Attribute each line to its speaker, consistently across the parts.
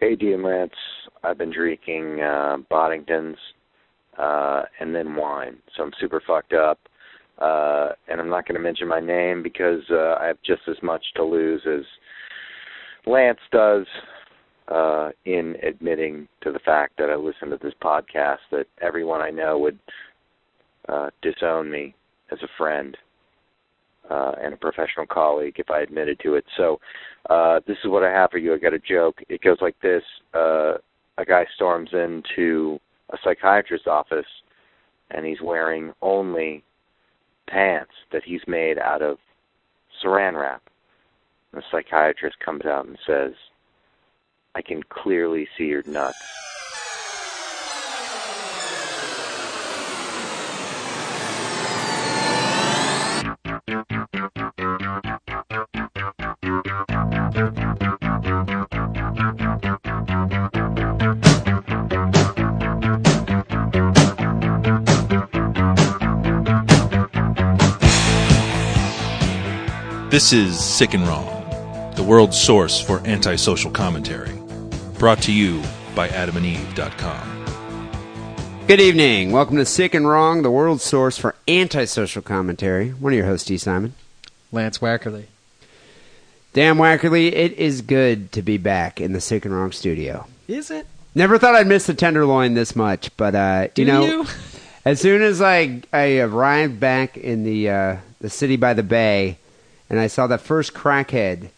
Speaker 1: Hey, DMrats. I've been drinking uh, Boddingtons uh, and then wine, so I'm super fucked up. Uh, and I'm not going to mention my name because uh, I have just as much to lose as Lance does uh, in admitting to the fact that I listened to this podcast that everyone I know would uh, disown me as a friend uh, and a professional colleague if I admitted to it. So uh, this is what I have for you. I got a joke. It goes like this: uh, A guy storms into a psychiatrist's office, and he's wearing only pants that he's made out of saran wrap. And the psychiatrist comes out and says, "I can clearly see your nuts."
Speaker 2: This is Sick and Wrong, the world's source for antisocial commentary. Brought to you by adamandeve.com.
Speaker 3: Good evening. Welcome to Sick and Wrong, the world's source for antisocial commentary. One of your hosts, D. Simon.
Speaker 4: Lance Wackerly.
Speaker 3: Damn Wackerly, it is good to be back in the Sick and Wrong studio.
Speaker 4: Is it?
Speaker 3: Never thought I'd miss the tenderloin this much, but uh,
Speaker 4: Do
Speaker 3: you know,
Speaker 4: you?
Speaker 3: as soon as I I arrived back in the uh, the city by the bay, and I saw that first crackhead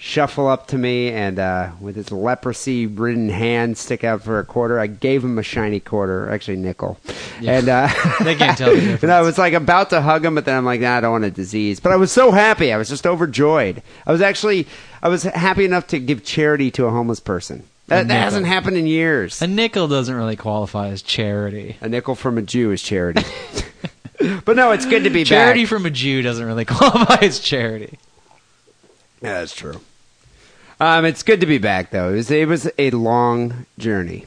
Speaker 3: shuffle up to me and uh, with his leprosy ridden hand stick out for a quarter, I gave him a shiny quarter, actually nickel,
Speaker 4: Yeah.
Speaker 3: and uh,
Speaker 4: They can't tell the difference.
Speaker 3: and I was like about to hug him, but then I'm like, nah, I don't want a disease. But I was so happy. I was just overjoyed. I was actually I was happy enough to give charity to a homeless person. That, that
Speaker 4: nickel.
Speaker 3: hasn't happened in years.
Speaker 4: A nickel doesn't really qualify as charity.
Speaker 3: A nickel from a Jew is charity. but no, it's good to be
Speaker 4: Charity
Speaker 3: back.
Speaker 4: from a Jew doesn't really qualify as charity.
Speaker 3: Yeah, that's true. Um, it's good to be back though. It was, it was a long journey.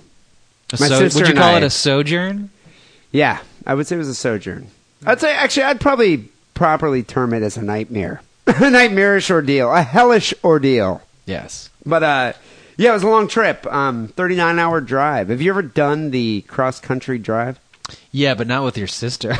Speaker 4: A
Speaker 3: My sister
Speaker 4: would you
Speaker 3: and
Speaker 4: call
Speaker 3: I-
Speaker 4: it a sojourn?
Speaker 3: Yeah, I would say it was a sojourn. I'd say actually, I'd probably properly term it as a nightmare, a nightmarish ordeal, a hellish ordeal.
Speaker 4: Yes.
Speaker 3: But uh, yeah, it was a long trip. Um, thirty-nine hour drive. Have you ever done the cross-country drive?
Speaker 4: Yeah, but not with your sister.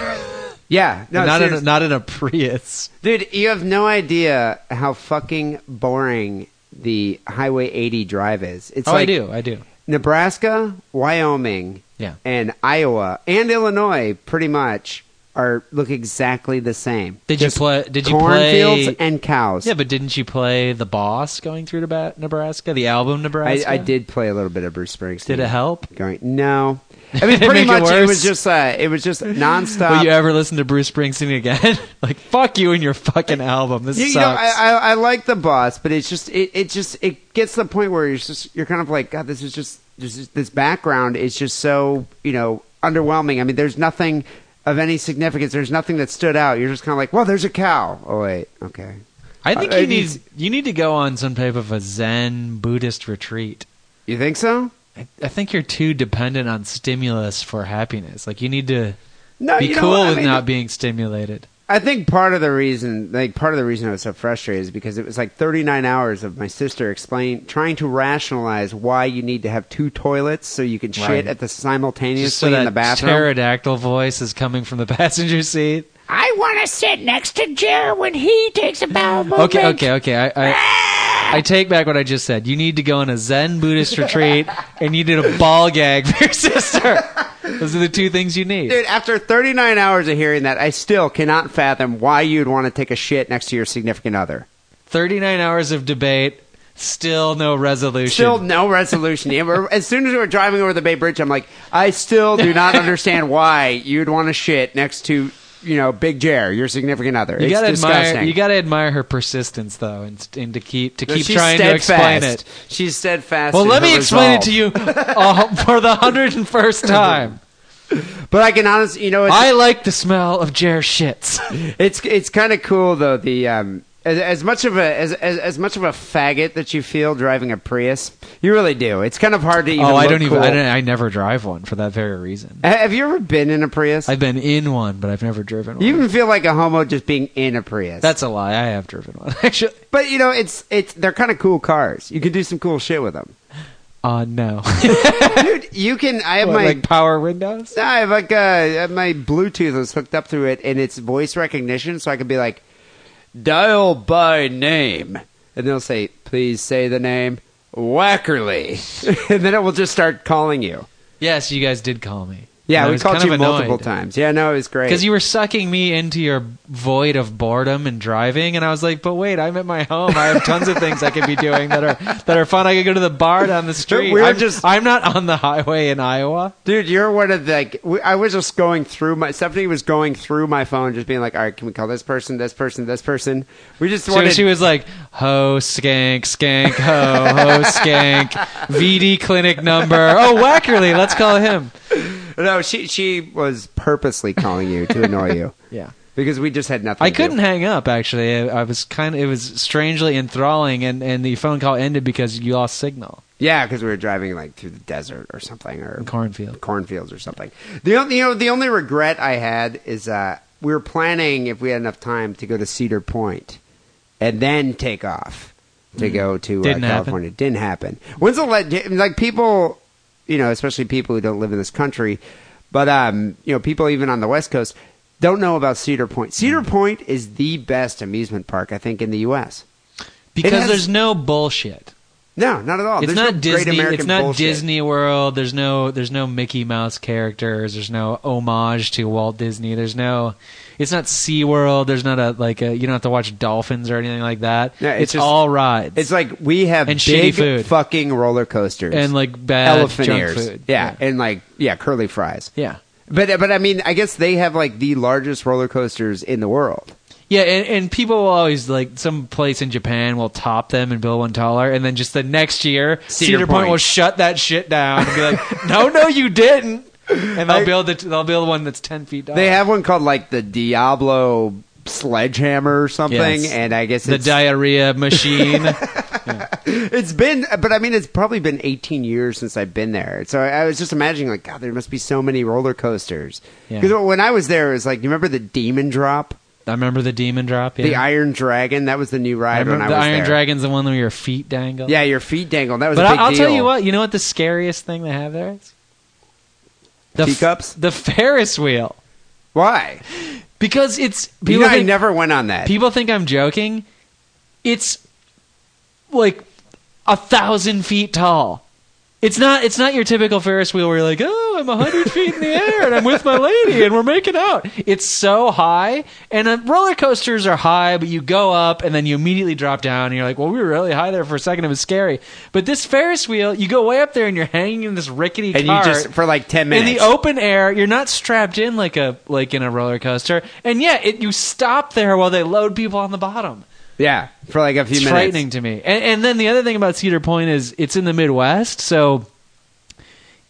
Speaker 3: Yeah, no,
Speaker 4: not in a,
Speaker 3: seriously.
Speaker 4: not in a Prius.
Speaker 3: Dude, you have no idea how fucking boring the Highway 80 drive is. It's
Speaker 4: oh,
Speaker 3: like
Speaker 4: I do. I do.
Speaker 3: Nebraska, Wyoming,
Speaker 4: Yeah.
Speaker 3: and Iowa and Illinois pretty much are look exactly the same.
Speaker 4: Did you
Speaker 3: Just
Speaker 4: play- did you
Speaker 3: cornfields
Speaker 4: play-
Speaker 3: and cows?
Speaker 4: Yeah, but didn't you play the boss going through to ba- Nebraska? The album
Speaker 3: I,
Speaker 4: Nebraska.
Speaker 3: I did play a little bit of Bruce Springsteen.
Speaker 4: Did it help?
Speaker 3: Going no, I mean
Speaker 4: Did it
Speaker 3: pretty
Speaker 4: make it
Speaker 3: much it,
Speaker 4: worse?
Speaker 3: was just uh, it was just nonstop.
Speaker 4: Will you ever listen to Bruce Springsteen again? like fuck you and your fucking album. This
Speaker 3: You, you
Speaker 4: sucks.
Speaker 3: know, I, I, I like the boss, but it's just it, it just it gets to the point where you're just you're kind of like God. This is just this is, this background is just so you know underwhelming. I mean, there's nothing of any significance. There's nothing that stood out. You're just kind of like, well, there's a cow. Oh wait, okay.
Speaker 4: I think
Speaker 3: I- I
Speaker 4: you
Speaker 3: need-
Speaker 4: need you need to go on some type of a Zen Buddhist retreat.
Speaker 3: You think so?
Speaker 4: I, I think you're too dependent on stimulus for happiness. Like you need to
Speaker 3: No,
Speaker 4: be
Speaker 3: Uh, you know
Speaker 4: cool
Speaker 3: what? I
Speaker 4: with
Speaker 3: mean,
Speaker 4: not being stimulated.
Speaker 3: I think part of the reason, like part of the reason I was so frustrated is because it was like 39 hours of my sister explain, trying to rationalize why you need to have two toilets so you can shit
Speaker 4: Right.
Speaker 3: at the
Speaker 4: Just
Speaker 3: simultaneously
Speaker 4: so that
Speaker 3: in the bathroom.
Speaker 4: pterodactyl voice is coming from the passenger seat.
Speaker 5: I want to sit next to Jer when he takes a bowel
Speaker 3: Oh,
Speaker 5: movement.
Speaker 4: Okay, okay, okay. I, I, I take back what I just said. You need to go on a Zen Buddhist retreat, and you did a ball gag for your sister. Those are the two things you need.
Speaker 3: Dude, after 39 hours of hearing that, I still cannot fathom why you'd want to take a shit next to your significant other.
Speaker 4: 39 hours of debate, still no resolution.
Speaker 3: Still no resolution. And we're- as soon as we were driving over the Bay Bridge, I'm like, I still do not understand why you'd want to shit next to, you know, Big Jer, your significant other.
Speaker 4: you
Speaker 3: it's
Speaker 4: gotta
Speaker 3: disgusting.
Speaker 4: admire. You gotta admire her persistence, though, and, and to keep to
Speaker 3: No,
Speaker 4: keep
Speaker 3: she's
Speaker 4: trying to explain
Speaker 3: steadfast.
Speaker 4: it.
Speaker 3: She's steadfast.
Speaker 4: Well,
Speaker 3: in
Speaker 4: let
Speaker 3: her
Speaker 4: me explain it
Speaker 3: resolve.
Speaker 4: to you uh, for the hundred and first time.
Speaker 3: But I can honestly, you know, it's,
Speaker 4: I like the smell of Jer shits.
Speaker 3: it's it's kind of cool though. The um, as, as much of a as, as as much of a faggot that you feel driving a Prius, you really do. It's kind of hard to even.
Speaker 4: oh, I
Speaker 3: look
Speaker 4: don't even.
Speaker 3: cool.
Speaker 4: I, don't, I never drive one for that very reason.
Speaker 3: Ha- Have you ever been in a Prius?
Speaker 4: I've been in one, but I've never driven one.
Speaker 3: you even feel like a homo just being in a Prius.
Speaker 4: That's a lie. I have driven one actually.
Speaker 3: but you know, it's it's they're kind of cool cars. You can do some cool shit with them.
Speaker 4: Uh, no.
Speaker 3: You can. I have my.
Speaker 4: like power windows?
Speaker 3: No, I have like uh, I have my Bluetooth was hooked up through it, and it's voice recognition, so I could be like, dial by name, and they'll say, please say the name Wackerly, and then it will just start calling you.
Speaker 4: Yes, you guys did call me. And
Speaker 3: Yeah,
Speaker 4: I
Speaker 3: we
Speaker 4: was
Speaker 3: called
Speaker 4: kind
Speaker 3: you
Speaker 4: of
Speaker 3: multiple
Speaker 4: annoyed.
Speaker 3: times. Yeah, no, it was great.
Speaker 4: Because you were sucking me into your void of boredom and driving, and I was like, "But wait, I'm at my home. I have tons of things I could be doing that are that are fun. I could go to the bar down the street.
Speaker 3: we're
Speaker 4: I'm,
Speaker 3: just-
Speaker 4: I'm not on the highway in Iowa.
Speaker 3: Dude, you're one of the. Like, we- I was just going through my. Stephanie was going through my phone, just being like, "All right, can we call this person, this person, this person?" We just
Speaker 4: So
Speaker 3: wanted.
Speaker 4: she was like, "Ho skank skank ho ho skank VD clinic number. Oh Wackerly, let's call him.
Speaker 3: no, she she was purposely calling you to annoy you
Speaker 4: Yeah."
Speaker 3: because we just had nothing.
Speaker 4: I
Speaker 3: to do.
Speaker 4: couldn't hang up. Actually, I, I was kind of. It was strangely enthralling, and, and the phone call ended because you lost signal
Speaker 3: Yeah, because we were driving like through the desert or something, or
Speaker 4: in cornfield.
Speaker 3: cornfields or something. The only you know the only regret I had is uh, we were planning if we had enough time to go to Cedar Point and then take off to go to
Speaker 4: Mm-hmm. Didn't
Speaker 3: uh,
Speaker 4: happen.
Speaker 3: California. Didn't happen. When's the let like people you know especially people who don't live in this country, but um you know people even on the West Coast don't know about Cedar Point. Cedar
Speaker 4: Mm-hmm.
Speaker 3: Point is the best amusement park I think in the U.S.
Speaker 4: Because
Speaker 3: has-
Speaker 4: there's no bullshit.
Speaker 3: No, not at all.
Speaker 4: it's
Speaker 3: Oh, There's
Speaker 4: not
Speaker 3: no Great
Speaker 4: Disney.
Speaker 3: American
Speaker 4: It's not
Speaker 3: bullshit.
Speaker 4: Disney World. There's no there's no Mickey Mouse characters. There's no homage to Walt Disney. There's no it's not SeaWorld. There's not a like a you don't have to watch dolphins or anything like that.
Speaker 3: Yeah, it's
Speaker 4: it's
Speaker 3: just-
Speaker 4: all rides.
Speaker 3: It's like we have
Speaker 4: And
Speaker 3: big
Speaker 4: shitty food.
Speaker 3: fucking roller coasters
Speaker 4: and like bad
Speaker 3: elephant
Speaker 4: junk
Speaker 3: ears.
Speaker 4: food.
Speaker 3: Yeah, and like yeah, curly fries.
Speaker 4: Yeah.
Speaker 3: But but I mean, I guess they have like the largest roller coasters in the world.
Speaker 4: Yeah, and, and people will always like some place in Japan will top them and build one taller, and then just the next year,
Speaker 3: Cedar
Speaker 4: Cedar, Point.
Speaker 3: Point.
Speaker 4: will shut that shit down and be like, "No, no, you didn't," and they'll build it. They'll build one that's ten feet tall.
Speaker 3: They have one called like the Diablo sledgehammer or something,
Speaker 4: Yes.
Speaker 3: and I guess
Speaker 4: the
Speaker 3: it's,
Speaker 4: diarrhea machine.
Speaker 3: it's been. But I mean, it's probably been 18 years since I've been there. So I, I was just imagining like, God, there must be so many roller coasters.
Speaker 4: Yeah.
Speaker 3: Because when I was there, it was like, you remember the Demon Drop,
Speaker 4: I remember the demon drop. Yeah.
Speaker 3: the Iron Dragon? That was the new
Speaker 4: I
Speaker 3: ride when
Speaker 4: remember
Speaker 3: I
Speaker 4: the
Speaker 3: was
Speaker 4: Iron
Speaker 3: there.
Speaker 4: Dragon's the one where your feet dangle.
Speaker 3: Yeah, your feet dangle. That was.
Speaker 4: but
Speaker 3: a
Speaker 4: I-
Speaker 3: big
Speaker 4: I'll tell you
Speaker 3: deal.
Speaker 4: what. You know what the scariest thing they have there is? The f-
Speaker 3: Teacups?
Speaker 4: the Ferris wheel.
Speaker 3: Why?
Speaker 4: Because it's
Speaker 3: You
Speaker 4: people
Speaker 3: know, I
Speaker 4: think,
Speaker 3: never went on that.
Speaker 4: people think I'm joking. It's like a thousand feet tall. It's not. It's not your typical Ferris wheel where you're like, oh, I'm a hundred feet in the air and I'm with my lady and we're making out. It's so high, and uh, roller coasters are high, but you go up and then you immediately drop down. And you're like, well, we were really high there for a second. It was scary. But this Ferris wheel, you go way up there and you're hanging in this rickety
Speaker 3: and you
Speaker 4: cart
Speaker 3: just for like 10 minutes
Speaker 4: in the open air you're not strapped in like a like in a roller coaster and yeah it, you stop there while they load people on the bottom
Speaker 3: yeah for like a few
Speaker 4: it's
Speaker 3: minutes
Speaker 4: frightening to me and, and then the other thing about cedar point is it's in the midwest so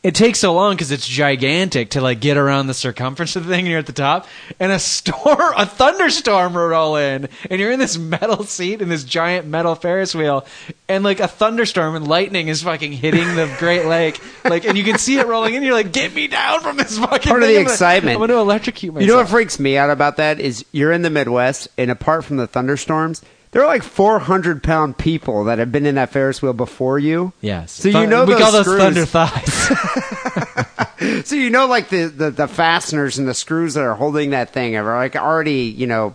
Speaker 4: it takes so long because it's gigantic to like get around the circumference of the thing and you're at the top and a storm a thunderstorm will roll in and you're in this metal seat in this giant metal ferris wheel and like a thunderstorm and lightning is fucking hitting the great lake like and you can see it rolling in you're like get me down from this fucking
Speaker 3: Part of
Speaker 4: thing.
Speaker 3: the
Speaker 4: I'm gonna-
Speaker 3: excitement.
Speaker 4: i'm gonna electrocute myself
Speaker 3: you know what freaks me out about that is you're in the midwest and apart from the thunderstorms there are like 400 pound people that have been in that ferris wheel before you
Speaker 4: yes
Speaker 3: so you know
Speaker 4: we
Speaker 3: those
Speaker 4: call those
Speaker 3: screws-
Speaker 4: thunder thighs
Speaker 3: so you know like the, the the fasteners and the screws that are holding that thing are like already you know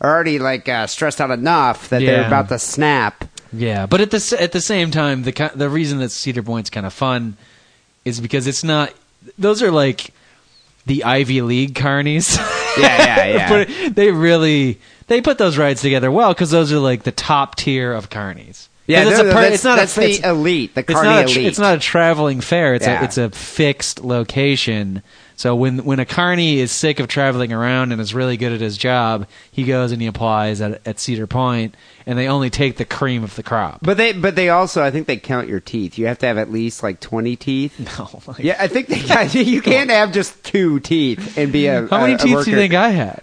Speaker 3: are already like uh, stressed out enough that they're
Speaker 4: Yeah.
Speaker 3: about to snap
Speaker 4: Yeah, but at the s- at the same time, the ki- the reason that Cedar Point's kind of fun is because it's not. Those are like the Ivy League carnies.
Speaker 3: yeah yeah yeah
Speaker 4: but they really they put those rides together well because those are like the top tier of carnies. 'Cause
Speaker 3: yeah
Speaker 4: it's,
Speaker 3: no,
Speaker 4: a
Speaker 3: no,
Speaker 4: per-
Speaker 3: that's,
Speaker 4: it's not
Speaker 3: that's
Speaker 4: a
Speaker 3: the
Speaker 4: it's,
Speaker 3: elite the
Speaker 4: it's
Speaker 3: carny
Speaker 4: not a, tr-
Speaker 3: elite
Speaker 4: It's not a traveling fair. It's
Speaker 3: Yeah.
Speaker 4: a it's a fixed location. So when when a carny is sick of traveling around and is really good at his job, he goes and he applies at, at Cedar Point, and they only take the cream of the crop.
Speaker 3: But they, but they also, I think they count your teeth. You have to have at least like twenty teeth.
Speaker 4: No, like-
Speaker 3: Yeah, I think they got, you can't have just two teeth and be a.
Speaker 4: How
Speaker 3: a-
Speaker 4: many
Speaker 3: a
Speaker 4: teeth do you
Speaker 3: worker.
Speaker 4: think I have?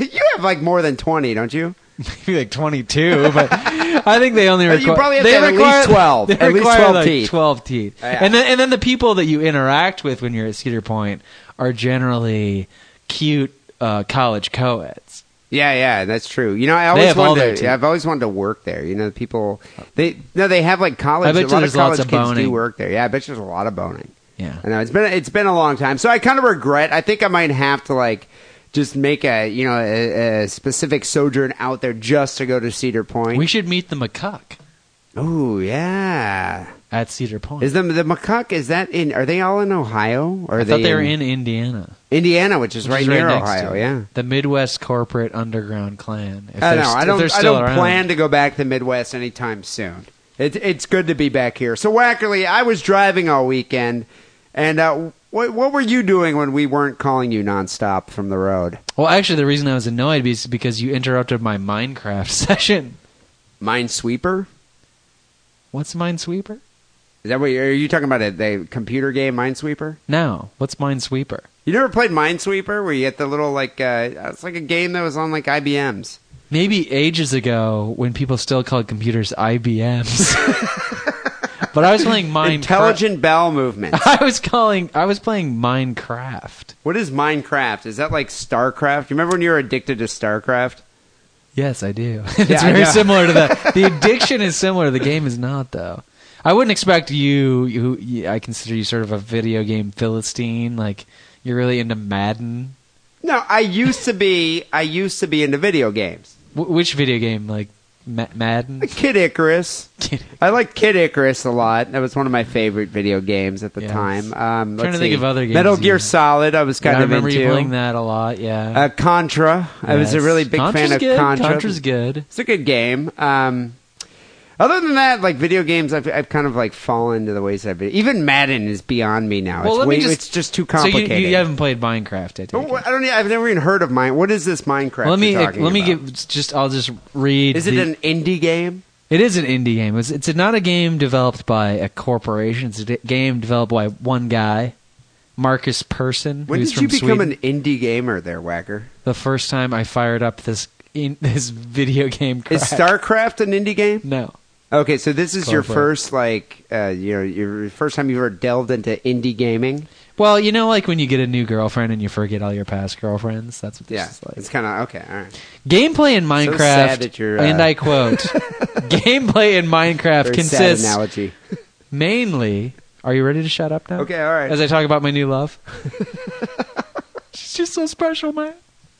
Speaker 3: you have like more than twenty, don't you?
Speaker 4: Maybe like twenty-two, but I think they only
Speaker 3: But
Speaker 4: require.
Speaker 3: you probably have
Speaker 4: they
Speaker 3: to have at
Speaker 4: require
Speaker 3: least 12.
Speaker 4: They
Speaker 3: At least
Speaker 4: require
Speaker 3: 12
Speaker 4: like
Speaker 3: teeth.
Speaker 4: Twelve teeth,
Speaker 3: Yeah.
Speaker 4: and then and then the people that you interact with when you're at Cedar Point are generally cute uh, college co-eds.
Speaker 3: Yeah, yeah, that's true. You know, I always
Speaker 4: have all their
Speaker 3: wanted.
Speaker 4: tea.
Speaker 3: To, yeah, I've always wanted to work there. You know, people they no, they have like college.
Speaker 4: I
Speaker 3: a
Speaker 4: bet you
Speaker 3: lot
Speaker 4: there's
Speaker 3: of college
Speaker 4: lots of
Speaker 3: kids
Speaker 4: boning.
Speaker 3: do work there. Yeah, I bet you there's a lot of boning.
Speaker 4: Yeah.
Speaker 3: I know it's been it's been a long time, so I kind of regret. I think I might have to like just make a you know a, a specific sojourn out there just to go to Cedar Point.
Speaker 4: We should meet the macaque
Speaker 3: oh yeah,
Speaker 4: at Cedar Point.
Speaker 3: is the the macaque is that in? Are they all in Ohio? Or are
Speaker 4: I thought they were
Speaker 3: in
Speaker 4: in Indiana,
Speaker 3: Indiana, which is
Speaker 4: which
Speaker 3: right
Speaker 4: is
Speaker 3: near
Speaker 4: next
Speaker 3: Ohio.
Speaker 4: to it.
Speaker 3: Yeah.
Speaker 4: the Midwest corporate underground clan. If
Speaker 3: I don't know.
Speaker 4: they're st-
Speaker 3: I
Speaker 4: if
Speaker 3: don't.
Speaker 4: they're
Speaker 3: I
Speaker 4: still
Speaker 3: don't
Speaker 4: around.
Speaker 3: plan to go back to the Midwest anytime soon. It, it's good to be back here. So Wackerly, I was driving all weekend, and uh, what, what were you doing when we weren't calling you nonstop from the road?
Speaker 4: Well, actually, the reason I was annoyed is because you interrupted my Minecraft session.
Speaker 3: Minesweeper?
Speaker 4: What's Minesweeper?
Speaker 3: Is that what you're, are you talking about? A, the computer game Minesweeper?
Speaker 4: No, what's Minesweeper?
Speaker 3: You never played Minesweeper, where you get the little like uh, it's like a game that was on like IBM's.
Speaker 4: Maybe ages ago when people still called computers IBMs. but I was playing Minecraft.
Speaker 3: Intelligent bowel movement.
Speaker 4: I was calling. I was playing Minecraft.
Speaker 3: what is Minecraft? Is that like StarCraft? You remember when you were addicted to StarCraft?
Speaker 4: Yes, I do.
Speaker 3: Yeah,
Speaker 4: it's
Speaker 3: I
Speaker 4: very
Speaker 3: know.
Speaker 4: similar to that. The addiction is similar. The game is not, though. I wouldn't expect you. You, you- I consider you sort of a video game philistine. Like you're really into Madden.
Speaker 3: No, I used to be. I used to be into video games.
Speaker 4: W- which video game? Like Ma- Madden.
Speaker 3: Like Kid Icarus. I liked Kid Icarus a lot. That was one of my favorite video games at the
Speaker 4: Yes.
Speaker 3: time. Um,
Speaker 4: Trying
Speaker 3: let's
Speaker 4: to think
Speaker 3: see.
Speaker 4: of other games
Speaker 3: Metal
Speaker 4: you-
Speaker 3: Gear Solid. I was kind
Speaker 4: I
Speaker 3: of
Speaker 4: remember
Speaker 3: into.
Speaker 4: you playing that a lot. Yeah.
Speaker 3: Uh, Contra. I was a
Speaker 4: Yes.
Speaker 3: really big
Speaker 4: Contra's
Speaker 3: fan of
Speaker 4: good.
Speaker 3: Contra.
Speaker 4: Contra's good.
Speaker 3: It's a good game. Um, other than that, like video games, I've, I've kind of like fallen to the wayside. But even Madden is beyond me now.
Speaker 4: Well,
Speaker 3: it's,
Speaker 4: let
Speaker 3: way,
Speaker 4: me just.
Speaker 3: it's just too
Speaker 4: So
Speaker 3: complicated.
Speaker 4: you, you haven't played Minecraft, I take
Speaker 3: But
Speaker 4: it.
Speaker 3: what- I don't. e- I've never even heard of mine. What is this Minecraft?
Speaker 4: let me
Speaker 3: you're
Speaker 4: let
Speaker 3: talking
Speaker 4: me
Speaker 3: about?
Speaker 4: give just I'll just read.
Speaker 3: Is it
Speaker 4: the-
Speaker 3: an indie game?
Speaker 4: It is an indie game. It's, it's not a game developed by a corporation. It's a d- game developed by one guy, Marcus Persson.
Speaker 3: When
Speaker 4: who's
Speaker 3: did
Speaker 4: from
Speaker 3: you become
Speaker 4: Sweden.
Speaker 3: an indie gamer there, Wacker?
Speaker 4: The first time I fired up this in, this video game. Crack.
Speaker 3: Is StarCraft an indie game?
Speaker 4: No,
Speaker 3: Okay, so this is your
Speaker 4: Corporate.
Speaker 3: first like uh, you know your first time you ever delved into indie gaming.
Speaker 4: well, you know, like when you get a new girlfriend and you forget all your past girlfriends. That's what this
Speaker 3: Yeah,
Speaker 4: is like.
Speaker 3: it's kind of okay. All right,
Speaker 4: Gameplay in Minecraft,
Speaker 3: sad that you're, uh,
Speaker 4: and I quote, "Gameplay in Minecraft
Speaker 3: Very sad
Speaker 4: consists
Speaker 3: analogy.
Speaker 4: mainly. Are you ready to shut up now?
Speaker 3: Okay, all right.
Speaker 4: As I talk about my new love. She's just so special, man.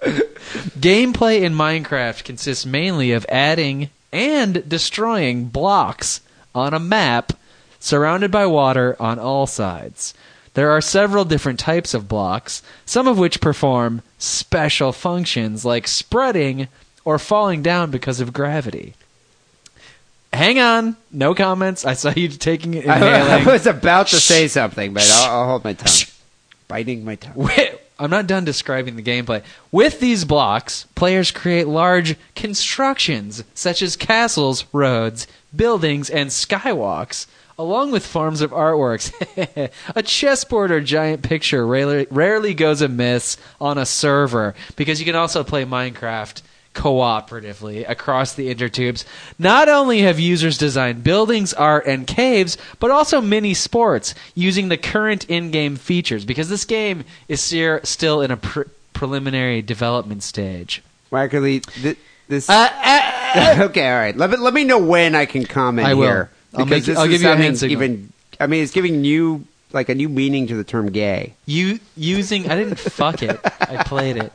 Speaker 4: Gameplay in Minecraft consists mainly of adding and destroying blocks on a map surrounded by water on all sides. There are several different types of blocks, some of which perform special functions like spreading or falling down because of gravity. Hang on, no comments. I saw you taking it
Speaker 3: I
Speaker 4: inhaling.
Speaker 3: was about to say something, but I'll, I'll hold my tongue. Biting my tongue.
Speaker 4: Wi- I'm not done describing the gameplay. With these blocks, players create large constructions such as castles, roads, buildings, and skywalks, along with forms of artworks. a chessboard or giant picture rarely, rarely goes amiss on a server because you can also play Minecraft cooperatively across the intertubes. Not only have users designed buildings, art, and caves, but also mini sports using the current in-game features because this game is ser- still in a pre- preliminary development stage.
Speaker 3: Wackerly, th- this.
Speaker 4: Uh, uh,
Speaker 3: okay, all right. Let me, let me know when I can comment
Speaker 4: I will.
Speaker 3: here
Speaker 4: I'll
Speaker 3: because
Speaker 4: make-
Speaker 3: this
Speaker 4: I'll
Speaker 3: is
Speaker 4: give you a hand
Speaker 3: sounding
Speaker 4: signal.
Speaker 3: even. I mean, it's giving new like a new meaning to the term gay.
Speaker 4: you using I didn't fuck it. I played it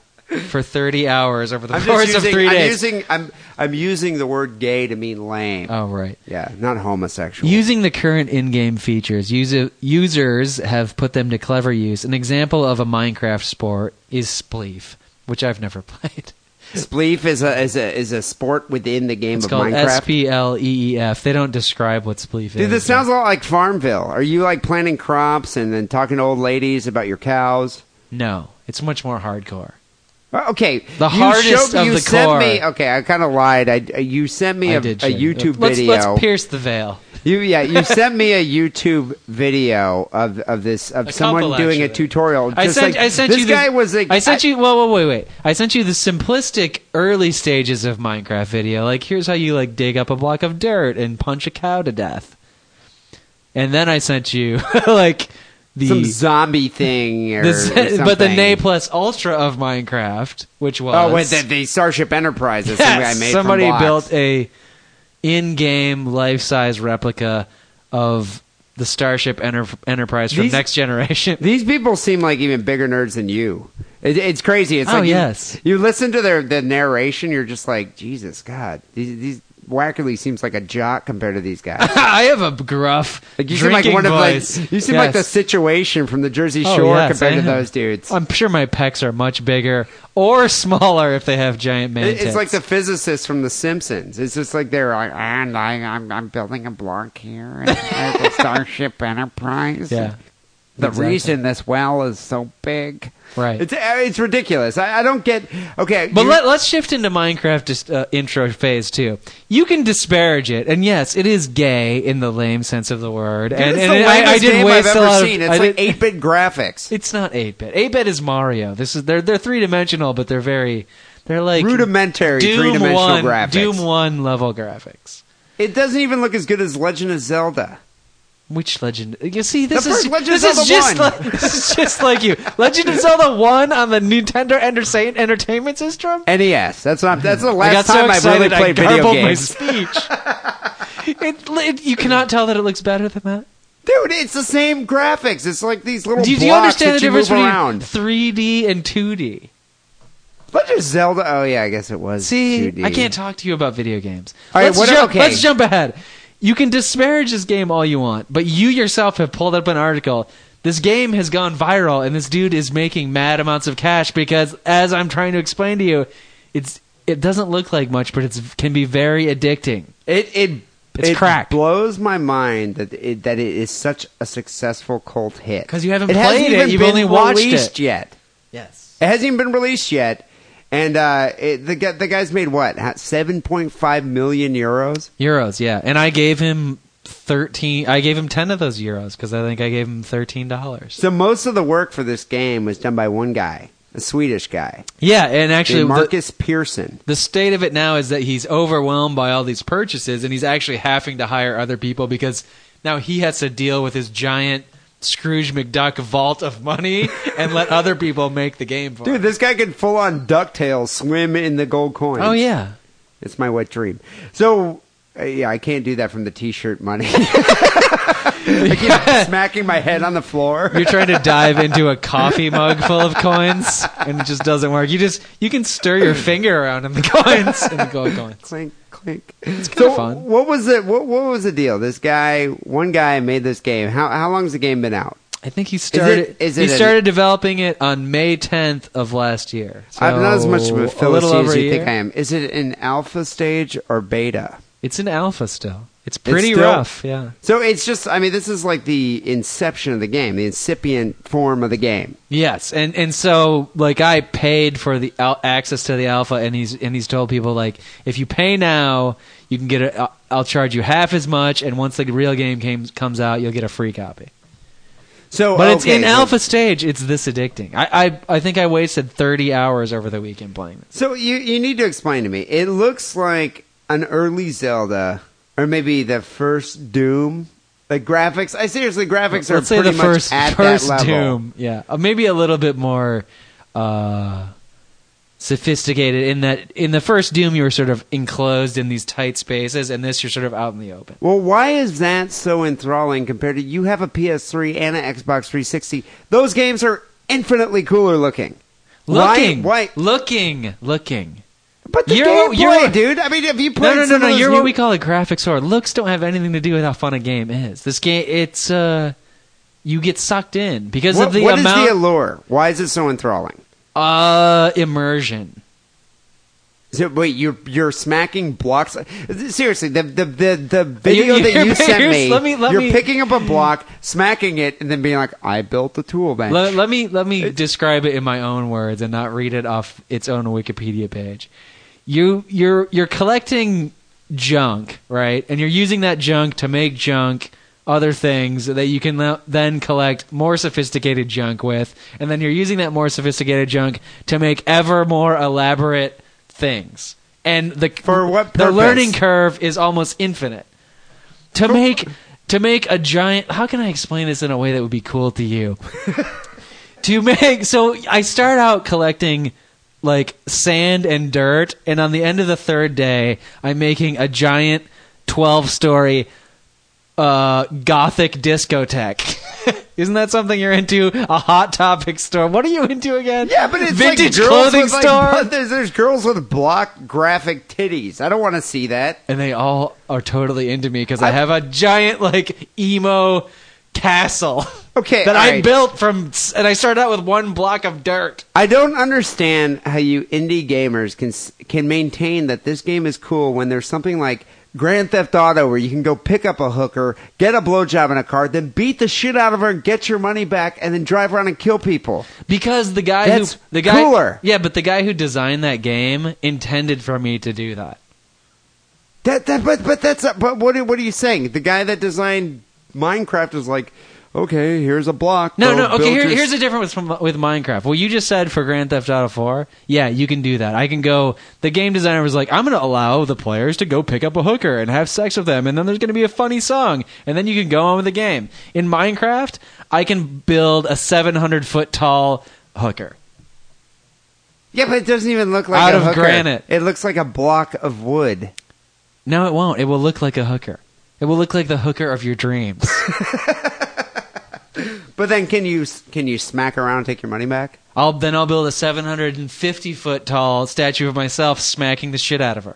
Speaker 4: for 30 hours over the
Speaker 3: I'm
Speaker 4: course
Speaker 3: just using,
Speaker 4: of 3
Speaker 3: I'm
Speaker 4: days.
Speaker 3: using I'm I'm using the word gay to mean lame.
Speaker 4: oh right.
Speaker 3: Yeah, not homosexual.
Speaker 4: Using the current in-game features, user, users have put them to clever use. An example of a Minecraft sport is Spleef, which I've never played.
Speaker 3: Spleef is a is a is a sport within the game
Speaker 4: It's
Speaker 3: of
Speaker 4: called
Speaker 3: Minecraft.
Speaker 4: S P L E E F. They don't describe what Spleef is.
Speaker 3: Dude, this sounds a lot like Farmville. Are you like planting crops and then talking to old ladies about your cows?
Speaker 4: no. It's much more hardcore.
Speaker 3: Uh, Okay,
Speaker 4: The
Speaker 3: you
Speaker 4: hardest
Speaker 3: showed,
Speaker 4: of
Speaker 3: you
Speaker 4: the
Speaker 3: sent
Speaker 4: core.
Speaker 3: Me, okay, I kind of lied. I uh, you sent me
Speaker 4: I
Speaker 3: a
Speaker 4: did
Speaker 3: a
Speaker 4: show you.
Speaker 3: YouTube
Speaker 4: let's,
Speaker 3: video.
Speaker 4: Let's pierce the veil.
Speaker 3: You yeah, you sent me a YouTube video of of this of
Speaker 4: A
Speaker 3: someone
Speaker 4: couple,
Speaker 3: doing a
Speaker 4: actually.
Speaker 3: tutorial.
Speaker 4: I
Speaker 3: just
Speaker 4: sent,
Speaker 3: like-
Speaker 4: I sent
Speaker 3: this
Speaker 4: you.
Speaker 3: guy
Speaker 4: the,
Speaker 3: was like
Speaker 4: I sent you. Well, wait, wait, wait. I sent you the simplistic early stages of Minecraft video. Like, here's how you like dig up a block of dirt and punch a cow to death. And then I sent you like the
Speaker 3: some zombie thing or,
Speaker 4: the
Speaker 3: or
Speaker 4: Z- but the
Speaker 3: something.
Speaker 4: Nay Plus Ultra of Minecraft, which was
Speaker 3: Oh, wait, the, the Starship Enterprise that some
Speaker 4: Yes,
Speaker 3: guy made from
Speaker 4: somebody
Speaker 3: blocks.
Speaker 4: built a in-game life-size replica of the Starship Enter- Enterprise from
Speaker 3: These-
Speaker 4: Next Generation.
Speaker 3: These people seem like even bigger nerds than you. It, it's crazy. It's
Speaker 4: Oh,
Speaker 3: like you-
Speaker 4: yes.
Speaker 3: you, listen to their the narration, you're just like, Jesus God, these, these Wackerly seems like a jock compared to these guys.
Speaker 4: I have a gruff
Speaker 3: Like you seem
Speaker 4: drinking
Speaker 3: like one
Speaker 4: voice.
Speaker 3: of like you seem like the
Speaker 4: Yes.
Speaker 3: situation from the Jersey
Speaker 4: Oh,
Speaker 3: Shore
Speaker 4: yes,
Speaker 3: compared
Speaker 4: I
Speaker 3: to
Speaker 4: am.
Speaker 3: those dudes.
Speaker 4: I'm sure my pecs are much bigger or smaller if they have giant man
Speaker 3: It- it's
Speaker 4: tits.
Speaker 3: like the physicist from The Simpsons. It's just like they're like, and I, I'm, I'm building a block here at the Starship Enterprise.
Speaker 4: yeah,
Speaker 3: The
Speaker 4: Exactly.
Speaker 3: reason this well is so big.
Speaker 4: right.
Speaker 3: It's uh, it's ridiculous. I, I don't get. Okay,
Speaker 4: But
Speaker 3: you-
Speaker 4: let, let's shift into Minecraft dis- uh, intro phase two. You can disparage it, and yes, it is gay in the lame sense of the word.
Speaker 3: Dude,
Speaker 4: and
Speaker 3: it's
Speaker 4: and,
Speaker 3: the
Speaker 4: and I, I
Speaker 3: lamest
Speaker 4: did
Speaker 3: game
Speaker 4: waste
Speaker 3: I've
Speaker 4: a
Speaker 3: ever
Speaker 4: lot
Speaker 3: seen.
Speaker 4: of.
Speaker 3: It's
Speaker 4: I
Speaker 3: like
Speaker 4: did-
Speaker 3: eight bit graphics,
Speaker 4: It's not eight bit. Eight bit is Mario. This is they're they're three dimensional, but they're very they're like
Speaker 3: rudimentary
Speaker 4: Doom
Speaker 3: three dimensional
Speaker 4: one,
Speaker 3: graphics.
Speaker 4: Doom one level graphics.
Speaker 3: It doesn't even look as good as Legend of Zelda.
Speaker 4: Which legend? You see, this
Speaker 3: The
Speaker 4: is
Speaker 3: first Legend of
Speaker 4: this is
Speaker 3: Zelda
Speaker 4: just
Speaker 3: 1.
Speaker 4: like, this is just like you. Legend of Zelda one on the Nintendo Entersa- Entertainment System.
Speaker 3: NES. E That's what I'm, that's the
Speaker 4: I
Speaker 3: last
Speaker 4: got so
Speaker 3: time I really
Speaker 4: excited,
Speaker 3: played
Speaker 4: I
Speaker 3: video
Speaker 4: garbled
Speaker 3: games.
Speaker 4: my speech. it, it- you cannot tell that it looks better than that.
Speaker 3: Dude, it's the same graphics. It's like these little
Speaker 4: Do you,
Speaker 3: blocks
Speaker 4: do you understand the
Speaker 3: that you
Speaker 4: difference
Speaker 3: move around.
Speaker 4: between 3D and 2D?
Speaker 3: Legend of Zelda. Oh yeah, I guess it was.
Speaker 4: See,
Speaker 3: 2D.
Speaker 4: I can't talk to you about video games.
Speaker 3: All right,
Speaker 4: let's,
Speaker 3: what-
Speaker 4: jump,
Speaker 3: okay.
Speaker 4: let's jump ahead. You can disparage this game all you want, but you yourself have pulled up an article. This game has gone viral, and this dude is making mad amounts of cash because, as I'm trying to explain to you, it's it doesn't look like much, but it can be very addicting.
Speaker 3: It it
Speaker 4: It's
Speaker 3: it
Speaker 4: crack.
Speaker 3: blows my mind that it, that it is such a successful cult hit
Speaker 4: 'Cause you haven't
Speaker 3: it
Speaker 4: played
Speaker 3: hasn't
Speaker 4: it,
Speaker 3: Even
Speaker 4: you've
Speaker 3: been
Speaker 4: only watched
Speaker 3: released
Speaker 4: it.
Speaker 3: yet.
Speaker 4: Yes.
Speaker 3: It hasn't even been released yet, and uh, it, the gu- the guy's made what seven point five million euros.
Speaker 4: Euros, yeah. And I gave him 13 I gave him 10 of those euros cuz I think I gave him $13.
Speaker 3: So most of the work for this game was done by one guy, a Swedish guy,
Speaker 4: Yeah, and actually
Speaker 3: named
Speaker 4: the,
Speaker 3: Marcus Pearson.
Speaker 4: the state of it now is that he's overwhelmed by all these purchases and he's actually having to hire other people because now he has to deal with his giant Scrooge McDuck vault of money and let other people make the game for
Speaker 3: Dude,
Speaker 4: him.
Speaker 3: this guy could full on ducktail swim in the gold coins.
Speaker 4: Oh yeah.
Speaker 3: it's my wet dream. So. uh, Yeah, I can't do that from the T-shirt money. I keep smacking my head on the floor.
Speaker 4: You're trying to dive into a coffee mug full of coins and it just doesn't work. You just you can stir your finger around in the coins in the gold coins.
Speaker 3: clink clink. It's
Speaker 4: kinda fun.
Speaker 3: What was it? What what was the deal? This guy, one guy made this game. How how long's the game been out?
Speaker 4: I think he started.
Speaker 3: is it
Speaker 4: he
Speaker 3: an-
Speaker 4: started developing it on May 10th of last year.
Speaker 3: I'm Uh, not as much of
Speaker 4: So,
Speaker 3: a
Speaker 4: little
Speaker 3: Philistine
Speaker 4: over
Speaker 3: as
Speaker 4: a
Speaker 3: you think
Speaker 4: year.
Speaker 3: I am. Is it an alpha stage or beta?
Speaker 4: It's in alpha still. It's pretty
Speaker 3: still-
Speaker 4: rough. Yeah.
Speaker 3: So it's just. I mean, this is like the inception of the game, the incipient form of the game.
Speaker 4: Yes, and and so like I paid for the al- access to the alpha, and he's and he's told people like if you pay now, you can get a. I'll, I'll charge you half as much, and once the real game came, comes out, you'll get a free copy.
Speaker 3: So,
Speaker 4: But it's
Speaker 3: Oh, okay,
Speaker 4: in
Speaker 3: so-
Speaker 4: alpha stage. It's this addicting. I, I I think I wasted 30 hours over the weekend playing this.
Speaker 3: So you you need to explain to me. It looks like an early Zelda, or maybe the first Doom. Like graphics, I seriously, graphics are
Speaker 4: let's say
Speaker 3: pretty
Speaker 4: the
Speaker 3: much
Speaker 4: first
Speaker 3: at
Speaker 4: first
Speaker 3: that level.
Speaker 4: Doom. Yeah, Uh, maybe a little bit more uh, sophisticated in that in the first Doom you were sort of enclosed in these tight spaces, and this you're sort of out in the open.
Speaker 3: Well, why is that so enthralling compared to you have a PS3 and an Xbox 360? Those games are infinitely cooler looking.
Speaker 4: Looking,
Speaker 3: Why? why
Speaker 4: looking, looking.
Speaker 3: but the
Speaker 4: You're-
Speaker 3: gameplay,
Speaker 4: you're-
Speaker 3: dude. I mean, if you play
Speaker 4: No, no, no, no. You're what we call a graphics whore. Looks don't have anything to do with how fun a game is. This game, it's uh, you get sucked in because
Speaker 3: what,
Speaker 4: of the
Speaker 3: what is
Speaker 4: amount
Speaker 3: the allure? Why is it so enthralling?
Speaker 4: uh immersion.
Speaker 3: Is it, wait, you're you're smacking blocks. Seriously, the the the, the video
Speaker 4: You-
Speaker 3: that
Speaker 4: you're-
Speaker 3: you sent
Speaker 4: you're-
Speaker 3: me,
Speaker 4: let me- let
Speaker 3: you're
Speaker 4: me-
Speaker 3: picking up a block, smacking it, and then being like, "I built the tool bench."
Speaker 4: Let, let me let me describe it in my own words and not read it off its own Wikipedia page. You you're you're collecting junk, right? And you're using that junk to make junk other things that you can le- then collect more sophisticated junk with, and then you're using that more sophisticated junk to make ever more elaborate things. And the
Speaker 3: For what
Speaker 4: the
Speaker 3: purpose?
Speaker 4: learning curve is almost infinite to make to make a giant how can i explain this in a way that would be cool to you to make so i start out collecting like sand and dirt and on the end of the third day i'm making a giant 12 story uh gothic discotheque isn't that something you're into a hot topic store what are you into again
Speaker 3: Yeah, but it's
Speaker 4: vintage
Speaker 3: like girls
Speaker 4: clothing
Speaker 3: with, like,
Speaker 4: store
Speaker 3: but there's, there's girls with block graphic titties. I don't want to see that.
Speaker 4: and they all are totally into me because I, have a giant like emo castle.
Speaker 3: Okay,
Speaker 4: that I
Speaker 3: alright.
Speaker 4: built from, and I started out with one block of dirt.
Speaker 3: I don't understand how you indie gamers can s- can maintain that this game is cool when there's something like Grand Theft Auto where you can go pick up a hooker, get a blowjob in a car, then beat the shit out of her, get your money back, and then drive around and kill people.
Speaker 4: Because the guy
Speaker 3: That's
Speaker 4: who the guy
Speaker 3: cooler.
Speaker 4: yeah, but the guy who designed that game intended for me to do that.
Speaker 3: That that but but that's uh, but what are- what are you saying? The guy that designed Minecraft is like, okay, here's a block.
Speaker 4: No,
Speaker 3: Go
Speaker 4: no. Okay,
Speaker 3: build
Speaker 4: here,
Speaker 3: your
Speaker 4: here's the difference from, with Minecraft. Well, you just said for Grand Theft Auto 4, yeah, you can do that. I can go. The game designer was like, I'm going to allow the players to go pick up a hooker and have sex with them, and then there's going to be a funny song, and then you can go on with the game. In Minecraft, I can build a 700 foot tall hooker.
Speaker 3: Yeah, but it doesn't even look like
Speaker 4: Out
Speaker 3: a
Speaker 4: of
Speaker 3: hooker.
Speaker 4: granite.
Speaker 3: It looks like a block of wood.
Speaker 4: No, it won't. It will look like a hooker. It will look like the hooker of your dreams.
Speaker 3: But then, can you can you smack around, and take your money back?
Speaker 4: I'll then I'll build a 750 foot tall statue of myself smacking the shit out of her.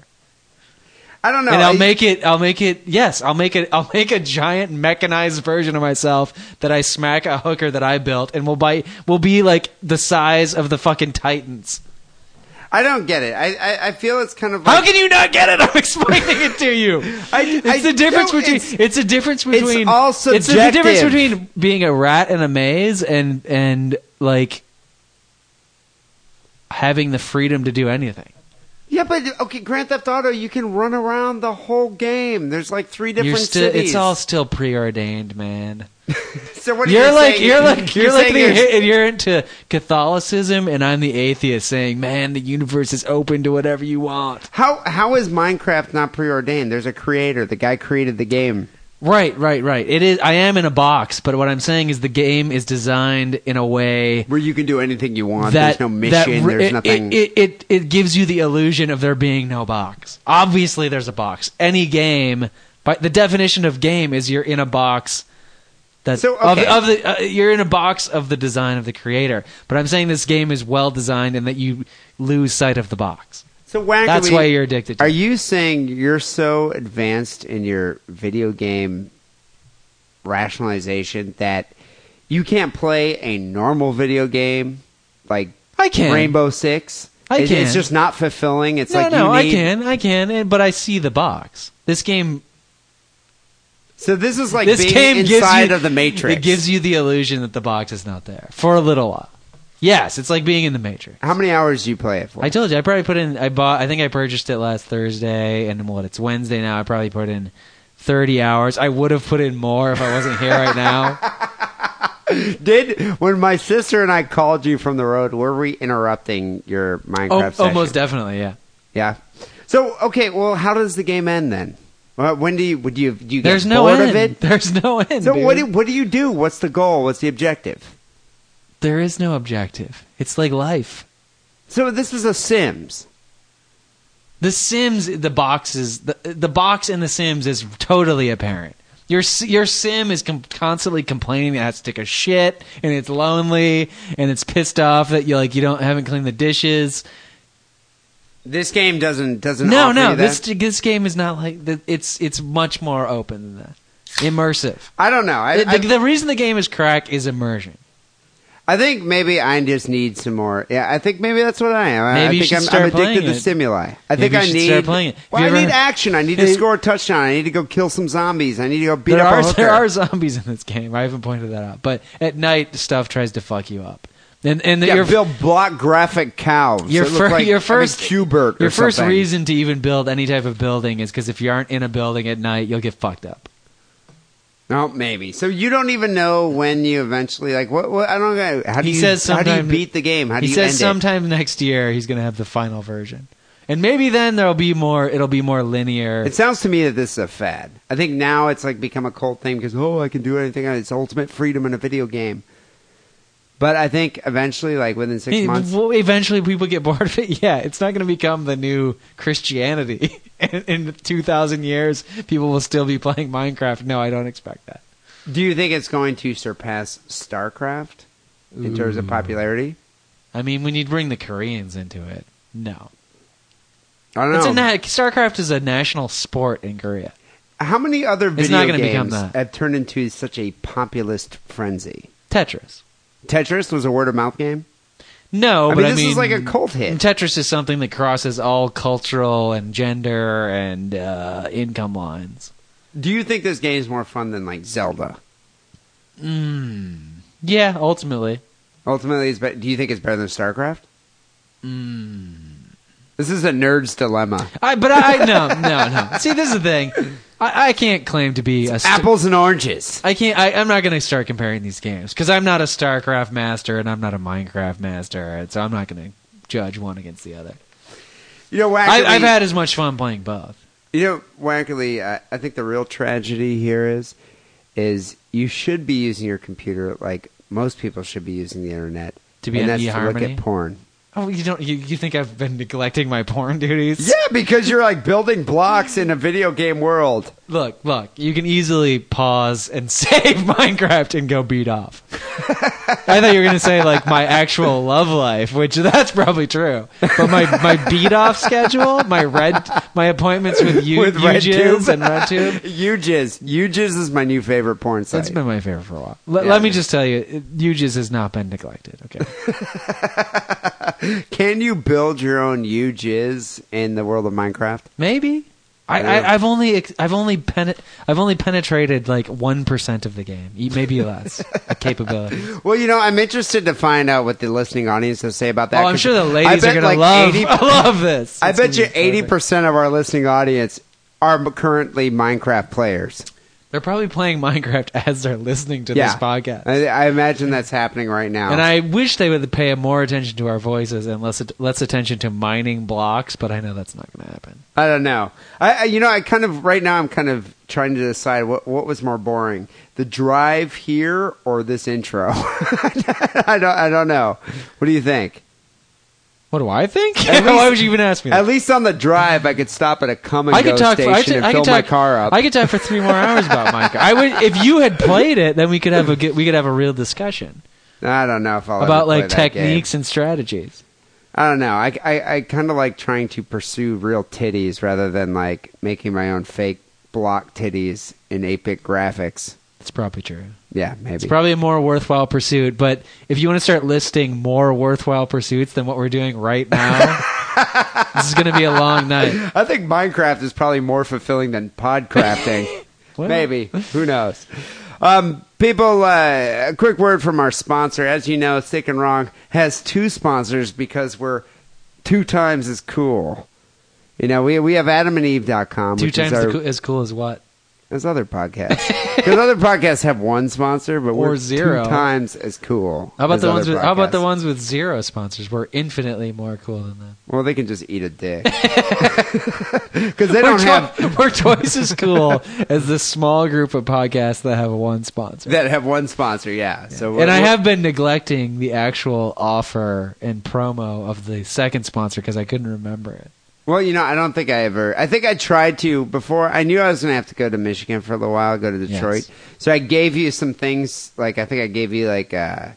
Speaker 3: I don't know.
Speaker 4: and I'll
Speaker 3: I-
Speaker 4: make it. I'll make it. Yes, I'll make it. I'll make a giant mechanized version of myself that I smack a hooker that I built, and will bite. Will be like the size of the fucking Titans.
Speaker 3: I don't get it. I I, I feel it's kind of
Speaker 4: How
Speaker 3: like
Speaker 4: can you not get it? I'm explaining it to you.
Speaker 3: I-
Speaker 4: it's
Speaker 3: I-
Speaker 4: the difference
Speaker 3: no,
Speaker 4: between.
Speaker 3: it's-
Speaker 4: It's, a difference between.
Speaker 3: all
Speaker 4: It's the difference
Speaker 3: subjective.
Speaker 4: between being a rat in a maze and and like having the freedom to do anything.
Speaker 3: yeah, but okay, Grand Theft Auto, you can run around the whole game. There's like three different
Speaker 4: You're still.
Speaker 3: cities.
Speaker 4: It's all still preordained, man.
Speaker 3: So what are
Speaker 4: you're
Speaker 3: you
Speaker 4: like
Speaker 3: saying?
Speaker 4: you're like you're, like
Speaker 3: saying
Speaker 4: the, and you're into Catholicism, and I'm the atheist, saying, "Man, the universe is open to whatever you want."
Speaker 3: how how is Minecraft not preordained? There's a creator. The guy created the game.
Speaker 4: Right, right, right. It is. I am in a box, but what I'm saying is the game is designed in a way
Speaker 3: Where you can do anything you want.
Speaker 4: that
Speaker 3: there's no
Speaker 4: that
Speaker 3: mission.
Speaker 4: re-
Speaker 3: there's
Speaker 4: it,
Speaker 3: nothing.
Speaker 4: It, it it it gives you the illusion of there being no box. Obviously, there's a box. Any game, by the definition of game, is you're in a box. That
Speaker 3: So,
Speaker 4: of,
Speaker 3: okay.
Speaker 4: of the uh, you're in a box of the design of the creator. But I'm saying this game is well designed and that you lose sight of the box.
Speaker 3: so why
Speaker 4: That's
Speaker 3: we,
Speaker 4: why you're addicted. to
Speaker 3: Are
Speaker 4: it.
Speaker 3: you saying you're so advanced in your video game rationalization that you can't play a normal video game like
Speaker 4: I can.
Speaker 3: Rainbow Six?
Speaker 4: I
Speaker 3: It- It's
Speaker 4: can.
Speaker 3: just not fulfilling. It's
Speaker 4: no,
Speaker 3: like
Speaker 4: no,
Speaker 3: you need.
Speaker 4: I can, I can, and- but I see the box. This game
Speaker 3: So this is like
Speaker 4: this
Speaker 3: being
Speaker 4: game
Speaker 3: inside
Speaker 4: gives you,
Speaker 3: of the Matrix.
Speaker 4: It gives you the illusion that the box is not there for a little while. Yes, it's like being in the Matrix.
Speaker 3: How many hours do you play it for?
Speaker 4: I told you I probably put in. I bought. I think I purchased it last Thursday, and what? It's Wednesday now. I probably put in thirty hours. I would have put in more if I wasn't here right now.
Speaker 3: Did when my sister and I called you from the road, were we interrupting your Minecraft?
Speaker 4: oh,
Speaker 3: session?
Speaker 4: almost definitely, yeah.
Speaker 3: Yeah. So okay, well, how does the game end then? Well, when do you would you do you get
Speaker 4: There's no
Speaker 3: bored
Speaker 4: end.
Speaker 3: of it?
Speaker 4: There's no end.
Speaker 3: So
Speaker 4: dude.
Speaker 3: what do what do you do? What's the goal? What's the objective?
Speaker 4: there is no objective. It's like life.
Speaker 3: So this is a Sims.
Speaker 4: The Sims, the box is the, the box in the Sims is totally apparent. Your s- your Sim is com- constantly complaining that it has to take a shit and it's lonely and it's pissed off that you like you don't haven't cleaned the dishes.
Speaker 3: This game doesn't doesn't
Speaker 4: No,
Speaker 3: offer
Speaker 4: no,
Speaker 3: you that.
Speaker 4: this this game is not like that. It's it's much more open than that. Immersive.
Speaker 3: I don't know. I,
Speaker 4: the, the, the reason the game is crack is immersion.
Speaker 3: I, I think maybe I just need some more. Yeah, I think maybe that's what I am. I-
Speaker 4: Maybe
Speaker 3: I
Speaker 4: you
Speaker 3: think
Speaker 4: should
Speaker 3: I'm,
Speaker 4: start
Speaker 3: I'm addicted
Speaker 4: playing
Speaker 3: to
Speaker 4: it.
Speaker 3: stimuli. I
Speaker 4: Maybe
Speaker 3: think
Speaker 4: you
Speaker 3: I
Speaker 4: should
Speaker 3: need
Speaker 4: start playing it.
Speaker 3: Well, I
Speaker 4: Have you
Speaker 3: need
Speaker 4: ever-
Speaker 3: action. I need to
Speaker 4: Hey-
Speaker 3: score a touchdown. I need to go kill some zombies. I need to go beat
Speaker 4: there
Speaker 3: up
Speaker 4: are
Speaker 3: a hooker.
Speaker 4: there are zombies in this game. I haven't pointed that out, but at night stuff tries to fuck you up. And and
Speaker 3: yeah,
Speaker 4: your
Speaker 3: build block graphic cows.
Speaker 4: your,
Speaker 3: It looked
Speaker 4: fir-
Speaker 3: like
Speaker 4: your
Speaker 3: I'm in
Speaker 4: first
Speaker 3: Qbert or
Speaker 4: your first
Speaker 3: something.
Speaker 4: reason to even build any type of building is because if you aren't in a building at night, you'll get fucked up.
Speaker 3: Oh, maybe. So you don't even know when you eventually like what? what I don't know. How do
Speaker 4: he
Speaker 3: you
Speaker 4: says
Speaker 3: how do you
Speaker 4: sometime-
Speaker 3: beat the game? How do
Speaker 4: he
Speaker 3: you
Speaker 4: says
Speaker 3: end it?
Speaker 4: sometime next year he's going to have the final version, and maybe then there'll be more. It'll be more linear.
Speaker 3: It sounds to me that this is a fad. I think now it's like become a cult thing because oh, I can do anything. It's ultimate freedom in a video game. But I think eventually, like within six
Speaker 4: Hey,
Speaker 3: months,
Speaker 4: well, Eventually, people get bored of it. Yeah, it's not going to become the new Christianity. in, in 2,000 years, people will still be playing Minecraft. No, I don't expect that.
Speaker 3: do you think it's going to surpass StarCraft in terms of popularity?
Speaker 4: I mean, when you bring the Koreans into it, no.
Speaker 3: I don't
Speaker 4: It's a
Speaker 3: know.
Speaker 4: na- StarCraft is a national sport in Korea.
Speaker 3: How many other
Speaker 4: It's
Speaker 3: video
Speaker 4: not gonna become
Speaker 3: games
Speaker 4: that.
Speaker 3: have turned into such a populist frenzy?
Speaker 4: Tetris.
Speaker 3: Tetris was a word of mouth game.
Speaker 4: No,
Speaker 3: I
Speaker 4: Oh, but
Speaker 3: mean,
Speaker 4: I
Speaker 3: this
Speaker 4: mean,
Speaker 3: is like a cult hit.
Speaker 4: Tetris is something that crosses all cultural and gender and uh, income lines.
Speaker 3: Do you think this game's more fun than like Zelda?
Speaker 4: Yeah, ultimately.
Speaker 3: Ultimately, it's be- do you think it's better than StarCraft?
Speaker 4: Mm.
Speaker 3: This is a nerd's dilemma.
Speaker 4: I, but I no no no. See, this is the thing. I, I can't claim to be a st-
Speaker 3: Apples and oranges.
Speaker 4: I can't. I, I'm not going to start comparing these games because I'm not a StarCraft master and I'm not a Minecraft master, and so I'm not going to judge one against the other.
Speaker 3: You know,
Speaker 4: I,
Speaker 3: actually,
Speaker 4: I've had as much fun playing both.
Speaker 3: You know, Wackerly, I, I think the real tragedy here is, is you should be using your computer like most people should be using the internet
Speaker 4: To be
Speaker 3: and
Speaker 4: on
Speaker 3: that's to look
Speaker 4: eHarmony?
Speaker 3: at porn.
Speaker 4: Oh, you don't. You, you think I've been neglecting my porn duties?
Speaker 3: Yeah, because you're like building blocks in a video game world.
Speaker 4: Look, look. You can easily pause and save Minecraft and go beat off. I thought you were going to say like my actual love life, which that's probably true. But my, my beat off schedule, my red, my appointments with you,
Speaker 3: With
Speaker 4: you jizz
Speaker 3: RedTube.
Speaker 4: and RedTube.
Speaker 3: UJizz, UJizz is my new favorite porn
Speaker 4: That's
Speaker 3: site.
Speaker 4: been my favorite for a while. Let,
Speaker 3: Yeah,
Speaker 4: let me
Speaker 3: yeah.
Speaker 4: just tell you, it- UJIS has not been neglected. Okay,
Speaker 3: Can you build your own UJizz in the world of Minecraft?
Speaker 4: maybe I, I, I've only ex- I've only pen, I've only penetrated like one percent of the game, e- maybe less capability.
Speaker 3: Well, you know, I'm interested to find out what the listening audience will say about that.
Speaker 4: Oh, I'm
Speaker 3: 'cause
Speaker 4: sure the
Speaker 3: I
Speaker 4: ladies
Speaker 3: bet
Speaker 4: are gonna
Speaker 3: like
Speaker 4: love
Speaker 3: 80
Speaker 4: love this.
Speaker 3: I
Speaker 4: It's
Speaker 3: bet
Speaker 4: gonna
Speaker 3: you
Speaker 4: be
Speaker 3: eighty
Speaker 4: perfect.
Speaker 3: percent of our listening audience are m- currently Minecraft players.
Speaker 4: They're probably playing Minecraft as they're listening to
Speaker 3: yeah,
Speaker 4: this podcast.
Speaker 3: I, I imagine that's happening right now.
Speaker 4: and I wish they would pay more attention to our voices and less at- less attention to mining blocks, but I know that's not going to happen.
Speaker 3: I don't know. I, I you know, I kind of right now I'm kind of trying to decide what what was more boring, the drive here or this intro. I don't I don't know. What do you think?
Speaker 4: What do I think?
Speaker 3: At
Speaker 4: Why
Speaker 3: least-
Speaker 4: would you even ask me? That?
Speaker 3: At least on the drive, I could stop at a come and
Speaker 4: I
Speaker 3: go
Speaker 4: could talk. For,
Speaker 3: station
Speaker 4: I, could,
Speaker 3: and
Speaker 4: I
Speaker 3: fill
Speaker 4: could
Speaker 3: my
Speaker 4: talk.
Speaker 3: car up.
Speaker 4: I could talk for three more hours about Minecraft. I would if you had played it, then we could have a good, we could have a real discussion
Speaker 3: Oh, I don't know if I'll ever
Speaker 4: about like
Speaker 3: play that game.
Speaker 4: techniques and strategies.
Speaker 3: I don't know. I, I, I kind of like trying to pursue real titties rather than like making my own fake block titties in 8 bit graphics.
Speaker 4: It's probably true.
Speaker 3: Yeah, maybe.
Speaker 4: It's probably a more worthwhile pursuit. But if you want to start listing more worthwhile pursuits than what we're doing right now, this is going to be a long night.
Speaker 3: I think Minecraft is probably more fulfilling than podcrafting.
Speaker 4: Well-
Speaker 3: Maybe. Who knows? Um, people, uh, a quick word from our sponsor. As you know, Sick and Wrong has two sponsors because we're two times as cool. You know, we, we have adamandeve.com.
Speaker 4: Two
Speaker 3: which
Speaker 4: times
Speaker 3: is our,
Speaker 4: the coo- as cool as what?
Speaker 3: as other podcasts. Because other podcasts have one sponsor, but
Speaker 4: Or
Speaker 3: we're
Speaker 4: zero.
Speaker 3: two times as cool.
Speaker 4: How about
Speaker 3: as
Speaker 4: the
Speaker 3: other
Speaker 4: ones? With, how about the
Speaker 3: podcasts.
Speaker 4: ones with zero sponsors? We're infinitely more cool than them.
Speaker 3: Well, they can just eat a dick because they don't
Speaker 4: we're,
Speaker 3: have
Speaker 4: twi- we're twice as cool as the small group of podcasts that have one sponsor.
Speaker 3: that have one sponsor. Yeah. So we're-
Speaker 4: and I
Speaker 3: we're-
Speaker 4: have been neglecting the actual offer and promo of the second sponsor because I couldn't remember it.
Speaker 3: Well, you know, I don't think I ever. I think I tried to before. I knew I was going to have to go to Michigan for a little while, go to Detroit.
Speaker 4: Yes.
Speaker 3: So I gave you some things. Like I think I gave you like. uh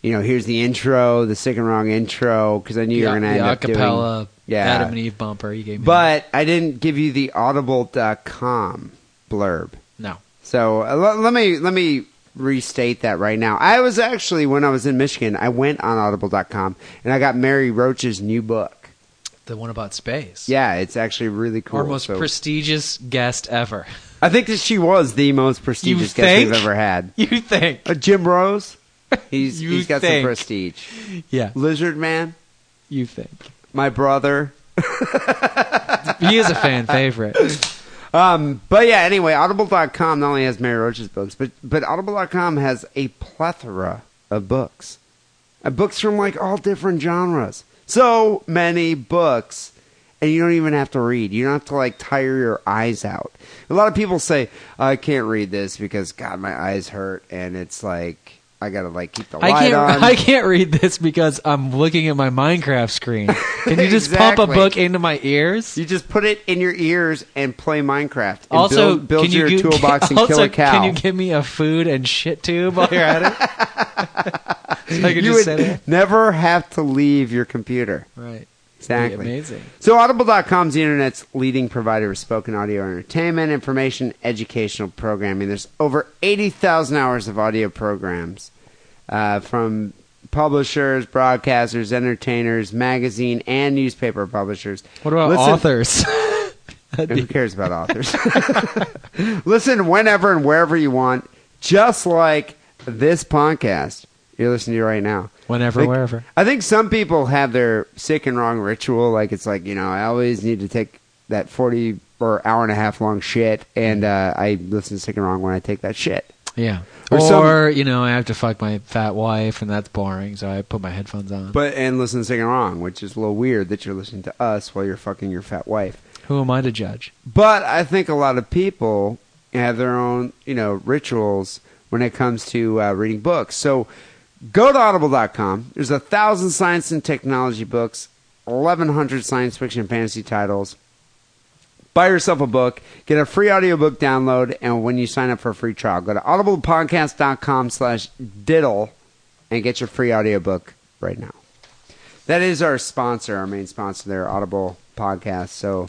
Speaker 3: you know, here's the intro, the sick and wrong intro, because I knew you were
Speaker 4: the,
Speaker 3: going to end up
Speaker 4: the
Speaker 3: doing
Speaker 4: acapella
Speaker 3: Yeah.
Speaker 4: Adam and Eve bumper you gave me.
Speaker 3: But I didn't give you the audible.com blurb.
Speaker 4: no,
Speaker 3: So uh, le- let me let me restate that right now. I was actually when I was in Michigan, I went on audible.com and I got Mary Roach's new book.
Speaker 4: the one about space.
Speaker 3: Yeah, it's actually really cool.
Speaker 4: our most
Speaker 3: So-
Speaker 4: prestigious guest ever.
Speaker 3: I think that she was the most prestigious guest
Speaker 4: think?
Speaker 3: we've ever had.
Speaker 4: You think?
Speaker 3: Uh, Jim Rose, he's
Speaker 4: You
Speaker 3: he's got
Speaker 4: think.
Speaker 3: some prestige.
Speaker 4: Yeah,
Speaker 3: Lizard Man,
Speaker 4: you think?
Speaker 3: my brother.
Speaker 4: He is a fan favorite.
Speaker 3: Um, but yeah, anyway, audible.com not only has Mary Roach's books, but but audible.com has a plethora of books. Uh, books from like all different genres. So many books. and you don't even have to read. You don't have to like tire your eyes out. A lot of people say "Oh, I can't read this because God, my eyes hurt, and it's like I gotta like keep the
Speaker 4: I
Speaker 3: light
Speaker 4: can't.
Speaker 3: on.
Speaker 4: I can't read this because I'm looking at my Minecraft screen. Can you just pump a
Speaker 3: Exactly.
Speaker 4: book into my ears?
Speaker 3: you just put it in your ears and play Minecraft. And
Speaker 4: also,
Speaker 3: build, build
Speaker 4: can you
Speaker 3: your
Speaker 4: gi-
Speaker 3: toolbox and
Speaker 4: also,
Speaker 3: kill a cow.
Speaker 4: Can you give me a food and shit tube while you're at it? so I can
Speaker 3: You
Speaker 4: just sit
Speaker 3: would
Speaker 4: it.
Speaker 3: never have to leave your computer.
Speaker 4: Right.
Speaker 3: Exactly.
Speaker 4: amazing.
Speaker 3: So Audible.com's the internet's leading provider of spoken audio entertainment, information, educational programming. There's over 80,000 hours of audio programs uh, from publishers, broadcasters, entertainers, magazine, and newspaper publishers.
Speaker 4: What about
Speaker 3: Listen-
Speaker 4: authors? That'd
Speaker 3: Who
Speaker 4: be-
Speaker 3: cares about authors? Listen whenever and wherever you want, just like this podcast you're listening to right now.
Speaker 4: Whenever,
Speaker 3: Like,
Speaker 4: wherever.
Speaker 3: I think some people have their sick and wrong ritual. Like it's like you know, I always need to take that forty or hour and a half long shit, and uh, I listen to sick and wrong when I take that shit.
Speaker 4: Yeah. Or,
Speaker 3: Or some-
Speaker 4: you know, I have to fuck my fat wife, and that's boring, so I put my headphones on.
Speaker 3: But and listen to sick and wrong, which is a little weird that you're listening to us while you're fucking your fat wife.
Speaker 4: Who am I to judge?
Speaker 3: But I think a lot of people have their own, you know, rituals when it comes to uh, reading books. So go to audible.com. There's a thousand science and technology books, 1,100 science fiction and fantasy titles. Buy yourself a book, get a free audiobook download, and when you sign up for a free trial, go to audiblepodcast.com slash diddle and get your free audiobook right now. That is our sponsor, our main sponsor there, Audible Podcast. So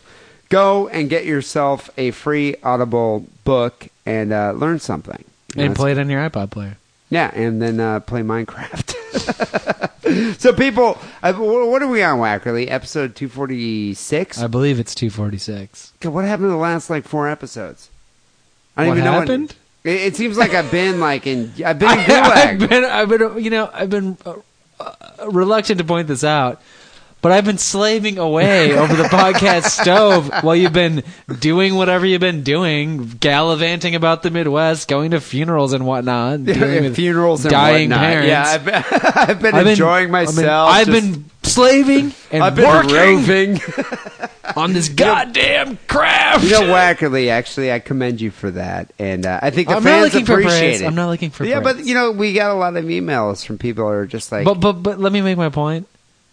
Speaker 3: go and get yourself a free Audible book and uh, learn something. You know,
Speaker 4: and
Speaker 3: it's-
Speaker 4: play it on your iPod player.
Speaker 3: yeah, and then uh, play Minecraft. so people, uh, wh- what are we on, Wackerly? Episode 246?
Speaker 4: I believe it's 246.
Speaker 3: God, what happened to the last, like, four episodes? I don't
Speaker 4: What
Speaker 3: even know
Speaker 4: happened?
Speaker 3: When, it, it seems like I've been, like, in... I've been in
Speaker 4: I,
Speaker 3: Gulag.
Speaker 4: have been, I've been, you know, I've been uh, uh, reluctant to point this out, but I've been slaving away over the podcast stove while you've been doing whatever you've been doing, gallivanting about the Midwest, going to funerals and whatnot, and dealing with
Speaker 3: funerals and
Speaker 4: dying
Speaker 3: whatnot.
Speaker 4: parents.
Speaker 3: Yeah, I've been, I've been
Speaker 4: I've been-
Speaker 3: enjoying
Speaker 4: I mean,
Speaker 3: myself.
Speaker 4: I've
Speaker 3: just-
Speaker 4: been slaving and
Speaker 3: I've been
Speaker 4: working
Speaker 3: roving.
Speaker 4: on this goddamn craft.
Speaker 3: You know, Wackerly, actually, I commend you for that, and uh, I think the
Speaker 4: I'm not
Speaker 3: fans
Speaker 4: looking for
Speaker 3: appreciate
Speaker 4: praise.
Speaker 3: it.
Speaker 4: I'm not looking for
Speaker 3: yeah,
Speaker 4: praise.
Speaker 3: but you know, we got a lot of emails from people who are just like,
Speaker 4: but but but let me make my point.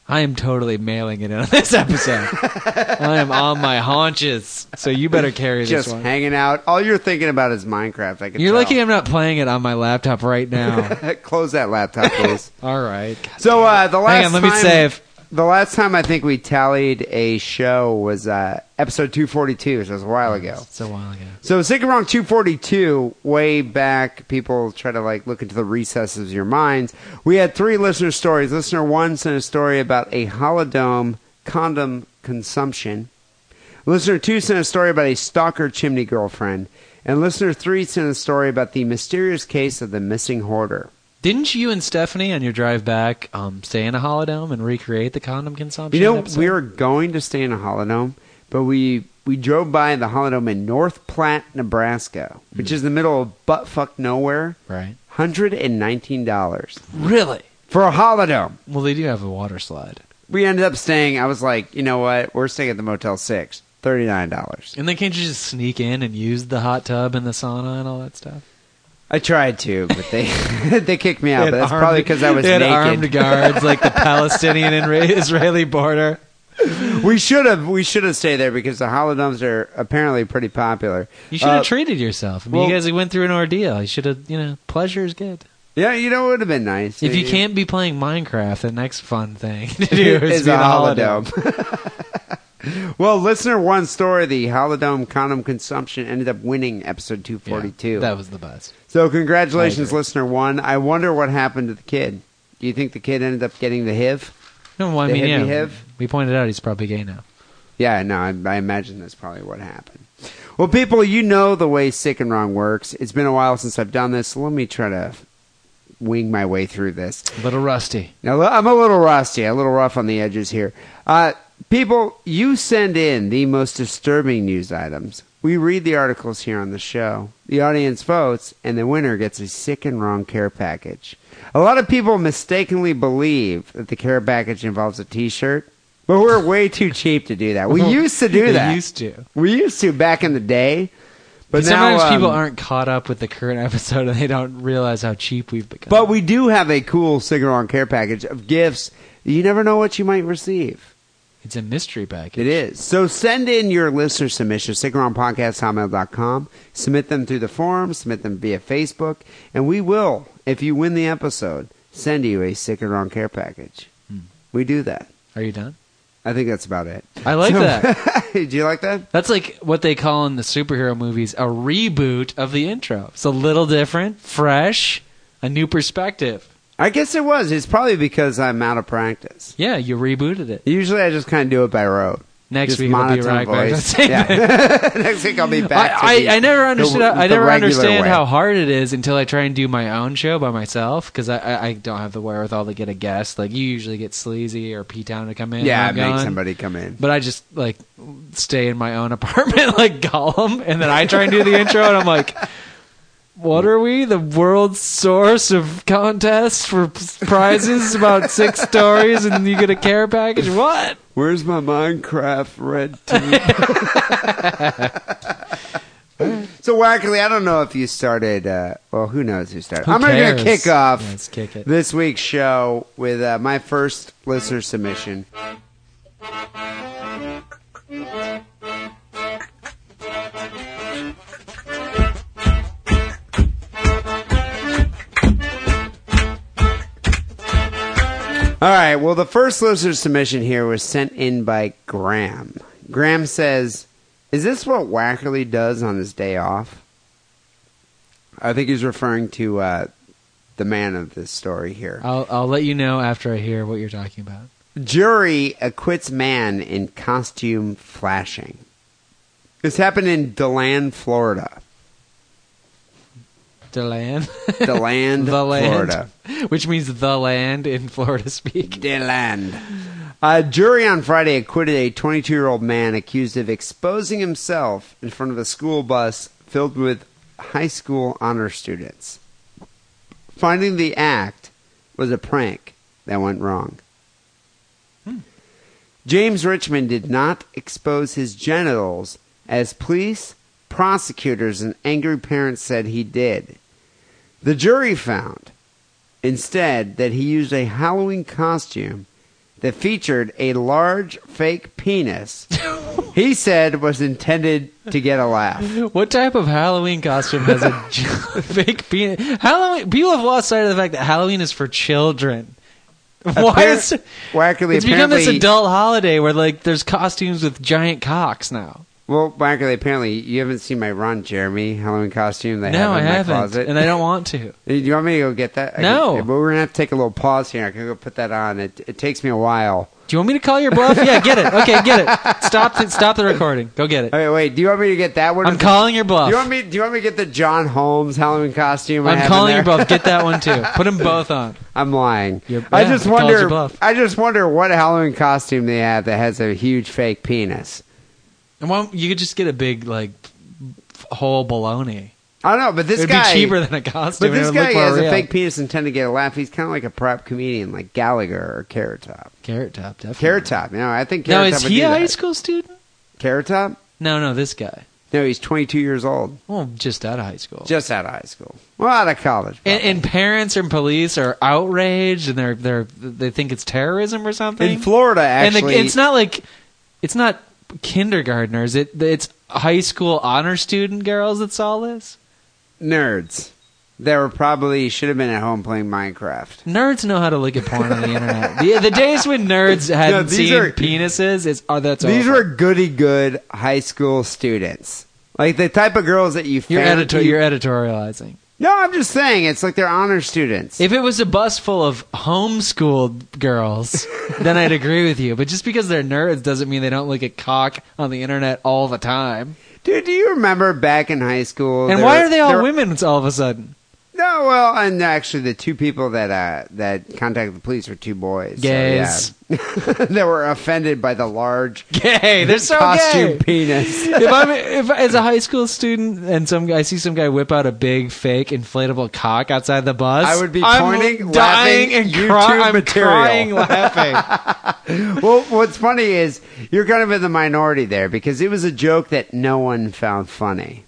Speaker 4: I am totally mailing it in on this episode. I am on my haunches, so you better carry this
Speaker 3: just
Speaker 4: one.
Speaker 3: hanging out. All you're thinking about is Minecraft. I can.
Speaker 4: You're
Speaker 3: tell.
Speaker 4: lucky I'm not playing it on my laptop right now.
Speaker 3: Close that laptop, please.
Speaker 4: All right.
Speaker 3: so uh, the last
Speaker 4: Hang on, let me
Speaker 3: time-
Speaker 4: save.
Speaker 3: The last time I think we tallied a show was uh, episode 242, so it was a while ago.
Speaker 4: It's a while ago.
Speaker 3: So sick and wrong 242, way back, people try to like look into the recesses of your minds. We had three listener stories. Listener one sent a story about a holodome condom consumption. Listener two sent a story about a stalker chimney girlfriend. And listener three sent a story about the mysterious case of the missing hoarder.
Speaker 4: Didn't you and Stephanie on your drive back um, stay in a holodome and recreate the condom consumption?
Speaker 3: You know,
Speaker 4: episode?
Speaker 3: we were going to stay in a holodome, but we we drove by the holodome in North Platte, Nebraska, which is the middle of buttfuck nowhere.
Speaker 4: right.
Speaker 3: Hundred and nineteen dollars
Speaker 4: Really?
Speaker 3: for a holodome.
Speaker 4: Well, they do have a water slide,
Speaker 3: We ended up staying. I was like, you know what? We're staying at the Motel Six. Thirty nine dollars.
Speaker 4: and then can't you just sneak in and use the hot tub and the sauna and all that stuff?
Speaker 3: I tried to, but they they kicked me out.
Speaker 4: They
Speaker 3: But
Speaker 4: had
Speaker 3: that's probably
Speaker 4: armed-
Speaker 3: because I was
Speaker 4: they had
Speaker 3: naked.
Speaker 4: armed guards like the Palestinian and Ra- Israeli border.
Speaker 3: We should have we should have stayed there because the holodomes are apparently pretty popular.
Speaker 4: You should have
Speaker 3: Uh,
Speaker 4: treated yourself. I mean, you
Speaker 3: well-
Speaker 4: guys went through an ordeal. You should have, you know, pleasure is good.
Speaker 3: yeah, you know it would have been nice
Speaker 4: If you
Speaker 3: Yeah.
Speaker 4: can't be playing Minecraft, the next fun thing to do is,
Speaker 3: It's
Speaker 4: be
Speaker 3: a
Speaker 4: in a holodome.
Speaker 3: holodome. well, listener one story, the holodome condom consumption ended up winning episode two
Speaker 4: Yeah,
Speaker 3: forty two.
Speaker 4: that was the best.
Speaker 3: So
Speaker 4: I
Speaker 3: congratulations,
Speaker 4: agree.
Speaker 3: listener one. I wonder what happened to the kid. Do you think the kid ended up getting the HIV?
Speaker 4: No, well, I
Speaker 3: The
Speaker 4: mean, yeah,
Speaker 3: hippie hiv?
Speaker 4: we pointed out he's probably gay now.
Speaker 3: Yeah, no, I, I imagine that's probably what happened. Well, people, you know the way sick and wrong works. It's been a while since I've done this, so let me try to wing my way through this.
Speaker 4: A little rusty.
Speaker 3: Now, li- I'm a little rusty, a little rough on the edges here. Uh, people, you send in the most disturbing news items. We read the articles here on the show. The audience votes, and the winner gets a sick and wrong care package. A lot of people mistakenly believe that the care package involves a t shirt, But we're way too cheap to do that. We used to do
Speaker 4: They
Speaker 3: that.
Speaker 4: used to.
Speaker 3: we used to back in the day. But now,
Speaker 4: Sometimes people
Speaker 3: um,
Speaker 4: aren't caught up with the current episode and they don't realize how cheap we've become.
Speaker 3: But we do have a cool cigar on care package of gifts. You never know what you might receive.
Speaker 4: it's a mystery package.
Speaker 3: It is. So send in your listener submissions, cigaronpodcast.com. Submit them through the forum, submit them via Facebook, and we will, if you win the episode, send you a cigar on care package.
Speaker 4: Hmm.
Speaker 3: We do that.
Speaker 4: Are you done?
Speaker 3: I think that's about it.
Speaker 4: I like
Speaker 3: So-
Speaker 4: that.
Speaker 3: do you like that?
Speaker 4: That's like what they call in the superhero movies a reboot of the intro. It's a little different, fresh, a new perspective.
Speaker 3: I guess it was. It's probably because I'm out of practice.
Speaker 4: Yeah, you rebooted it.
Speaker 3: Usually I just kind of do it by road.
Speaker 4: Next
Speaker 3: just
Speaker 4: week we'll be
Speaker 3: monotone
Speaker 4: right back.
Speaker 3: voice.
Speaker 4: Same thing.
Speaker 3: Yeah. Next week I'll be back. to
Speaker 4: I,
Speaker 3: the-
Speaker 4: I, I never understood.
Speaker 3: the-
Speaker 4: I
Speaker 3: the
Speaker 4: never
Speaker 3: regular
Speaker 4: understand
Speaker 3: way.
Speaker 4: how hard it is until I try and do my own show by myself because I, I, I don't have the wherewithal to get a guest. Like you usually get sleazy or P Town to come in.
Speaker 3: Yeah, I
Speaker 4: when I'm
Speaker 3: make
Speaker 4: gone.
Speaker 3: somebody come in.
Speaker 4: But I just like stay in my own apartment like Gollum, and then I try and do the intro, and I'm like. What are we? The world's source of contests for prizes about six stories, and you get a care package. What?
Speaker 3: Where's my Minecraft red team? so Wackerly, I don't know if you started. Uh, well, who knows who started?
Speaker 4: Who
Speaker 3: I'm
Speaker 4: cares?
Speaker 3: gonna kick off
Speaker 4: Yeah, let's kick it.
Speaker 3: this week's show with uh, my first listener submission. All right. Well, the first listener submission here was sent in by Graham. Graham says, "Is this what Wackerly does on his day off?" I think he's referring to uh, the man of this story here.
Speaker 4: I'll I'll let you know after I hear what you're talking about.
Speaker 3: Jury acquits man in costume flashing. This happened in Deland, Florida.
Speaker 4: Deland.
Speaker 3: Deland,
Speaker 4: the land,
Speaker 3: Florida.
Speaker 4: which means the land in Florida speak.
Speaker 3: Deland. A jury on Friday acquitted a 22 year old man accused of exposing himself in front of a school bus filled with high school honor students. Finding the act was a prank that went wrong. James Richmond did not expose his genitals as police, prosecutors, and angry parents said he did. The jury found instead that he used a Halloween costume that featured a large fake penis he said was intended to get a laugh.
Speaker 4: What type of Halloween costume has a j- fake penis? Halloween. People have lost sight of the fact that Halloween is for children. Why
Speaker 3: Appar-
Speaker 4: is
Speaker 3: Wackerly
Speaker 4: it's become this
Speaker 3: apparently-
Speaker 4: adult holiday where like there's costumes with giant cocks now?
Speaker 3: Well, Michael, apparently you haven't seen my Ron Jeremy Halloween costume that
Speaker 4: no,
Speaker 3: I have
Speaker 4: I
Speaker 3: in my
Speaker 4: haven't,
Speaker 3: closet.
Speaker 4: and I don't want to.
Speaker 3: Do you want me to go get that? I
Speaker 4: No.
Speaker 3: can- but we're gonna have to take a little pause here. I can go put that on. It, it takes me a while.
Speaker 4: Do you want me to call your bluff? Yeah, get it. Okay, get it. Stop. The, stop the recording. Go get it.
Speaker 3: Okay, wait. Do you want me to get that one?
Speaker 4: I'm calling your
Speaker 3: Do
Speaker 4: bluff.
Speaker 3: you want me? Do you want me to get the John Holmes Halloween costume? I have
Speaker 4: I'm
Speaker 3: in
Speaker 4: calling your
Speaker 3: there?
Speaker 4: bluff. Get that one too. Put them both on.
Speaker 3: I'm lying.
Speaker 4: You're-
Speaker 3: I
Speaker 4: yeah,
Speaker 3: just
Speaker 4: you called your
Speaker 3: wonder.
Speaker 4: bluff.
Speaker 3: I just wonder what Halloween costume they have that has a huge fake penis.
Speaker 4: And why don't- you could just get a big like f- whole baloney.
Speaker 3: I don't know, but this
Speaker 4: It'd
Speaker 3: guy.
Speaker 4: be cheaper than a costume.
Speaker 3: but
Speaker 4: and it
Speaker 3: this
Speaker 4: would
Speaker 3: guy
Speaker 4: look more
Speaker 3: has a
Speaker 4: real.
Speaker 3: fake penis and tend to get a laugh. He's kind of like a prop comedian, like Gallagher or Carrot Top.
Speaker 4: carrot top. Definitely.
Speaker 3: Carrot Top, you know, I think
Speaker 4: Now
Speaker 3: Carrot
Speaker 4: is
Speaker 3: Top would
Speaker 4: he
Speaker 3: do
Speaker 4: a high
Speaker 3: that.
Speaker 4: school student?
Speaker 3: Carrot Top?
Speaker 4: No, no, this guy.
Speaker 3: No, he's 22 years old,
Speaker 4: Well, just out of high school.
Speaker 3: just out of high school. Well, out of college.
Speaker 4: and,
Speaker 3: probably.
Speaker 4: and parents and police are outraged, and they're they're they think it's terrorism or something.
Speaker 3: in Florida, actually,
Speaker 4: and the, it's not like it's not kindergartners. It it's high school honor student girls that saw this.
Speaker 3: nerds. They were probably should have been at home playing Minecraft.
Speaker 4: Nerds know how to look at porn on the internet. The, the days when nerds hadn't
Speaker 3: these
Speaker 4: seen
Speaker 3: are-
Speaker 4: penises is oh that's
Speaker 3: These
Speaker 4: over.
Speaker 3: were goody good high school students. Like the type of girls that you
Speaker 4: You're,
Speaker 3: fan-
Speaker 4: editor-
Speaker 3: you-
Speaker 4: you're editorializing.
Speaker 3: No, I'm just saying it's like they're honor students.
Speaker 4: If it was a bus full of homeschooled girls, then I'd agree with you. But just because they're nerds doesn't mean they don't look at cock on the internet all the time.
Speaker 3: Dude, do you remember back in high school?
Speaker 4: And
Speaker 3: there-
Speaker 4: why are they all
Speaker 3: there-
Speaker 4: women all of a sudden?
Speaker 3: No, well, and actually, the two people that uh, that contacted the police were two boys. so,
Speaker 4: Gays.
Speaker 3: yeah. that were offended by the large
Speaker 4: Gay. They're so
Speaker 3: costume
Speaker 4: gay.
Speaker 3: penis.
Speaker 4: if I'm if as a high school student and some guy I see some guy whip out a big fake inflatable cock outside the bus,
Speaker 3: I would be
Speaker 4: I'm
Speaker 3: pointing,
Speaker 4: dying,
Speaker 3: laughing,
Speaker 4: and
Speaker 3: YouTube
Speaker 4: cry- I'm
Speaker 3: material.
Speaker 4: crying, laughing.
Speaker 3: well, what's funny is you're kind of in the minority there because it was a joke that no one found funny.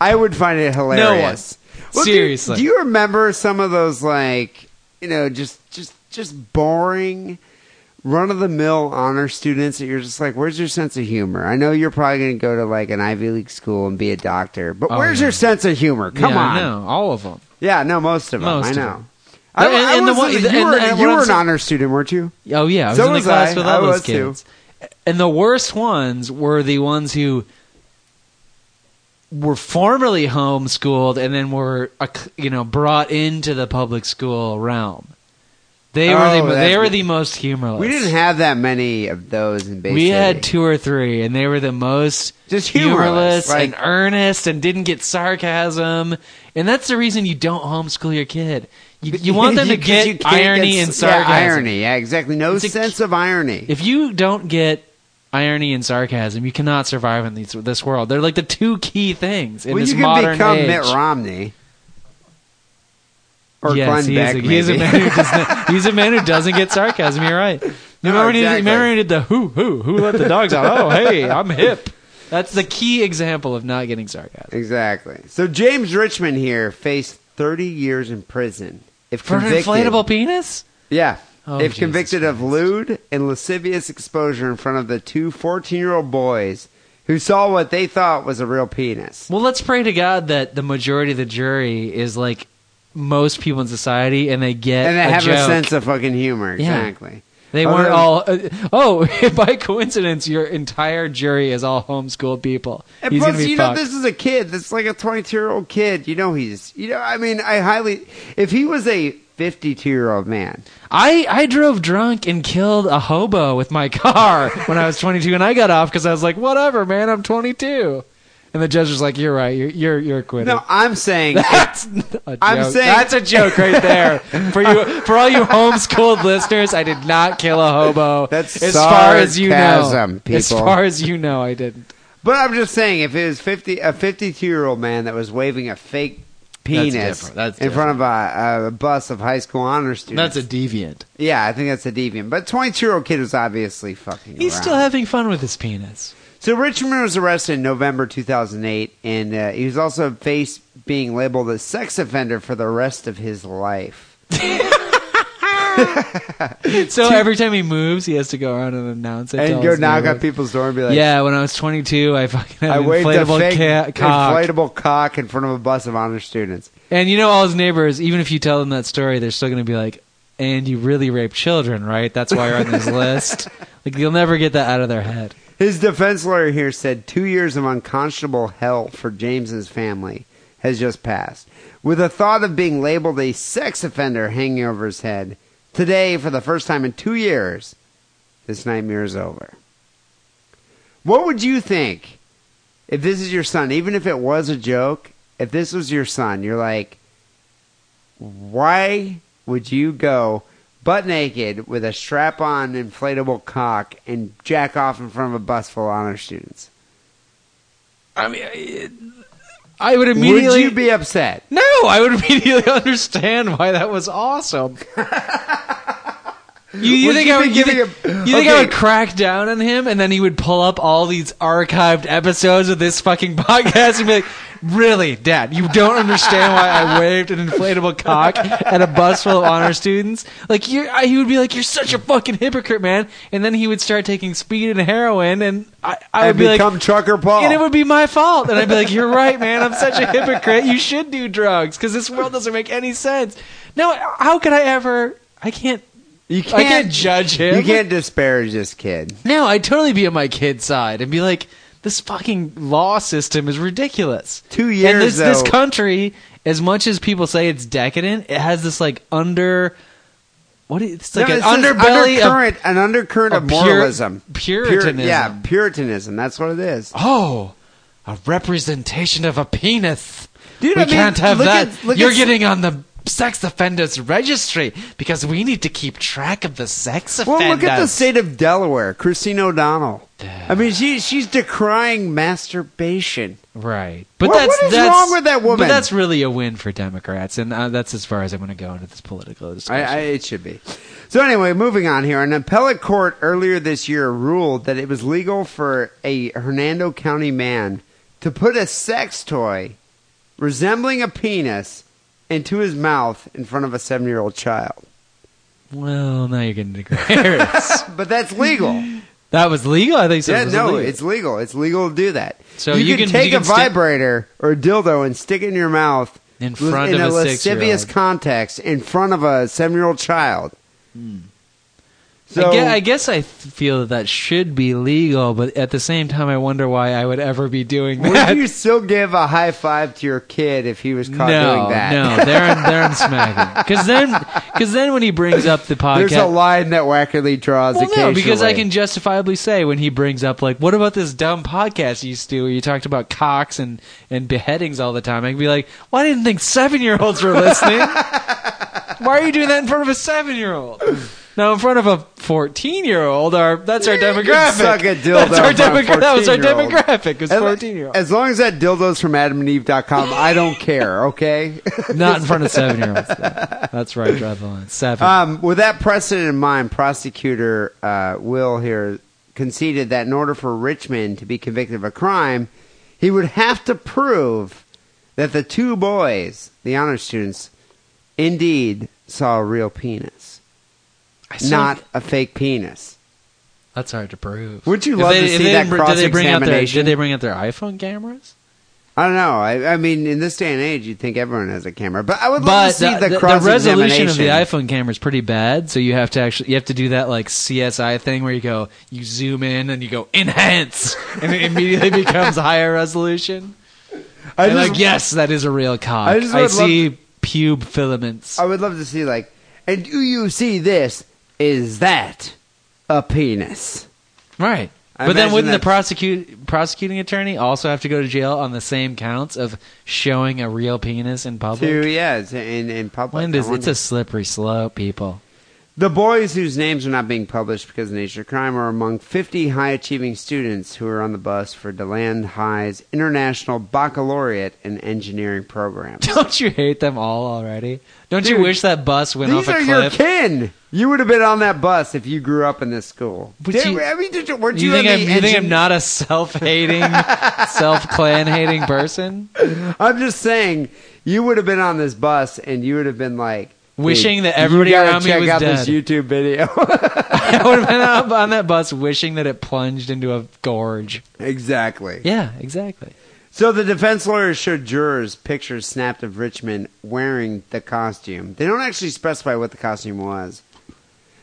Speaker 3: I would find it hilarious. do you-
Speaker 4: Seriously.
Speaker 3: do, you remember some of those like you know just just just boring run of the mill honor students that you're just like, where's your sense of humor? I know you're probably going to go to like an Ivy League school and be a doctor, but
Speaker 4: Oh,
Speaker 3: where's
Speaker 4: yeah.
Speaker 3: your sense of humor? Come
Speaker 4: yeah,
Speaker 3: on,
Speaker 4: I know, all of them.
Speaker 3: yeah, no, most of them,
Speaker 4: Most
Speaker 3: I
Speaker 4: of
Speaker 3: know.
Speaker 4: them.
Speaker 3: I,
Speaker 4: And-
Speaker 3: I
Speaker 4: and the
Speaker 3: was-
Speaker 4: one-
Speaker 3: you
Speaker 4: and-
Speaker 3: were,
Speaker 4: and
Speaker 3: you
Speaker 4: what
Speaker 3: were
Speaker 4: I'm
Speaker 3: an
Speaker 4: saying-
Speaker 3: honor student, weren't you?
Speaker 4: Oh yeah, I was
Speaker 3: So
Speaker 4: in the
Speaker 3: was
Speaker 4: class
Speaker 3: I.
Speaker 4: with
Speaker 3: I
Speaker 4: all those
Speaker 3: was too.
Speaker 4: kids, and the worst ones were the ones who were formerly homeschooled and then were uh, c- you know brought into the public school realm. They were
Speaker 3: Oh,
Speaker 4: the, mo-
Speaker 3: that's-
Speaker 4: they were the most humorless.
Speaker 3: We didn't have that many of those in Bay
Speaker 4: we
Speaker 3: City.
Speaker 4: had two or three, and they were the most
Speaker 3: Just humorless,
Speaker 4: humorless,
Speaker 3: like-
Speaker 4: and earnest, and didn't get sarcasm. And that's the reason you don't homeschool your kid. You, you want them to
Speaker 3: 'cause you
Speaker 4: get
Speaker 3: can't
Speaker 4: irony
Speaker 3: get-
Speaker 4: and sarcasm.
Speaker 3: Yeah, irony, yeah, exactly. No
Speaker 4: It's a-
Speaker 3: sense of irony.
Speaker 4: If you don't get irony and sarcasm, you cannot survive in these, this world. They're like the two key things in
Speaker 3: well,
Speaker 4: this
Speaker 3: you can
Speaker 4: modern
Speaker 3: become
Speaker 4: age.
Speaker 3: Mitt Romney or Glenn
Speaker 4: yes, he
Speaker 3: Beck.
Speaker 4: is a, he is a
Speaker 3: maybe. Oh,
Speaker 4: man who does not, he's a man who doesn't get sarcasm. You're right. Remember, when he did,
Speaker 3: exactly.
Speaker 4: remember when he did the who who who let the dogs out? Oh hey, I'm hip. That's the key example of not getting sarcasm.
Speaker 3: exactly. So James Richmond here faced 30 years in prison if
Speaker 4: For an
Speaker 3: convicted.
Speaker 4: inflatable penis?
Speaker 3: Yeah.
Speaker 4: Oh,
Speaker 3: if
Speaker 4: Jesus
Speaker 3: convicted of lewd and lascivious exposure in front of the two 14 year old boys who saw what they thought was a real penis.
Speaker 4: Well, let's pray to God that the majority of the jury is like most people in society, and they get
Speaker 3: And they
Speaker 4: a
Speaker 3: have
Speaker 4: joke.
Speaker 3: a sense of fucking humor.
Speaker 4: Yeah.
Speaker 3: Exactly.
Speaker 4: They
Speaker 3: Oh,
Speaker 4: weren't
Speaker 3: they're-
Speaker 4: all. Uh, oh, by coincidence, your entire jury is all homeschooled people.
Speaker 3: And
Speaker 4: He's
Speaker 3: plus,
Speaker 4: gonna be
Speaker 3: you
Speaker 4: fucked.
Speaker 3: know, this is a kid. That's like a 22 year old kid. You know, he's, you know, I mean, I highly, if he was a 52 year old man,
Speaker 4: I I drove drunk and killed a hobo with my car when I was 22, and I got off because I was like, whatever, man, I'm 22. And the judge was like, "You're right. You're you're, you're acquitted."
Speaker 3: no, I'm saying,
Speaker 4: That's a joke.
Speaker 3: I'm saying-
Speaker 4: that's a joke right there for you for all you homeschooled listeners. I did not kill a hobo.
Speaker 3: That's
Speaker 4: as far as you know.
Speaker 3: sarcasm, people.
Speaker 4: As far as you know, I didn't.
Speaker 3: but I'm just saying, if it was 50, a 52 year old man that was waving a fake penis
Speaker 4: different. That's
Speaker 3: in front of a, a bus of high school honor students,
Speaker 4: That's a deviant.
Speaker 3: yeah, I think that's a deviant. But 22 year old kid was obviously fucking
Speaker 4: He's
Speaker 3: around.
Speaker 4: still having fun with his penis.
Speaker 3: So Richmond was arrested in November 2008, and uh, he was also faced being labeled a sex offender for the rest of his life.
Speaker 4: So every time he moves, he has to go around and announce it.
Speaker 3: and
Speaker 4: tell
Speaker 3: go
Speaker 4: his
Speaker 3: knock on
Speaker 4: neighbors.
Speaker 3: people's door and be like,
Speaker 4: yeah, when I was 22, I fucking had
Speaker 3: I
Speaker 4: an
Speaker 3: waved a
Speaker 4: inflatable
Speaker 3: fake
Speaker 4: ca- cock.
Speaker 3: inflatable cock in front of a bus of honor students.
Speaker 4: and you know, all his neighbors, even if you tell them that story, they're still going to be like, and you really rape children, right? That's why you're on this list. Like, you'll never get that out of their head.
Speaker 3: His defense lawyer here said two years of unconscionable hell for James's family has just passed, with the thought of being labeled a sex offender hanging over his head. Today, for the first time in two years, this nightmare is over. What would you think if this is your son, even if it was a joke? If this was your son, you're like, why would you go butt naked with a strap on inflatable cock and jack off in front of a bus full of honor students?
Speaker 4: I mean, I- I would immediately.
Speaker 3: Would you be upset?
Speaker 4: No, I would immediately understand why that was awesome. You, you
Speaker 3: Would
Speaker 4: think
Speaker 3: you
Speaker 4: I would
Speaker 3: think-
Speaker 4: give
Speaker 3: you
Speaker 4: it,
Speaker 3: think of-
Speaker 4: You think I
Speaker 3: okay.
Speaker 4: would crack down on him, and then he would pull up all these archived episodes of this fucking podcast and be like, "Really, Dad? You don't understand why I waved an inflatable cock at a bus full of honor students? Like, you he would be like, "You're such a fucking hypocrite, man!" And then he would start taking speed and heroin, and I, I would
Speaker 3: I'd
Speaker 4: be like,
Speaker 3: become Trucker Paul.
Speaker 4: and it would be my fault. And I'd be like, "You're right, man. I'm such a hypocrite. You should do drugs because this world doesn't make any sense." No, how could I ever? I can't.
Speaker 3: you
Speaker 4: I can't judge him.
Speaker 3: You can't disparage this kid.
Speaker 4: No, I'd totally be on my kid's side and be like, "This fucking law system is ridiculous."
Speaker 3: Two years,
Speaker 4: And this, this
Speaker 3: though-
Speaker 4: country, as much as people say it's decadent, it has this like under. What is, it's like
Speaker 3: No,
Speaker 4: an
Speaker 3: it's just
Speaker 4: underbelly of
Speaker 3: undercurrent, an undercurrent
Speaker 4: of
Speaker 3: of
Speaker 4: pur-
Speaker 3: moralism, Pur-
Speaker 4: puritanism.
Speaker 3: yeah, puritanism. That's what it is.
Speaker 4: oh, a representation of a penis.
Speaker 3: Dude,
Speaker 4: we
Speaker 3: I mean,
Speaker 4: can't have
Speaker 3: look
Speaker 4: that.
Speaker 3: at- look
Speaker 4: You're
Speaker 3: at-
Speaker 4: getting on the sex offenders registry because we need to keep track of the sex
Speaker 3: Well,
Speaker 4: offenders.
Speaker 3: look at the state of Delaware, Christine O'Donnell. I mean, she she's decrying masturbation.
Speaker 4: Right, but
Speaker 3: What-
Speaker 4: that's
Speaker 3: what is
Speaker 4: that's,
Speaker 3: wrong with that woman?
Speaker 4: But that's really a win for Democrats, and uh, that's as far as I'm going to go into this political
Speaker 3: I,
Speaker 4: discussion.
Speaker 3: I, it should be. So anyway, moving on here. An appellate court earlier this year ruled that it was legal for a Hernando County man to put a sex toy resembling a penis into his mouth in front of a seven-year-old child.
Speaker 4: well, now you're getting into gray areas.
Speaker 3: But that's legal.
Speaker 4: that was legal. I think so.
Speaker 3: yeah,
Speaker 4: it was
Speaker 3: no,
Speaker 4: illegal.
Speaker 3: it's legal. It's legal to do that.
Speaker 4: So
Speaker 3: you,
Speaker 4: you
Speaker 3: can,
Speaker 4: can-
Speaker 3: take
Speaker 4: you can
Speaker 3: a
Speaker 4: stick-
Speaker 3: vibrator or a dildo and stick it in your mouth
Speaker 4: In
Speaker 3: with-
Speaker 4: front
Speaker 3: in
Speaker 4: of a
Speaker 3: lascivious
Speaker 4: six-year-old.
Speaker 3: context in front of a seven-year-old child. So
Speaker 4: I, guess, Hmm. I guess I th- feel that that should be legal, but at the same time, I wonder why I would ever be doing that.
Speaker 3: would you still give a high five to your kid if he was
Speaker 4: no,
Speaker 3: caught doing that?
Speaker 4: no, there I'm, there I'm smacking. Because then, because then when he brings up the podcast,
Speaker 3: There's a line that Wackerly draws
Speaker 4: well,
Speaker 3: occasionally.
Speaker 4: no, because I can justifiably say when he brings up like, what about this dumb podcast you used to do where you talked about cocks and and beheadings all the time? I can be like, well, I didn't think seven year olds were listening. why are you doing that in front of a seven year old? Now in front of a fourteen year old, our that's our
Speaker 3: you
Speaker 4: demographic.
Speaker 3: can suck a dildo
Speaker 4: That's our
Speaker 3: in front of a
Speaker 4: demogra- that was our
Speaker 3: 14-year-old.
Speaker 4: demographic. Was
Speaker 3: As-
Speaker 4: fourteen year old,
Speaker 3: As long as that dildo's from AdamandEve.com, I don't care. Okay.
Speaker 4: not in front of seven year olds. That's right. Drive the line. Seven.
Speaker 3: Um, with that precedent in mind, prosecutor uh, Will here conceded that in order for Richmond to be convicted of a crime, he would have to prove that the two boys, the honor students, indeed saw a real penis,
Speaker 4: I saw-
Speaker 3: not a fake penis.
Speaker 4: That's hard to prove.
Speaker 3: Would you
Speaker 4: If
Speaker 3: love to
Speaker 4: if
Speaker 3: see that
Speaker 4: didn't br- did they bring out their-
Speaker 3: cross-examination?
Speaker 4: Did they bring out their iPhone cameras?
Speaker 3: I don't know. I, I mean, in this day and age, you'd think everyone has a camera, but I would love
Speaker 4: But
Speaker 3: to see
Speaker 4: the,
Speaker 3: the,
Speaker 4: the, the
Speaker 3: cross
Speaker 4: resolution of the iPhone camera is pretty bad, so you have to actually you have to do that like CSI thing where you go you zoom in and you go enhance, and it immediately becomes higher resolution.
Speaker 3: I
Speaker 4: and
Speaker 3: just-
Speaker 4: like yes, that is a real cock.
Speaker 3: I
Speaker 4: I,
Speaker 3: just would love
Speaker 4: see pube filaments.
Speaker 3: I would love to see like, and do you see this? Is that a penis?
Speaker 4: right.
Speaker 3: I
Speaker 4: but then
Speaker 3: imagine
Speaker 4: wouldn't the
Speaker 3: that's-
Speaker 4: prosecute, prosecuting attorney also have to go to jail on the same counts of showing a real penis in public?
Speaker 3: Two, yeah, it's in in public.
Speaker 4: When does
Speaker 3: I
Speaker 4: it's
Speaker 3: wonder.
Speaker 4: a slippery slope, people.
Speaker 3: the boys whose names are not being published because of the nature of crime are among 50 high achieving students who are on the bus for Deland High's International Baccalaureate in Engineering program.
Speaker 4: Don't you hate them all already? Don't you
Speaker 3: Dude,
Speaker 4: wish that bus went
Speaker 3: These
Speaker 4: off
Speaker 3: are
Speaker 4: a
Speaker 3: your
Speaker 4: cliff?
Speaker 3: kin. You would have been on that bus if you grew up in this school.
Speaker 4: But
Speaker 3: Did-
Speaker 4: you-
Speaker 3: I mean, did you, weren't
Speaker 4: you
Speaker 3: you,
Speaker 4: think,
Speaker 3: on
Speaker 4: I'm,
Speaker 3: the
Speaker 4: you think I'm
Speaker 3: engin-
Speaker 4: not a self-hating, self-clan-hating person?
Speaker 3: I'm just saying, you would have been on this bus and you would have been like
Speaker 4: Wishing
Speaker 3: "Dude,
Speaker 4: that everybody
Speaker 3: you gotta
Speaker 4: around me
Speaker 3: check
Speaker 4: was
Speaker 3: out this
Speaker 4: dead."
Speaker 3: YouTube video.
Speaker 4: I would have been up on that bus wishing that it plunged into a gorge.
Speaker 3: exactly.
Speaker 4: Yeah, exactly.
Speaker 3: So the defense lawyers showed jurors pictures snapped of Richmond wearing the costume. They don't actually specify what the costume was.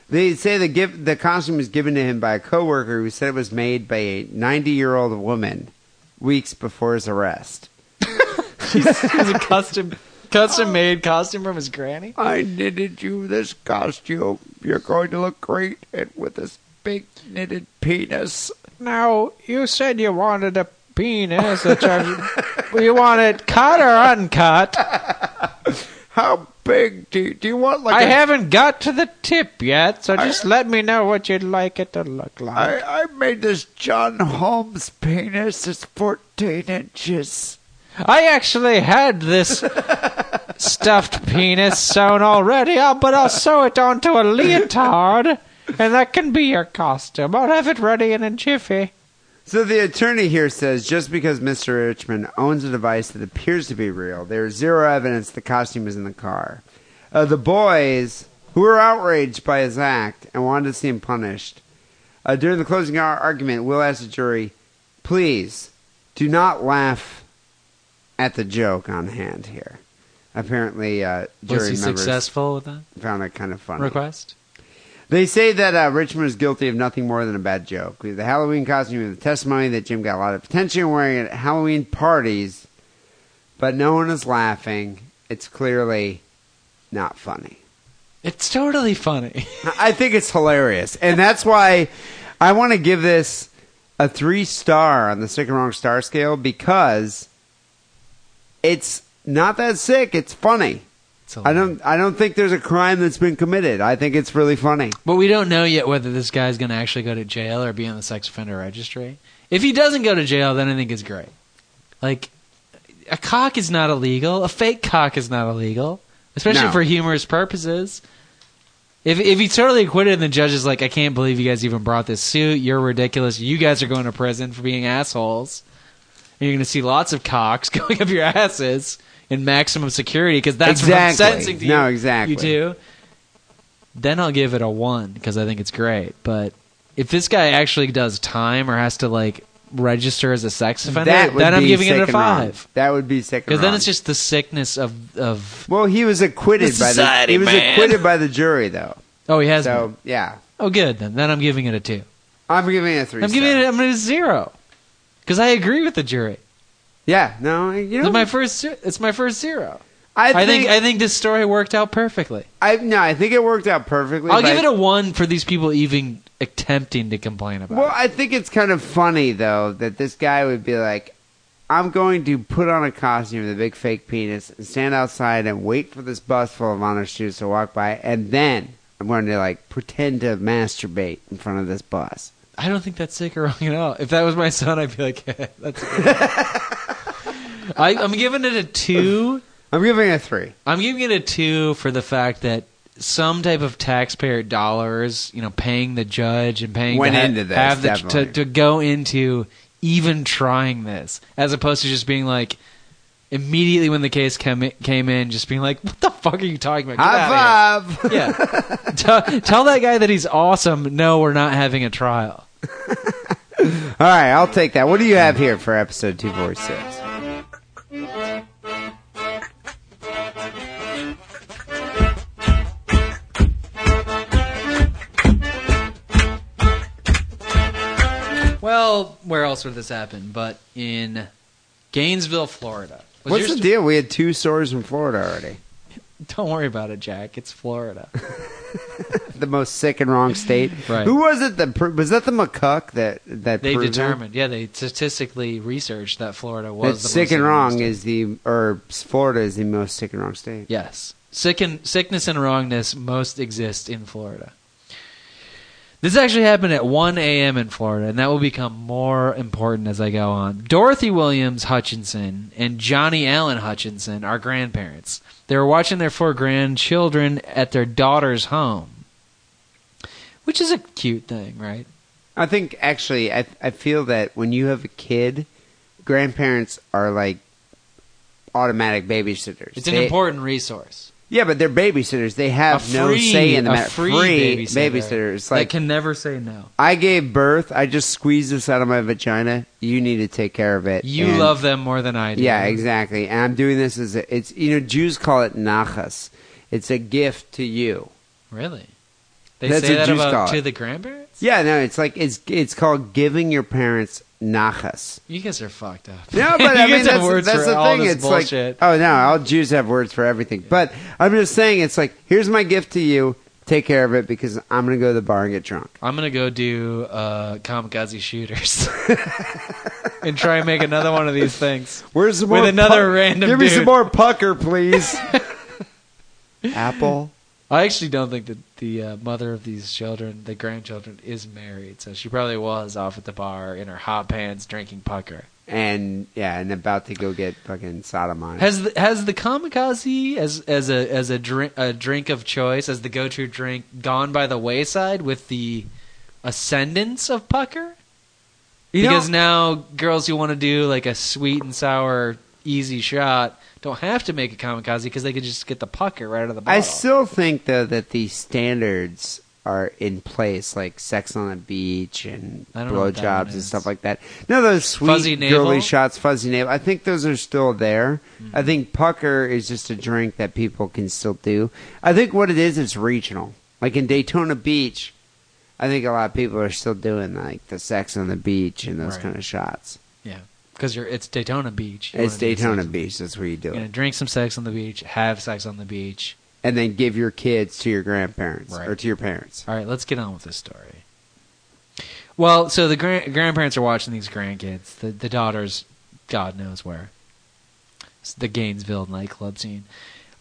Speaker 3: They say the gift, the costume was given to him by a coworker who said it was made by a 90-year-old woman weeks before his arrest.
Speaker 4: It was a custom, custom-made costume from his granny.
Speaker 3: I knitted you this costume. You're going to look great and with this big knitted penis.
Speaker 4: Now, you said you wanted a penis. you wanted cut or uncut.
Speaker 3: How big do you, do you want like
Speaker 4: I haven't got to the tip yet, so just let me know what you'd like it to look like.
Speaker 3: I, I made this John Holmes penis. It's 14 inches.
Speaker 4: I actually had this stuffed penis sewn already, uh, but I'll sew it onto a leotard, and that can be your costume. I'll have it ready in a jiffy.
Speaker 3: So the attorney here says just because Mr. Richmond owns a device that appears to be real, there is zero evidence the costume is in the car. Uh, the boys, who were outraged by his act and wanted to see him punished, uh, during the closing ar- argument, Will asked the jury, please do not laugh at the joke on hand here. Apparently, uh, jury members
Speaker 4: with that
Speaker 3: found it kind of funny.
Speaker 4: request?
Speaker 3: They say that uh, Richmond is guilty of nothing more than a bad joke. The Halloween costume and the testimony that Jim got a lot of attention wearing at Halloween parties, but no one is laughing. It's clearly not funny.
Speaker 4: It's totally funny.
Speaker 3: I think it's hilarious, and that's why I want to give this a three star on the sick and wrong star scale because it's not that sick. It's funny.
Speaker 4: It's a
Speaker 3: I don't. I don't think there's a crime that's been committed. I think it's really funny.
Speaker 4: But we don't know yet whether this guy's going to actually go to jail or be on the sex offender registry. If he doesn't go to jail, then I think it's great. Like, a cock is not illegal. A fake cock is not illegal, especially
Speaker 3: No.
Speaker 4: for humorous purposes. If if he's totally acquitted and the judge is like, I can't believe you guys even brought this suit. You're ridiculous. You guys are going to prison for being assholes. And you're going to see lots of cocks going up your asses in maximum security because that's what I'm
Speaker 3: Exactly.
Speaker 4: sentencing to you.
Speaker 3: No, exactly.
Speaker 4: You do then I'll give it a one because I think it's great. But if this guy actually does time or has to like register as a sex offender,
Speaker 3: would
Speaker 4: then I'm
Speaker 3: be
Speaker 4: giving it
Speaker 3: sick
Speaker 4: a
Speaker 3: and wrong.
Speaker 4: five.
Speaker 3: That would be sick.
Speaker 4: Because then it's just the sickness of of
Speaker 3: well, he was acquitted
Speaker 4: The
Speaker 3: by
Speaker 4: society,
Speaker 3: the he was
Speaker 4: man.
Speaker 3: acquitted by the jury though.
Speaker 4: oh he has
Speaker 3: So yeah,
Speaker 4: oh good then then I'm giving it a two.
Speaker 3: I'm giving it a three.
Speaker 4: I'm giving
Speaker 3: star.
Speaker 4: it I'm giving it a zero because I agree with the jury.
Speaker 3: yeah. No, you know
Speaker 4: It's my first ze- it's my first zero.
Speaker 3: I think,
Speaker 4: I think I think this story worked out perfectly.
Speaker 3: I no, I think it worked out perfectly.
Speaker 4: I'll
Speaker 3: but
Speaker 4: give
Speaker 3: I-
Speaker 4: it a one for these people even attempting to complain about.
Speaker 3: Well,
Speaker 4: it.
Speaker 3: I think it's kind of funny though that this guy would be like, "I'm going to put on a costume with a big fake penis and stand outside and wait for this bus full of honor students to walk by, and then I'm going to like pretend to masturbate in front of this bus."
Speaker 4: I don't think that's sick or wrong at all. If that was my son, I'd be like, that's. Good. I, I'm giving it a two.
Speaker 3: I'm giving it a three.
Speaker 4: I'm giving it a two for the fact that some type of taxpayer dollars, you know, paying the judge and paying
Speaker 3: Went
Speaker 4: to ha-
Speaker 3: into this,
Speaker 4: have the, to,
Speaker 3: definitely.
Speaker 4: to go into even trying this, as opposed to just being like immediately when the case came in, came in, just being like, "What the fuck are you talking about?" Get outta here."
Speaker 3: High five.
Speaker 4: Yeah. Tell- tell that guy that he's awesome. No, we're not having a trial.
Speaker 3: All right, I'll take that. What do you have here for episode two forty six?
Speaker 4: Well, where else would this happen but in Gainesville, Florida? Was
Speaker 3: What's
Speaker 4: your
Speaker 3: the
Speaker 4: st-
Speaker 3: deal? We had two stories from Florida already.
Speaker 4: Don't worry about it, Jack. It's Florida.
Speaker 3: The most sick and wrong state.
Speaker 4: Right.
Speaker 3: Who was it? That pro- was that the macaque that that
Speaker 4: They
Speaker 3: proved that?
Speaker 4: determined, yeah, they statistically researched that Florida
Speaker 3: That
Speaker 4: was the
Speaker 3: sick
Speaker 4: most
Speaker 3: and wrong
Speaker 4: state.
Speaker 3: is the or Florida is the most sick and wrong state.
Speaker 4: yes, sick and sickness and wrongness most exist in Florida. This actually happened at 1 a.m. in Florida, and that will become more important as I go on. Dorothy Williams Hutchinson and Johnny Allen Hutchinson are grandparents. They were watching their four grandchildren at their daughter's home, which is a cute thing, right?
Speaker 3: I think actually, I I feel that when you have a kid, grandparents are like automatic babysitters.
Speaker 4: It's an
Speaker 3: They-
Speaker 4: important resource.
Speaker 3: Yeah, but they're babysitters. They have
Speaker 4: a
Speaker 3: no
Speaker 4: free,
Speaker 3: say in the
Speaker 4: a
Speaker 3: matter.
Speaker 4: Free, babysitter,
Speaker 3: babysitters.
Speaker 4: that
Speaker 3: Like
Speaker 4: can never say no.
Speaker 3: I gave birth. I just squeezed this out of my vagina. You need to take care of it.
Speaker 4: You
Speaker 3: And-
Speaker 4: love them more than I do.
Speaker 3: Yeah, exactly. And I'm doing this as a, it's you know Jews call it nachas. It's a gift to you.
Speaker 4: Really? They
Speaker 3: That's
Speaker 4: say
Speaker 3: what
Speaker 4: that
Speaker 3: Jews
Speaker 4: about
Speaker 3: call it.
Speaker 4: to the grandparents.
Speaker 3: Yeah, no, it's like it's it's called giving your parents nachas.
Speaker 4: You guys are fucked up.
Speaker 3: No,
Speaker 4: You
Speaker 3: but I mean
Speaker 4: guys have
Speaker 3: that's,
Speaker 4: words
Speaker 3: that's
Speaker 4: for
Speaker 3: the
Speaker 4: all
Speaker 3: thing.
Speaker 4: this
Speaker 3: It's
Speaker 4: bullshit.
Speaker 3: like oh no, all Jews have words for everything. But I'm just saying it's like here's my gift to you. Take care of it because I'm gonna go to the bar and get drunk.
Speaker 4: I'm gonna go do uh, kamikaze shooters and try and make another one of these things.
Speaker 3: Where's some
Speaker 4: With
Speaker 3: more
Speaker 4: another
Speaker 3: puck-
Speaker 4: random
Speaker 3: Give me some
Speaker 4: dude.
Speaker 3: more pucker, please. Apple.
Speaker 4: I actually don't think that the uh, mother of these children, the grandchildren, is married, so she probably was off at the bar in her hot pants drinking pucker.
Speaker 3: And yeah, and about to go get fucking sodomized.
Speaker 4: Has the, has the kamikaze as as a as a drink a drink of choice as the go to drink gone by the wayside with the ascendance of pucker?
Speaker 3: You know-
Speaker 4: because now girls who want to do like a sweet and sour easy shot don't have to make a kamikaze because they could just get the pucker right out of the bottle.
Speaker 3: I still think though that the standards are in place, like sex on the beach and
Speaker 4: I don't know what that
Speaker 3: blowjobs
Speaker 4: one
Speaker 3: and
Speaker 4: is.
Speaker 3: stuff like that. No, those
Speaker 4: Fuzzy
Speaker 3: sweet
Speaker 4: navel? Mm-hmm.
Speaker 3: girly shots, fuzzy navel. I think those are still there. I think pucker is just a drink that people can still do. I think what it is, it's regional. Like in Daytona Beach, I think a lot of people are still doing like the sex on the beach and those
Speaker 4: Right.
Speaker 3: kind of shots.
Speaker 4: because you're it's Daytona Beach. You
Speaker 3: It's
Speaker 4: wanna do
Speaker 3: Daytona
Speaker 4: sex-
Speaker 3: Beach. That's where you do
Speaker 4: You're gonna
Speaker 3: it,
Speaker 4: drink some sex on the beach, have sex on the beach.
Speaker 3: and then give your kids to your grandparents
Speaker 4: Right.
Speaker 3: or to your parents.
Speaker 4: All right, let's get on with this story. Well, so the gran- grandparents are watching these grandkids, the, the daughters, God knows where. the Gainesville nightclub scene.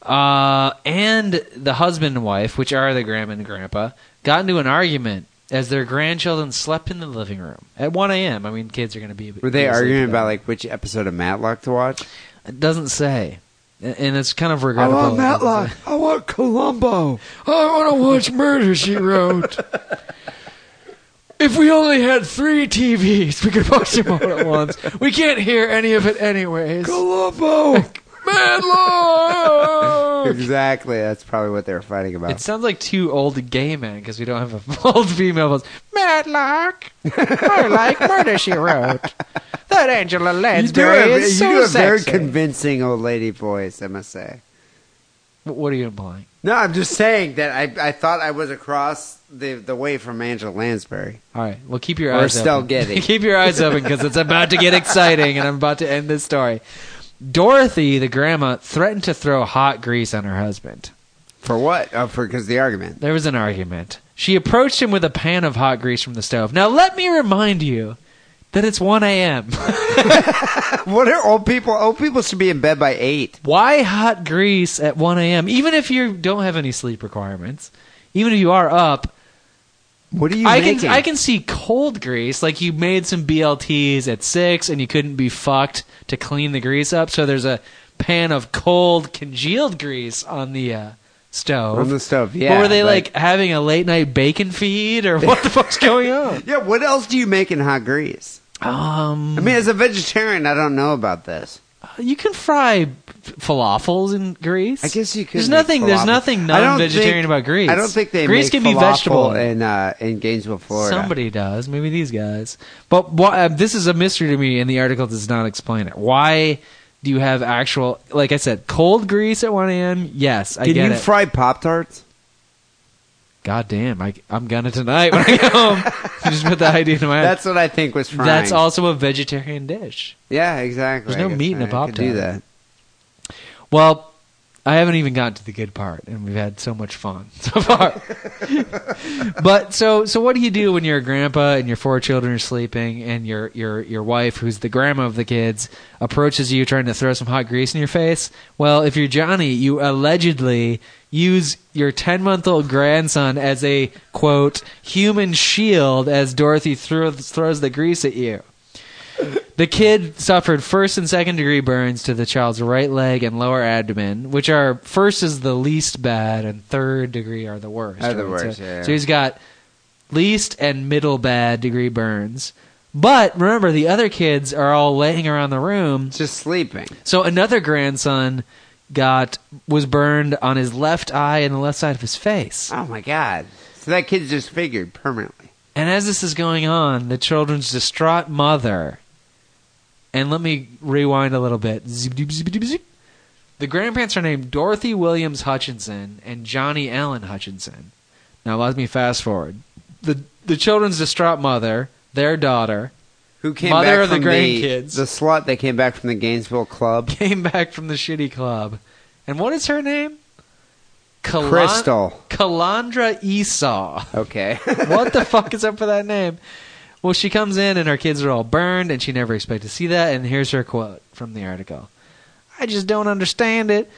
Speaker 4: Uh, and the husband and wife, which are the grandma and grandpa, got into an argument as their grandchildren slept in the living room at 1 a.m. I mean, kids are going to be.
Speaker 3: Were they
Speaker 4: asleep
Speaker 3: arguing
Speaker 4: then.
Speaker 3: about like which episode of Matlock to watch?
Speaker 4: It doesn't say, A- and it's kind of regrettable. that it doesn't say.
Speaker 3: I want Columbo.
Speaker 4: I want to watch Murder She Wrote. if we only had three TVs, we could watch them all at once. We can't hear any of it, anyways.
Speaker 3: Columbo.
Speaker 4: Madlock.
Speaker 3: exactly. That's probably what they were fighting about.
Speaker 4: It sounds like two old gay men because we don't have a old female voice. Matlock. I like Murder She Wrote. That Angela
Speaker 3: you do,
Speaker 4: Lansbury
Speaker 3: a,
Speaker 4: is
Speaker 3: you do
Speaker 4: so
Speaker 3: a very
Speaker 4: sexy.
Speaker 3: convincing old lady voice, I must say.
Speaker 4: what are you implying?
Speaker 3: No, I'm just saying that I, I thought I was across the, the way from Angela Lansbury.
Speaker 4: All right. Well, keep your
Speaker 3: Or
Speaker 4: eyes
Speaker 3: Estelle
Speaker 4: open.
Speaker 3: Getty.
Speaker 4: keep your eyes open because it's about to get exciting, and I'm about to end this story. Dorothy, the grandma, threatened to throw hot grease on her husband.
Speaker 3: For what? Oh, for because the argument.
Speaker 4: There was an argument. She approached him with a pan of hot grease from the stove. Now, let me remind you that it's 1 a.m.
Speaker 3: What are old people? Old people should be in bed by eight.
Speaker 4: Why hot grease at 1 a.m.? Even if you don't have any sleep requirements, even if you are up,
Speaker 3: What are you
Speaker 4: I
Speaker 3: making?
Speaker 4: can I can see cold grease. Like you made some BLTs at six, and you couldn't be fucked to clean the grease up. So there's a pan of cold congealed grease on the uh, stove.
Speaker 3: on the stove.
Speaker 4: But
Speaker 3: Yeah.
Speaker 4: were they like, having a late night bacon feed, or what the fuck's going on?
Speaker 3: Yeah. What else do you make in hot grease?
Speaker 4: Um,
Speaker 3: I mean, as a vegetarian, I don't know about this.
Speaker 4: you can fry f- falafels in grease.
Speaker 3: I guess you could.
Speaker 4: There's
Speaker 3: make
Speaker 4: nothing. There's
Speaker 3: falafel.
Speaker 4: nothing
Speaker 3: I don't
Speaker 4: non-vegetarian
Speaker 3: think-
Speaker 4: about grease.
Speaker 3: I don't think they
Speaker 4: grease
Speaker 3: make
Speaker 4: can be
Speaker 3: falafel
Speaker 4: vegetable
Speaker 3: in uh, in Gainesville, Florida.
Speaker 4: Somebody does. Maybe these guys. But why, uh, this is a mystery to me, and the article does not explain it. Why do you have actual, like I said, cold grease at 1 a.m.? Yes, I
Speaker 3: Can
Speaker 4: get
Speaker 3: you
Speaker 4: it.
Speaker 3: fry Pop Tarts?
Speaker 4: God damn, I, I'm gonna tonight when I get home. Just put that idea in my head.
Speaker 3: That's what I think was frying.
Speaker 4: That's also a vegetarian dish.
Speaker 3: Yeah, exactly.
Speaker 4: There's no
Speaker 3: I guess
Speaker 4: meat in
Speaker 3: I
Speaker 4: a Pop
Speaker 3: could
Speaker 4: Tart.
Speaker 3: Do that.
Speaker 4: Well, I haven't even gotten to the good part, and we've had so much fun so far. but so so, what do you do when you're a grandpa and your four children are sleeping, and your your your wife, who's the grandma of the kids, approaches you trying to throw some hot grease in your face? Well, if you're Johnny, you allegedly use your 10 month old grandson as a quote human shield as Dorothy throws throws the grease at you. The kid suffered first and second degree burns to the child's right leg and lower abdomen, which are first is the least bad and third degree are the worst.
Speaker 3: Are the
Speaker 4: So-
Speaker 3: worst, yeah.
Speaker 4: So he's got least and middle bad degree burns. But remember, the other kids are all laying around the room.
Speaker 3: Just sleeping.
Speaker 4: So another grandson got was burned on his left eye and the left side of his face.
Speaker 3: Oh my god! So that kid's disfigured permanently.
Speaker 4: And as this is going on, the children's distraught mother, and let me rewind a little bit. Zip, doop, zip, doop, zip. The grandparents are named Dorothy Williams Hutchinson and Johnny Allen Hutchinson. Now let me fast forward. The the children's distraught mother, their daughter,
Speaker 3: Who came
Speaker 4: Mother
Speaker 3: back
Speaker 4: of the
Speaker 3: from
Speaker 4: grandkids.
Speaker 3: The, slut that came back from the Gainesville club.
Speaker 4: came back from the shitty club. And what is her name? Kalan-
Speaker 3: Crystal.
Speaker 4: Kalandra Esau.
Speaker 3: Okay.
Speaker 4: what the fuck is up with that name? Well, she comes in and her kids are all burned, and she never expected to see that. And here's her quote from the article I just don't understand it.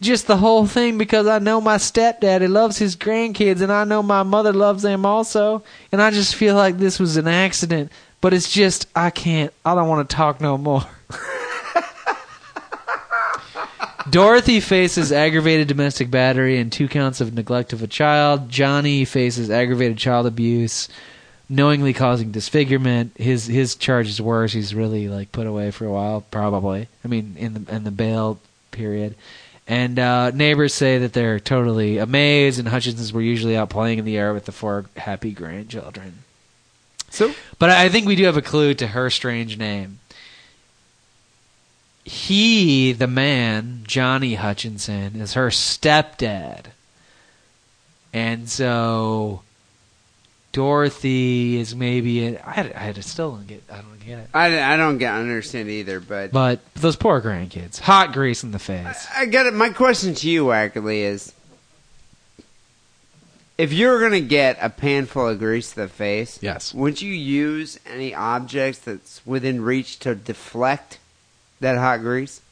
Speaker 4: Just the whole thing because I know my stepdaddy loves his grandkids, and I know my mother loves them also. And I just feel like this was an accident, but it's just, I can't, I don't want to talk no more. Dorothy faces aggravated domestic battery and two counts of neglect of a child. Johnny faces aggravated child abuse, knowingly causing disfigurement. His his charge is worse. He's really like put away for a while, probably. I mean, in the in the bail period. And uh, neighbors say that they're totally amazed, and Hutchinsons were usually out playing in the air with the four happy grandchildren.
Speaker 3: so
Speaker 4: But I I think we do have a clue to her strange name. He, the man, Johnny Hutchinson, is her stepdad. And so Dorothy is maybe I I, I still don't get I don't get it.
Speaker 3: I, I don't get understand either, but
Speaker 4: But those poor grandkids, hot grease in the face.
Speaker 3: I got it. My question to you, Wackerly, is if you're going to get a pan full of grease to the face,
Speaker 2: Yes.
Speaker 3: would you use any objects that's within reach to deflect that hot grease?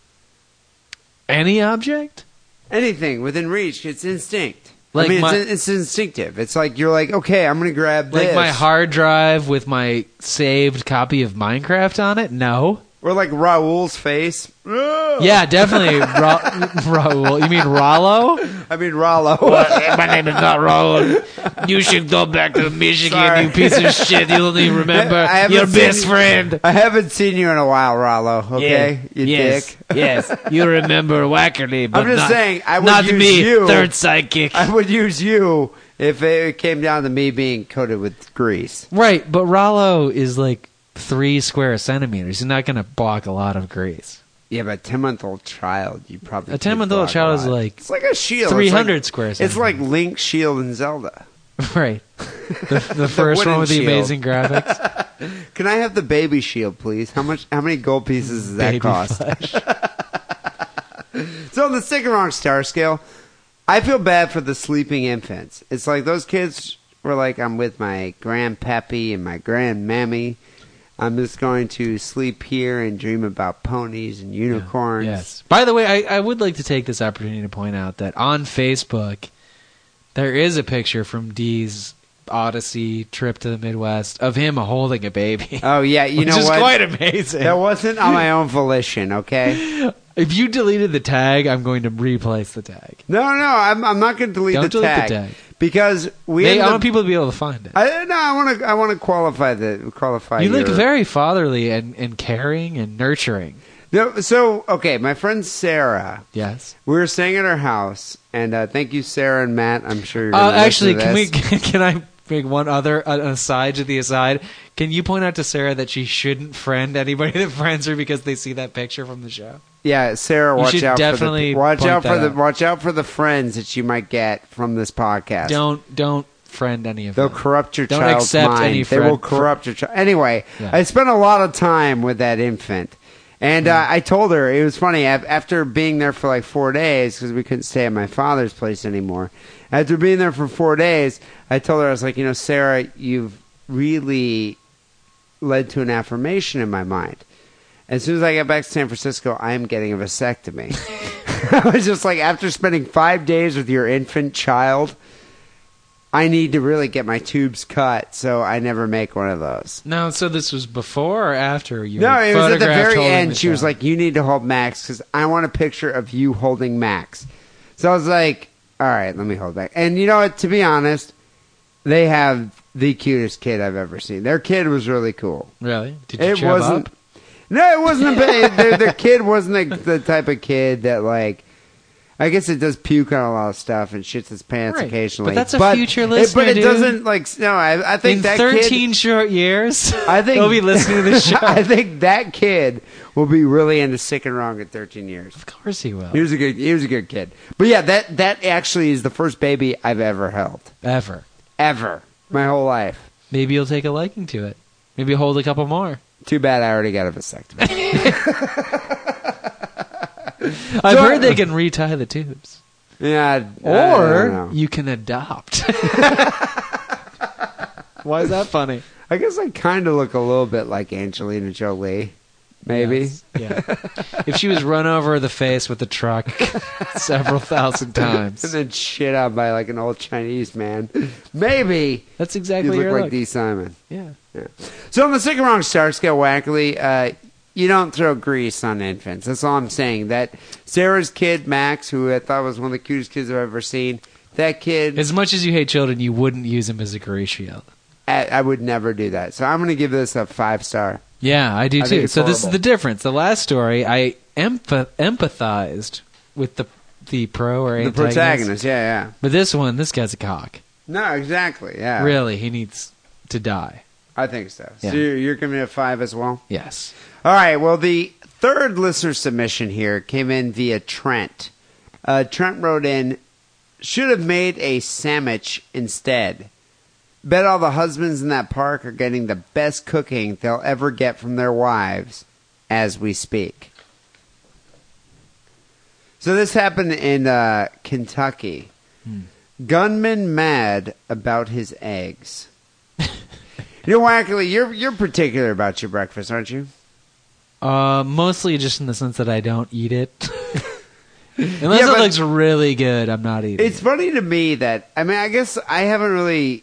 Speaker 4: Any object?
Speaker 3: Anything within reach, it's instinct.
Speaker 4: Like
Speaker 3: I mean,
Speaker 4: my-
Speaker 3: it's, it's instinctive. It's like you're like, okay, I'm gonna grab
Speaker 4: Like
Speaker 3: this.
Speaker 4: my hard drive with my saved copy of Minecraft on it? No.
Speaker 3: or like Raoul's face.
Speaker 4: Yeah, definitely. Ra- Raul. You mean Rollo?
Speaker 3: I mean Rollo.
Speaker 4: My name is not Raul. You should go back to Michigan,
Speaker 3: Sorry. you
Speaker 4: piece of shit. You'll only remember
Speaker 3: I haven't your best seen-
Speaker 4: friend.
Speaker 3: I haven't seen you in a while, Rollo. Okay, you dick.
Speaker 4: Yes, you remember Wackerly,
Speaker 3: but just not- saying, I would not use me, you. third
Speaker 4: psychic.
Speaker 3: I would use you if it came down to me being coated with grease.
Speaker 4: Right, but Rollo is like three square centimeters. He's not going to block a lot of grease.
Speaker 3: Yeah, but a ten month old child, you probably
Speaker 4: A
Speaker 3: could
Speaker 4: 10-month-old
Speaker 3: block
Speaker 4: child is
Speaker 3: a lot.
Speaker 4: like
Speaker 3: it's like a shield, It's like-
Speaker 4: 300 square
Speaker 3: It's like Link, Shield, and Zelda.
Speaker 4: Right. The, the first
Speaker 3: wooden
Speaker 4: one with the
Speaker 3: shield.
Speaker 4: amazing graphics.
Speaker 3: Can I have the baby shield, please? How much? How many gold pieces does that
Speaker 4: Baby
Speaker 3: cost?
Speaker 4: flesh.
Speaker 3: So on the second wrong star scale, I feel bad for the sleeping infants. It's like those kids were like, I'm with my grandpappy and my grandmammy. I'm just going to sleep here and dream about ponies and unicorns.
Speaker 4: Yes. By the way, I, I would like to take this opportunity to point out that on Facebook, there is a picture from Dee's Odyssey trip to the Midwest of him holding a baby.
Speaker 3: Oh yeah, you
Speaker 4: which
Speaker 3: know
Speaker 4: is
Speaker 3: what?
Speaker 4: quite amazing.
Speaker 3: that wasn't on my own volition, okay?
Speaker 4: if you deleted the tag, I'm going to replace the tag.
Speaker 3: No, no, I'm, I'm not going to delete
Speaker 4: Don't
Speaker 3: the
Speaker 4: delete the
Speaker 3: tag
Speaker 4: tag.
Speaker 3: because we.
Speaker 4: They,
Speaker 3: ended
Speaker 4: I
Speaker 3: up-
Speaker 4: want people to be able to find it.
Speaker 3: I, no, I want to. I want to qualify the qualify.
Speaker 4: you look
Speaker 3: your-
Speaker 4: very fatherly and, and caring and nurturing.
Speaker 3: No, so okay, my friend Sarah.
Speaker 4: Yes.
Speaker 3: We were staying at her house, and uh, thank you, Sarah and Matt. I'm sure you're gonna
Speaker 4: Uh,
Speaker 3: listen
Speaker 4: actually,
Speaker 3: to
Speaker 4: can we?
Speaker 3: this.
Speaker 4: Can I make one other an aside to the aside? Can you point out to Sarah that she shouldn't friend anybody that friends her because they see that picture from the show?
Speaker 3: Yeah, Sarah,
Speaker 4: You
Speaker 3: watch
Speaker 4: should
Speaker 3: out
Speaker 4: definitely
Speaker 3: for the watch
Speaker 4: point
Speaker 3: out for
Speaker 4: that
Speaker 3: the
Speaker 4: out.
Speaker 3: watch out for the friends that you might get from this podcast.
Speaker 4: Don't don't friend any of
Speaker 3: They'll
Speaker 4: them.
Speaker 3: corrupt your
Speaker 4: Don't
Speaker 3: child's
Speaker 4: accept
Speaker 3: mind.
Speaker 4: any
Speaker 3: they will
Speaker 4: friend-
Speaker 3: corrupt your child. Anyway,
Speaker 4: Yeah.
Speaker 3: I spent a lot of time with that infant, and
Speaker 4: Mm.
Speaker 3: uh, I told her it was funny af- after being there for like four days because we couldn't stay at my father's place anymore. After being there for four days, I told her I was like, you know, Sarah, you've really led to an affirmation in my mind. As soon as I get back to San Francisco, I am getting a vasectomy. I was just like, after spending five days with your infant child, I need to really get my tubes cut so I never make one of those.
Speaker 4: No, so this was before or after you.
Speaker 3: No, it was at the very end. she was like, "You need to hold Max because I want a picture of you holding Max." So I was like, "All right, let me hold back." And you know what? To be honest, they have the cutest kid I've ever seen. Their kid was really cool.
Speaker 4: "Really? Did you
Speaker 3: It
Speaker 4: chub
Speaker 3: wasn't.
Speaker 4: up?
Speaker 3: No, it wasn't. A, ba- the, the kid wasn't the, the type of kid that like. I guess it does puke on a lot of stuff and shits its pants
Speaker 4: Right.
Speaker 3: occasionally.
Speaker 4: But that's a future
Speaker 3: it-
Speaker 4: listener,
Speaker 3: But it
Speaker 4: dude.
Speaker 3: doesn't like. No, I, I think
Speaker 4: In
Speaker 3: that kid,
Speaker 4: thirteen short years,
Speaker 3: I think
Speaker 4: they'll be listening to this show.
Speaker 3: I think that kid will be really into sick and wrong at 13 years.
Speaker 4: of course he will.
Speaker 3: He was a good. He was a good kid. But yeah, that that actually is the first baby I've ever held,
Speaker 4: Ever.
Speaker 3: ever, my whole life.
Speaker 4: Maybe you'll take a liking to it. Maybe hold a couple more.
Speaker 3: Too bad I already got a vasectomy.
Speaker 4: I've
Speaker 3: So-
Speaker 4: heard they can retie the tubes.
Speaker 3: yeah, I- I don't
Speaker 4: Or
Speaker 3: know.
Speaker 4: you can adopt. Why is that funny?
Speaker 3: I guess I kind of look a little bit like Angelina Jolie, maybe.
Speaker 4: Yes, Yeah. if she was run over the face with a truck several thousand
Speaker 3: And
Speaker 4: times.
Speaker 3: then shit out by like an old Chinese man. Maybe
Speaker 4: That's
Speaker 3: you
Speaker 4: exactly
Speaker 3: look
Speaker 4: your
Speaker 3: like
Speaker 4: look.
Speaker 3: D. Simon.
Speaker 4: Yeah.
Speaker 3: So on the sick and wrong star scale, Wackley, uh, you don't throw grease on infants. That's all I'm saying. That Sarah's kid Max, who I thought was one of the cutest kids I've ever seen, that kid,
Speaker 4: As much as you hate children, you wouldn't use him as a grease shield.
Speaker 3: I, I would never do that. So I'm going to give this a five star.
Speaker 4: Yeah, I do
Speaker 3: I think
Speaker 4: too.
Speaker 3: it's
Speaker 4: So this is
Speaker 3: horrible.
Speaker 4: the difference. The last story, I emph- empathized with the the pro or
Speaker 3: The
Speaker 4: antagonist.
Speaker 3: protagonist, yeah, yeah.
Speaker 4: But this one, this guy's a cock.
Speaker 3: No, exactly, yeah.
Speaker 4: Really, he needs to die.
Speaker 3: I think so.
Speaker 4: Yeah.
Speaker 3: So you're, you're giving it a five as well.
Speaker 4: Yes.
Speaker 3: All right. Well, the third listener submission here came in via Trent. Uh, Trent wrote in, should have made a sandwich instead. Bet all the husbands in that park are getting the best cooking they'll ever get from their wives as we speak. So this happened in uh, Kentucky. Gunman mad about his eggs. you know, Wackley, you're you're particular about your breakfast, aren't you?
Speaker 4: Uh, mostly just in the sense that I don't eat it. Unless
Speaker 3: Yeah,
Speaker 4: it
Speaker 3: but-
Speaker 4: looks really good, I'm not eating.
Speaker 3: It's
Speaker 4: it.
Speaker 3: funny to me that I mean, I guess I haven't really,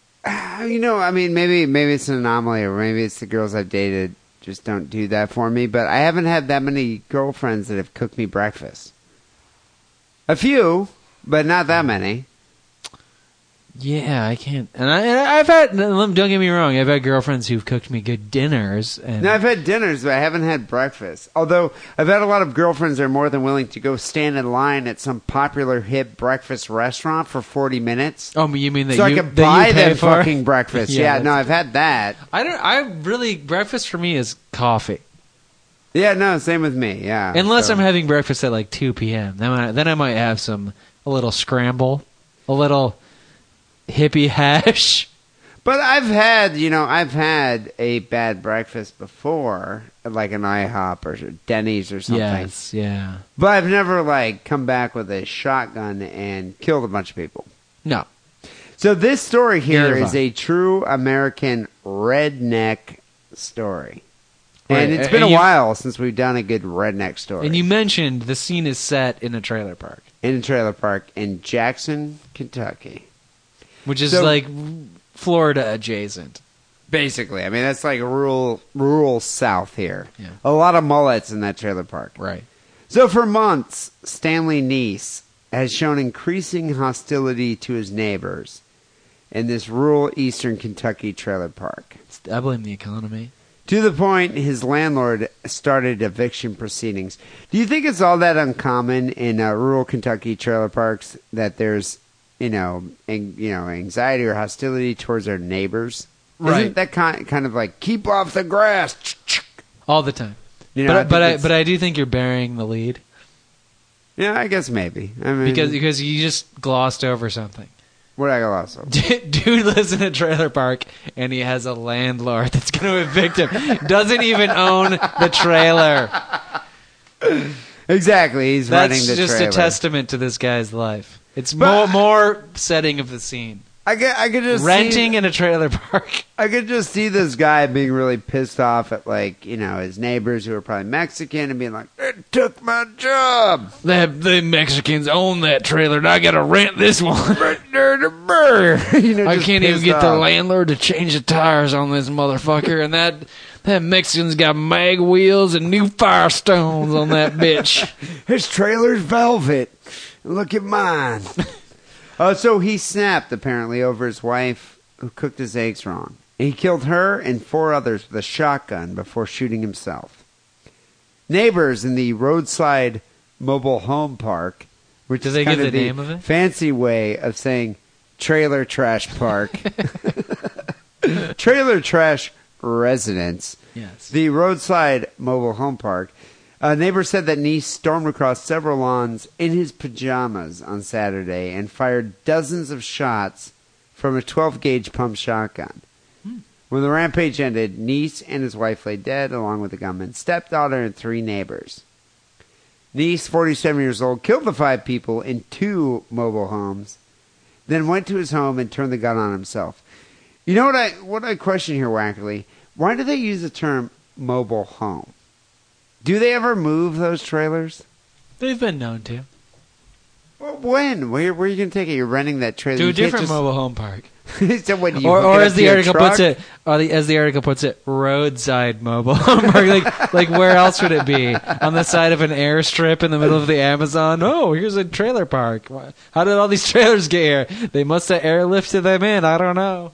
Speaker 3: you know, I mean, maybe maybe it's an anomaly, or maybe it's the girls I've dated just don't do that for me. But I haven't had that many girlfriends that have cooked me breakfast. A few, but not that many.
Speaker 4: Yeah, I can't. And, I, and I've had. Don't get me wrong. I've had girlfriends who've cooked me good dinners. And
Speaker 3: Now I've had dinners, but I haven't had breakfast. Although I've had a lot of girlfriends that are more than willing to go stand in line at some popular hip breakfast restaurant for forty minutes.
Speaker 4: oh, you mean that
Speaker 3: so
Speaker 4: you
Speaker 3: I could
Speaker 4: that you
Speaker 3: buy
Speaker 4: pay
Speaker 3: them
Speaker 4: for?
Speaker 3: fucking breakfast.
Speaker 4: Yeah,
Speaker 3: yeah no, I've had that.
Speaker 4: I don't. I really breakfast for me is coffee.
Speaker 3: Yeah, no, same with me. Yeah.
Speaker 4: Unless
Speaker 3: So-
Speaker 4: I'm having breakfast at like 2 p.m. Then I, then I might have some a little scramble, a little hippie hash.
Speaker 3: But I've had, you know, I've had a bad breakfast before, at, like an IHOP or Denny's or something.
Speaker 4: Yes, yeah.
Speaker 3: But I've never like come back with a shotgun and killed a bunch of people.
Speaker 4: No,
Speaker 3: So this story here
Speaker 4: Neither
Speaker 3: is
Speaker 4: have I.
Speaker 3: a true American redneck story. And
Speaker 4: Right,
Speaker 3: it's
Speaker 4: a-
Speaker 3: been a
Speaker 4: and you-
Speaker 3: while since we've done a good redneck story.
Speaker 4: and you mentioned the scene is set in a trailer park,
Speaker 3: in a trailer park in Jackson, Kentucky.
Speaker 4: which is
Speaker 3: So-
Speaker 4: like Florida adjacent.
Speaker 3: Basically, I mean that's like rural rural South here.
Speaker 4: Yeah.
Speaker 3: A lot of mullets in that trailer park.
Speaker 4: Right.
Speaker 3: So for months, Stanley Niece has shown increasing hostility to his neighbors in this rural eastern Kentucky trailer park.
Speaker 4: I blame the economy.
Speaker 3: To the point, his landlord started eviction proceedings. Do you think it's all that uncommon in uh, rural Kentucky trailer parks that there's, you know, an, you know, anxiety or hostility towards their neighbors?
Speaker 4: Right.
Speaker 3: Isn't that kind kind of like keep off the grass?
Speaker 4: All the time.
Speaker 3: You
Speaker 4: but I,
Speaker 3: think
Speaker 4: but I
Speaker 3: it's-
Speaker 4: but I do think you're burying the lead
Speaker 3: yeah, I guess maybe. I mean,
Speaker 4: because because you just glossed over something.
Speaker 3: what I also
Speaker 4: Dude lives in a trailer park and he has a landlord that's going to evict him. Doesn't even own the trailer.
Speaker 3: Exactly, he's running
Speaker 4: That's
Speaker 3: the
Speaker 4: just
Speaker 3: trailer.
Speaker 4: a testament to this guy's life. It's
Speaker 3: But-
Speaker 4: more more setting of the scene.
Speaker 3: I could, I could just
Speaker 4: Renting
Speaker 3: See,
Speaker 4: in a trailer park.
Speaker 3: I could just see this guy being really pissed off at like you know his neighbors who are probably Mexican and being like, "It took my job."
Speaker 4: The, the Mexicans own that trailer and I got to rent this one.
Speaker 3: you know,
Speaker 4: I
Speaker 3: just
Speaker 4: can't even
Speaker 3: pissed
Speaker 4: get the
Speaker 3: off.
Speaker 4: landlord to change the tires on this motherfucker and that that Mexican's got mag wheels and new firestones on that bitch.
Speaker 3: His trailer's velvet. Look at mine. uh, so he snapped apparently over his wife who cooked his eggs wrong. He killed her and four others with a shotgun before shooting himself. Neighbors in the roadside mobile home park, which
Speaker 4: Do
Speaker 3: is
Speaker 4: they give
Speaker 3: kind
Speaker 4: the name of it?
Speaker 3: fancy way of saying trailer trash park, trailer trash residence,
Speaker 4: Yes.
Speaker 3: the roadside mobile home park. A neighbor said that Nice stormed across several lawns in his pajamas on Saturday and fired dozens of shots from a 12 gauge pump shotgun. When the rampage ended, Nice and his wife lay dead, along with the gunman's stepdaughter and three neighbors. Nice, 47 years old, killed the five people in two mobile homes, then went to his home and turned the gun on himself. You know what I what I question here, Wackerly? Why do they use the term mobile home? Do they ever move those trailers?
Speaker 4: They've been known to.
Speaker 3: Well, when? Where, where are you going to take it? You're renting that trailer.
Speaker 4: to
Speaker 3: You
Speaker 4: a
Speaker 3: can't
Speaker 4: different
Speaker 3: just-
Speaker 4: mobile home park,
Speaker 3: so what, do you
Speaker 4: or,
Speaker 3: hook
Speaker 4: or
Speaker 3: it
Speaker 4: as
Speaker 3: up to
Speaker 4: the
Speaker 3: your
Speaker 4: article
Speaker 3: truck?
Speaker 4: puts it, or the, as the article puts it, roadside mobile home park. Like, like where else would it be? On the side of an airstrip in the middle of the Amazon? Oh, here's a trailer park. Why- How did all these trailers get here? They must have airlifted them in. I don't know.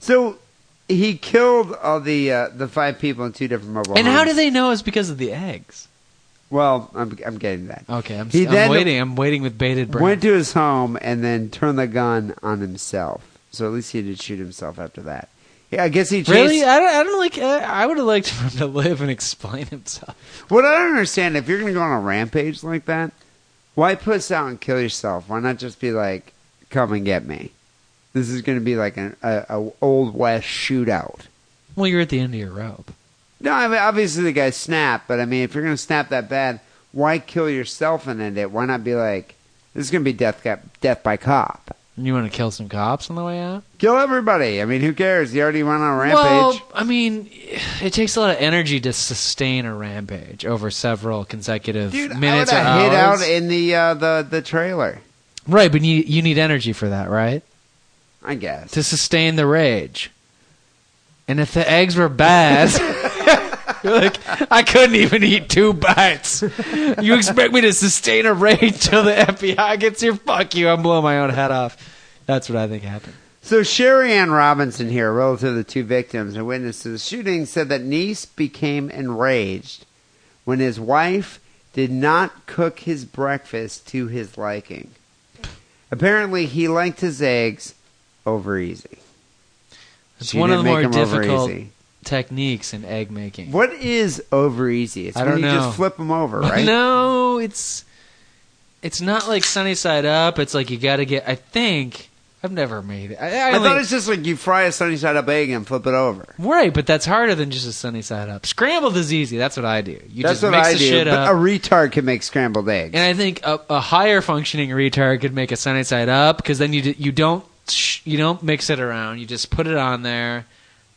Speaker 3: So he killed all the uh, the five people in two different mobile.
Speaker 4: and how
Speaker 3: homes.
Speaker 4: do they know it's because of the eggs?
Speaker 3: Well, I'm I'm getting to that.
Speaker 4: Okay, I'm,
Speaker 3: He
Speaker 4: I'm
Speaker 3: then-
Speaker 4: waiting. I'm waiting with bated breath.
Speaker 3: Went to his home and then turned the gun on himself. So at least he did shoot himself after that. Yeah, I guess he chased.
Speaker 4: Really, I don't, I don't like. I, I would have liked for him to live and explain himself.
Speaker 3: What I don't understand if you're going to go on a rampage like that, why puss out and kill yourself? Why not just be like, "Come and get me"? This is going to be like an a, a old west shootout.
Speaker 4: Well, you're at the end of your rope.
Speaker 3: No, I mean, obviously the guy snapped, but I mean, if you're going to snap that bad, why kill yourself and end it? Why not be like, this is going to be death, ca- death by cop?
Speaker 4: You want to kill some cops on the way out?
Speaker 3: Kill everybody. I mean, who cares? You already went on a rampage.
Speaker 4: Well, I mean, it takes a lot of energy to sustain a rampage over several consecutive
Speaker 3: Dude,
Speaker 4: minutes
Speaker 3: I
Speaker 4: or
Speaker 3: would have hit
Speaker 4: hours.
Speaker 3: out in the uh, the the trailer.
Speaker 4: right, but you you need energy for that, right?
Speaker 3: I guess.
Speaker 4: To sustain the rage. And if the eggs were bad, you're like I couldn't even eat two bites. You expect me to sustain a rage till the FBI gets here? Fuck you! I'm blowing my own head off. That's what I think happened.
Speaker 3: So Sherry Ann Robinson here, relative to the two victims and witness to the shooting, said that Nice became enraged when his wife did not cook his breakfast to his liking. Apparently, he liked his eggs over easy.
Speaker 4: It's
Speaker 3: She
Speaker 4: one of the
Speaker 3: didn't
Speaker 4: more
Speaker 3: make 'em over
Speaker 4: difficult
Speaker 3: easy.
Speaker 4: techniques in egg making.
Speaker 3: What is over easy? It's
Speaker 4: I
Speaker 3: when
Speaker 4: don't
Speaker 3: you
Speaker 4: know.
Speaker 3: just flip them over, right?
Speaker 4: No, it's it's not like sunny side up. It's like you got to get. I think I've never made it. I, I
Speaker 3: I
Speaker 4: only-
Speaker 3: thought it's just like you fry a sunny side up egg and flip it over.
Speaker 4: right, but that's harder than just a sunny side up. Scrambled is easy. That's what I do. You
Speaker 3: That's
Speaker 4: just
Speaker 3: what
Speaker 4: mix
Speaker 3: I
Speaker 4: the
Speaker 3: do.
Speaker 4: shit
Speaker 3: but
Speaker 4: up.
Speaker 3: a retard can make scrambled eggs.
Speaker 4: and I think a, a higher functioning retard could make a sunny side up because then you d- you don't sh- you don't mix it around. You just put it on there,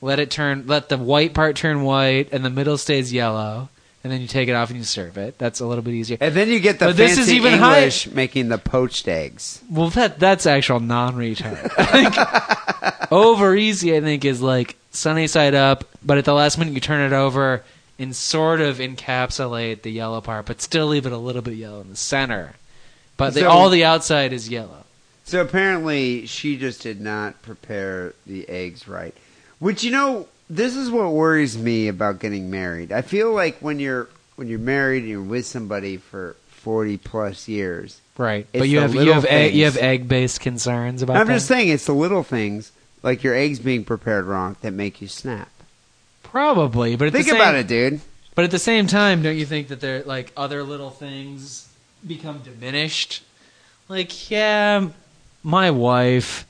Speaker 4: let it turn, let the white part turn white, and the middle stays yellow, and then you take it off and you serve it. That's a little bit easier.
Speaker 3: And then you get the
Speaker 4: But this
Speaker 3: fancy
Speaker 4: is even high-
Speaker 3: English making the poached eggs.
Speaker 4: Well, that that's actual non-retard. I think over easy, I think, is like sunny side up, but at the last minute you turn it over and sort of encapsulate the yellow part, but still leave it a little bit yellow in the center. But the,
Speaker 3: So-
Speaker 4: all the outside is yellow.
Speaker 3: So apparently, she just did not prepare the eggs right. Which you know, this is what worries me about getting married. I feel like when you're when you're married and you're with somebody for forty plus years,
Speaker 4: Right,
Speaker 3: It's
Speaker 4: but you
Speaker 3: the
Speaker 4: have you
Speaker 3: little
Speaker 4: have egg, you
Speaker 3: things.
Speaker 4: have egg-based concerns about.
Speaker 3: I'm just
Speaker 4: that?
Speaker 3: saying it's the little things like your eggs being prepared wrong that make you snap.
Speaker 4: probably, but at
Speaker 3: Think
Speaker 4: the same,
Speaker 3: about it, dude.
Speaker 4: But at the same time, don't you think that there like other little things become diminished? Like, yeah, my wife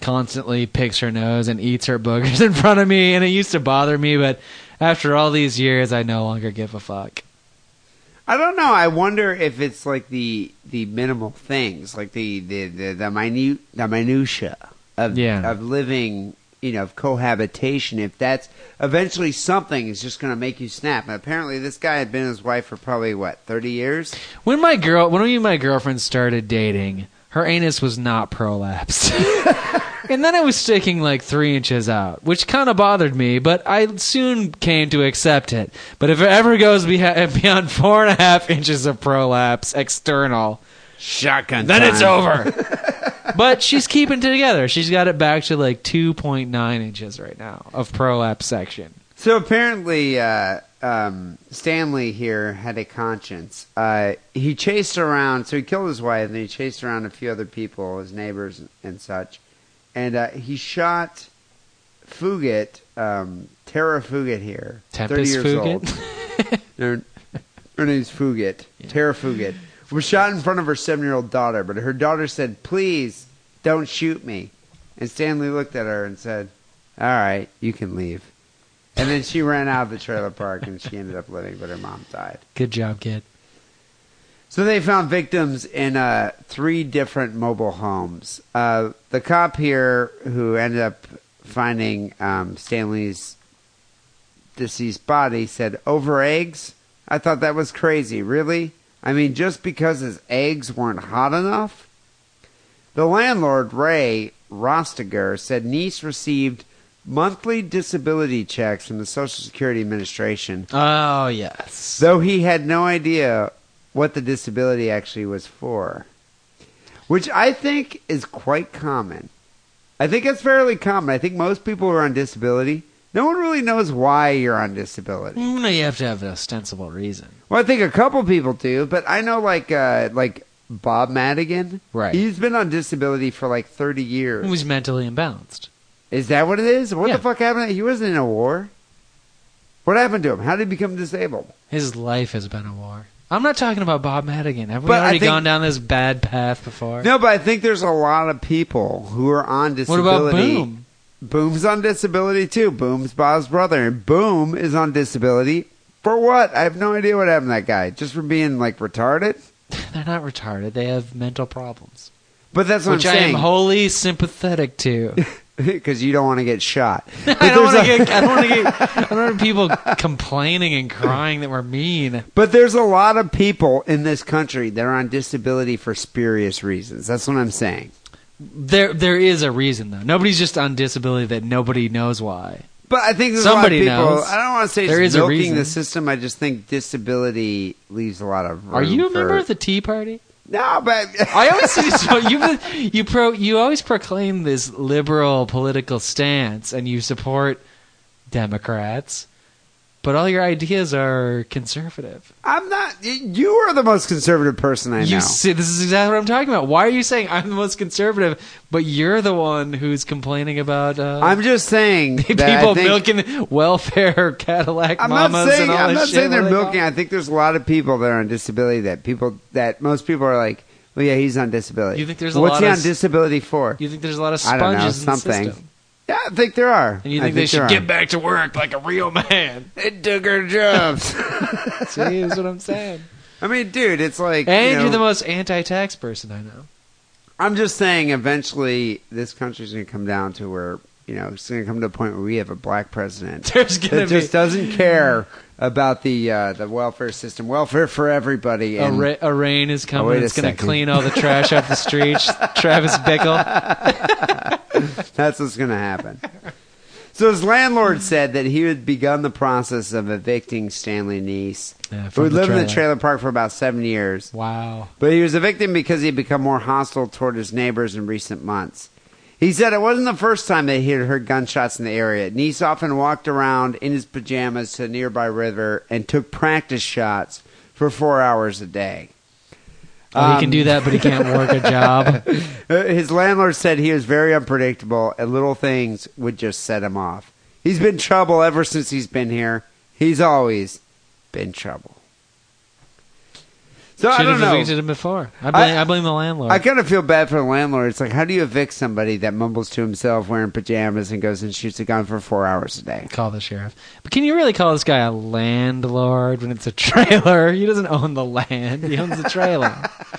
Speaker 4: constantly picks her nose and eats her boogers in front of me, and it used to bother me, but after all these years, I no longer give a fuck.
Speaker 3: I don't know. I wonder if it's like the the minimal things, like the the the, the minute the minutia of
Speaker 4: Yeah.
Speaker 3: of living, you know, of cohabitation. If that's eventually something is just going to make you snap. And apparently, this guy had been his wife for probably what thirty years.
Speaker 4: When my girl, when we and my girlfriend started dating, her anus was not prolapsed. and then it was sticking like three inches out, which kind of bothered me, but I soon came to accept it. But if it ever goes beha- beyond four and a half inches of prolapse external,
Speaker 3: Shotgun.
Speaker 4: then it's
Speaker 3: time.
Speaker 4: over. but she's keeping it together. She's got it back to like 2.9 inches right now of prolapse section.
Speaker 3: So apparently, uh, um, Stanley here had a conscience. Uh, he chased around, so he killed his wife, and then he chased around a few other people, his neighbors and, and such. And uh, he shot Fugit, um, Tara Fugit here, 30
Speaker 4: Tempest
Speaker 3: years old.
Speaker 4: Fugit?
Speaker 3: Her, her name's Fugit, Tara Fugit. Was shot in front of her seven-year-old daughter, but her daughter said, "Please don't shoot me." And Stanley looked at her and said, "All right, you can leave." And then she ran out of the trailer park, and she ended up living, but her mom died.
Speaker 4: Good job, kid.
Speaker 3: So they found victims in uh, three different mobile homes. Uh, the cop here, who ended up finding um, Stanley's deceased body, said, "Over eggs? I thought that was crazy. Really? I mean, just because his eggs weren't hot enough." The landlord Ray Rostiger said Nice received monthly disability checks from the Social Security Administration
Speaker 4: Oh, yes.
Speaker 3: Though he had no idea what the disability actually was for, which I think is quite common. I think it's fairly common. I think most people who are on disability, no one really knows why you're on disability.
Speaker 4: No, you have to have an ostensible reason.
Speaker 3: Well, I think a couple people do, but I know like uh, like Bob Madigan.
Speaker 4: Right.
Speaker 3: He's been on disability for like 30 years.
Speaker 4: He was mentally imbalanced.
Speaker 3: Is that what it is? What
Speaker 4: Yeah.
Speaker 3: the fuck happened? He wasn't in a war. What happened to him? How did he become disabled?
Speaker 4: His life has been a war. I'm not talking about Bob Madigan. Have we
Speaker 3: But I
Speaker 4: already
Speaker 3: think-
Speaker 4: gone down this bad path before?
Speaker 3: No, but I think there's a lot of people who are on
Speaker 4: What
Speaker 3: disability.
Speaker 4: about Boom?
Speaker 3: Boom's on disability too. Boom's Bob's brother, and Boom is on disability for what? I have no idea what happened to that guy. Just for being like retarded.
Speaker 4: They're not retarded. They have mental problems.
Speaker 3: But that's what
Speaker 4: which
Speaker 3: I'm
Speaker 4: I am
Speaker 3: saying
Speaker 4: wholly sympathetic to.
Speaker 3: because you don't want to get shot.
Speaker 4: I don't want to get. I don't want to get. I don't want people complaining and crying that we're mean.
Speaker 3: But there's a lot of people in this country that are on disability for spurious reasons. That's what I'm saying.
Speaker 4: There, there is a reason though. Nobody's just on disability that nobody knows why.
Speaker 3: But I think there's
Speaker 4: Somebody
Speaker 3: a lot of people.
Speaker 4: knows.
Speaker 3: I don't want to say
Speaker 4: There
Speaker 3: it's
Speaker 4: is a
Speaker 3: milking
Speaker 4: reason.
Speaker 3: the system. I just think disability leaves a lot of. Room
Speaker 4: Are you a member
Speaker 3: for-
Speaker 4: of the Tea Party?
Speaker 3: No, but
Speaker 4: I always see so you you pro you always proclaim this liberal political stance and you support Democrats, but all your ideas are conservative.
Speaker 3: I'm not. y- You are the most conservative person I know.
Speaker 4: You see, this is exactly what I'm talking about. Why are you saying I'm the most conservative, but you're the one who's complaining about uh,
Speaker 3: I'm just saying that I
Speaker 4: people
Speaker 3: think-
Speaker 4: milking welfare Cadillac
Speaker 3: I'm
Speaker 4: mamas
Speaker 3: not saying
Speaker 4: and all
Speaker 3: I'm
Speaker 4: this
Speaker 3: not
Speaker 4: shit, uh,
Speaker 3: saying they're
Speaker 4: what do they call
Speaker 3: milking. I think there's a lot of people that are on disability that people that most people are like, well, yeah, he's on disability.
Speaker 4: You think there's a
Speaker 3: what's
Speaker 4: lot
Speaker 3: he
Speaker 4: of
Speaker 3: on
Speaker 4: s-
Speaker 3: disability for?
Speaker 4: it? You think there's a lot of
Speaker 3: I don't
Speaker 4: sponges
Speaker 3: know
Speaker 4: in
Speaker 3: something.
Speaker 4: the system,
Speaker 3: Yeah, I think there are.
Speaker 4: and you
Speaker 3: I
Speaker 4: think, they
Speaker 3: there
Speaker 4: should
Speaker 3: are.
Speaker 4: get back to work like a real man.
Speaker 3: They took our jobs.
Speaker 4: See, is what I'm saying.
Speaker 3: I mean, dude, it's like
Speaker 4: And
Speaker 3: you know,
Speaker 4: you're the most anti-tax person I know.
Speaker 3: I'm just saying, eventually, this country's going to come down to where you know it's going to come to a point where we have a black president
Speaker 4: There's gonna
Speaker 3: that just
Speaker 4: be
Speaker 3: doesn't care about the uh, the welfare system, welfare for everybody,
Speaker 4: a,
Speaker 3: and
Speaker 4: ra- a rain is
Speaker 3: Oh,
Speaker 4: coming.
Speaker 3: wait a
Speaker 4: it's going to
Speaker 3: second.
Speaker 4: clean all the trash off the streets. Travis Bickle.
Speaker 3: that's what's going to happen. So his landlord said that he had begun the process of evicting Stanley Niece,
Speaker 4: Yeah,
Speaker 3: who
Speaker 4: from
Speaker 3: had
Speaker 4: the
Speaker 3: lived in the
Speaker 4: trailer.
Speaker 3: trailer park for about seven years.
Speaker 4: Wow.
Speaker 3: But he was a victim because he had become more hostile toward his neighbors in recent months. He said it wasn't the first time that he had heard gunshots in the area. Nice often walked around in his pajamas to a nearby river and took practice shots for four hours a day.
Speaker 4: Oh, he can do that, but he can't
Speaker 3: Um,
Speaker 4: work a job.
Speaker 3: Uh, His landlord said he was very unpredictable and little things would just set him off. He's been trouble ever since he's been here. He's always been trouble. So I
Speaker 4: Should
Speaker 3: don't
Speaker 4: have
Speaker 3: know.
Speaker 4: evicted him before. I blame,
Speaker 3: I-
Speaker 4: I, blame the landlord.
Speaker 3: I kind of feel bad for the landlord. It's like, how do you evict somebody that mumbles to himself wearing pajamas and goes and shoots a gun for four hours a day?
Speaker 4: call the sheriff. But can you really call this guy a landlord when it's a trailer? He doesn't own the land. He owns the trailer.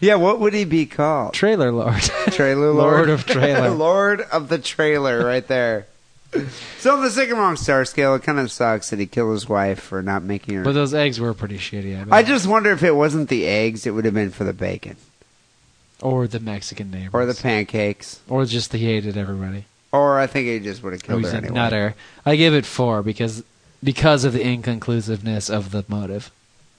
Speaker 3: Yeah, what would he be called?
Speaker 4: trailer lord.
Speaker 3: Trailer
Speaker 4: Lord
Speaker 3: Lord?
Speaker 4: of trailer.
Speaker 3: Lord of the trailer, right there. so on the second wrong star scale, it kind of sucks that he killed his wife for not making her.
Speaker 4: but those eggs were pretty shitty. I, bet.
Speaker 3: I just wonder if it wasn't the eggs, it would have been for the bacon
Speaker 4: or the Mexican neighbors
Speaker 3: or the pancakes.
Speaker 4: or just he hated everybody.
Speaker 3: Or I think he just would have
Speaker 4: Oh,
Speaker 3: killed
Speaker 4: he's
Speaker 3: her
Speaker 4: a
Speaker 3: anyway.
Speaker 4: nutter. I give it four because because of the inconclusiveness of the motive.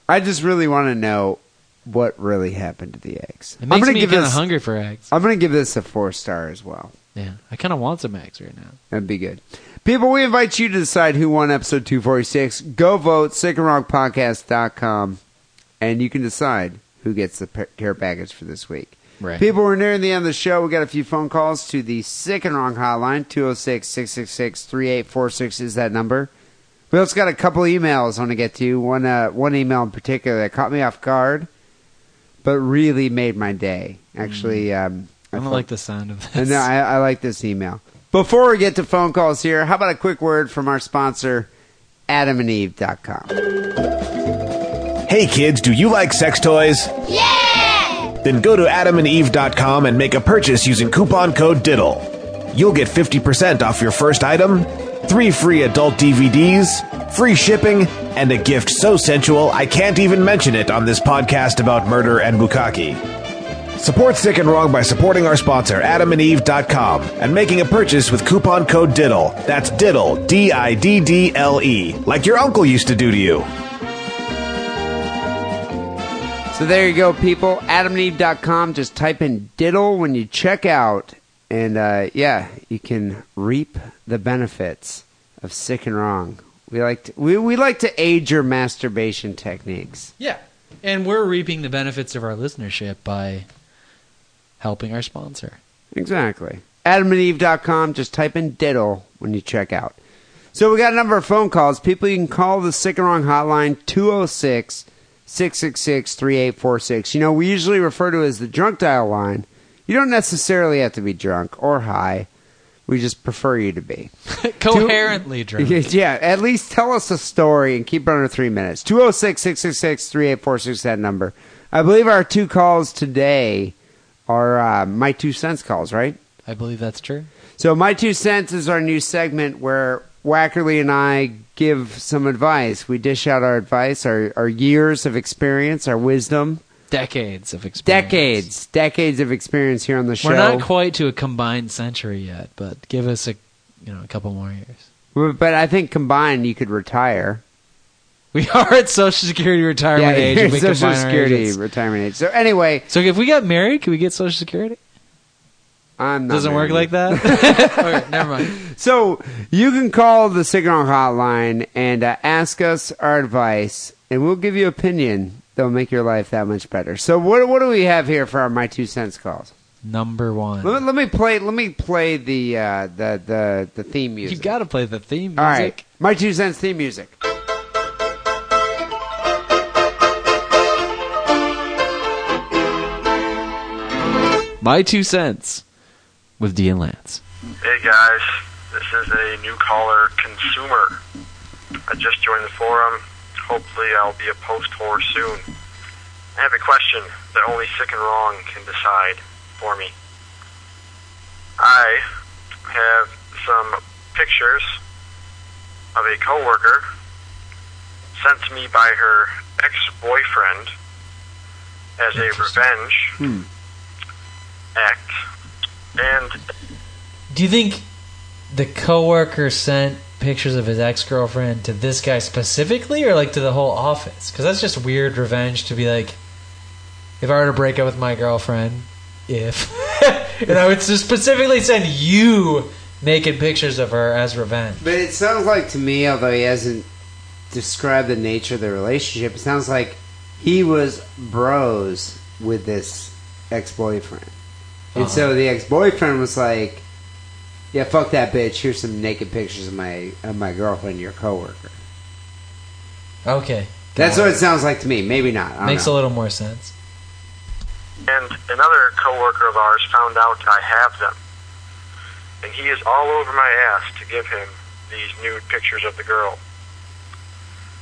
Speaker 3: I just really want to know what really happened to the eggs.
Speaker 4: It makes
Speaker 3: I'm gonna
Speaker 4: me
Speaker 3: give
Speaker 4: kind of
Speaker 3: this.
Speaker 4: hungry for eggs.
Speaker 3: I'm going to give this a four star as well.
Speaker 4: Yeah, I kind of want some eggs right now.
Speaker 3: That'd be good. People, we invite you to decide who won episode 246. Go vote, sickandwrongpodcast.com, and you can decide who gets the pa- care package for this week.
Speaker 4: Right.
Speaker 3: People, we're nearing the end of the show. We got a few phone calls to the Sick and Wrong hotline, 206 666 3846 is that number. We also got a couple emails I want to get to. One, uh, one email in particular that caught me off guard, but really made my day. Actually, um,
Speaker 4: I don't
Speaker 3: felt-
Speaker 4: like the sound of this.
Speaker 3: and no, I, I like this email. Before we get to phone calls here, how about a quick word from our sponsor, adamandeve.com.
Speaker 6: Hey kids, do you like sex toys?
Speaker 5: Yeah!
Speaker 6: Then go to adamandeve.com and make a purchase using coupon code DIDDLE. E. You'll get 50% off your first item, three free adult DVDs, free shipping, and a gift so sensual I can't even mention it on this podcast about murder and bukkake. Support Sick and Wrong by supporting our sponsor, adamandeve.com, and making a purchase with coupon code DIDDLE. E. That's DIDDLE, D I D D L E, like your uncle used to do to you.
Speaker 3: So there you go, people. Adamandeve.com. Just type in diddle when you check out. And uh, yeah, you can reap the benefits of sick and wrong. We like to, we, we like to aid your masturbation techniques.
Speaker 4: yeah, and we're reaping the benefits of our listenership by helping our sponsor.
Speaker 3: Exactly. AdamandEve.com. Just type in diddle when you check out. So we got a number of phone calls. People, you can call the Sick and Wrong hotline 206 666 3846. You know, we usually refer to it as the drunk dial line. You don't necessarily have to be drunk or high. We just prefer you to be.
Speaker 4: Coherently drunk.
Speaker 3: Yeah, at least tell us a story and keep it under three minutes. 206 666 3846, that number. I believe our two calls today are uh, my two cents calls, right?
Speaker 4: I believe that's true.
Speaker 3: So my two cents is our new segment where Wackerly and I give some advice. We dish out our advice, our, our years of experience, our wisdom,
Speaker 4: Decades of experience.
Speaker 3: decades, decades of experience here on the show.
Speaker 4: We're not quite to a combined century yet, but give us a you know a couple more years.
Speaker 3: but I think combined, you could retire.
Speaker 4: We are at Social Security retirement age.
Speaker 3: you're
Speaker 4: if we combine
Speaker 3: Social
Speaker 4: our
Speaker 3: Security
Speaker 4: ages.
Speaker 3: retirement age. So anyway,
Speaker 4: So if we got married, could we get Social Security?
Speaker 3: I'm not
Speaker 4: Doesn't work
Speaker 3: married.
Speaker 4: like that. okay, never mind.
Speaker 3: So you can call the Signal Hotline and uh, ask us our advice, and we'll give you opinion that'll make your life that much better. So what what do we have here for our my two cents calls?
Speaker 4: Number one.
Speaker 3: Let me, let me play let me play the uh, the the the theme music.
Speaker 4: You've got to play the theme music.
Speaker 3: All right, my two cents theme music.
Speaker 4: My two cents with D and Lance.
Speaker 7: Hey guys, this is a new caller consumer. I just joined the forum. Hopefully, I'll be a post whore soon. I have a question that only sick and wrong can decide for me. I have some pictures of a coworker sent to me by her ex-boyfriend as a revenge act, and
Speaker 4: Do you think the coworker sent pictures of his ex girlfriend to this guy specifically, or like to the whole office? Because that's just weird revenge to be like, if I were to break up with my girlfriend, if, and I would specifically send you naked pictures of her as revenge.
Speaker 3: But it sounds like to me, although he hasn't described the nature of the relationship, it sounds like he was bros with this ex boyfriend. And so the ex boyfriend was like, Yeah, fuck that bitch, here's some naked pictures of my of my girlfriend, your coworker.
Speaker 4: Okay,
Speaker 3: That's what it sounds like to me. Maybe not. I don't
Speaker 4: makes
Speaker 3: know.
Speaker 4: a little more sense.
Speaker 7: And another coworker of ours found out I have them. And he is all over my ass to give him these nude pictures of the girl.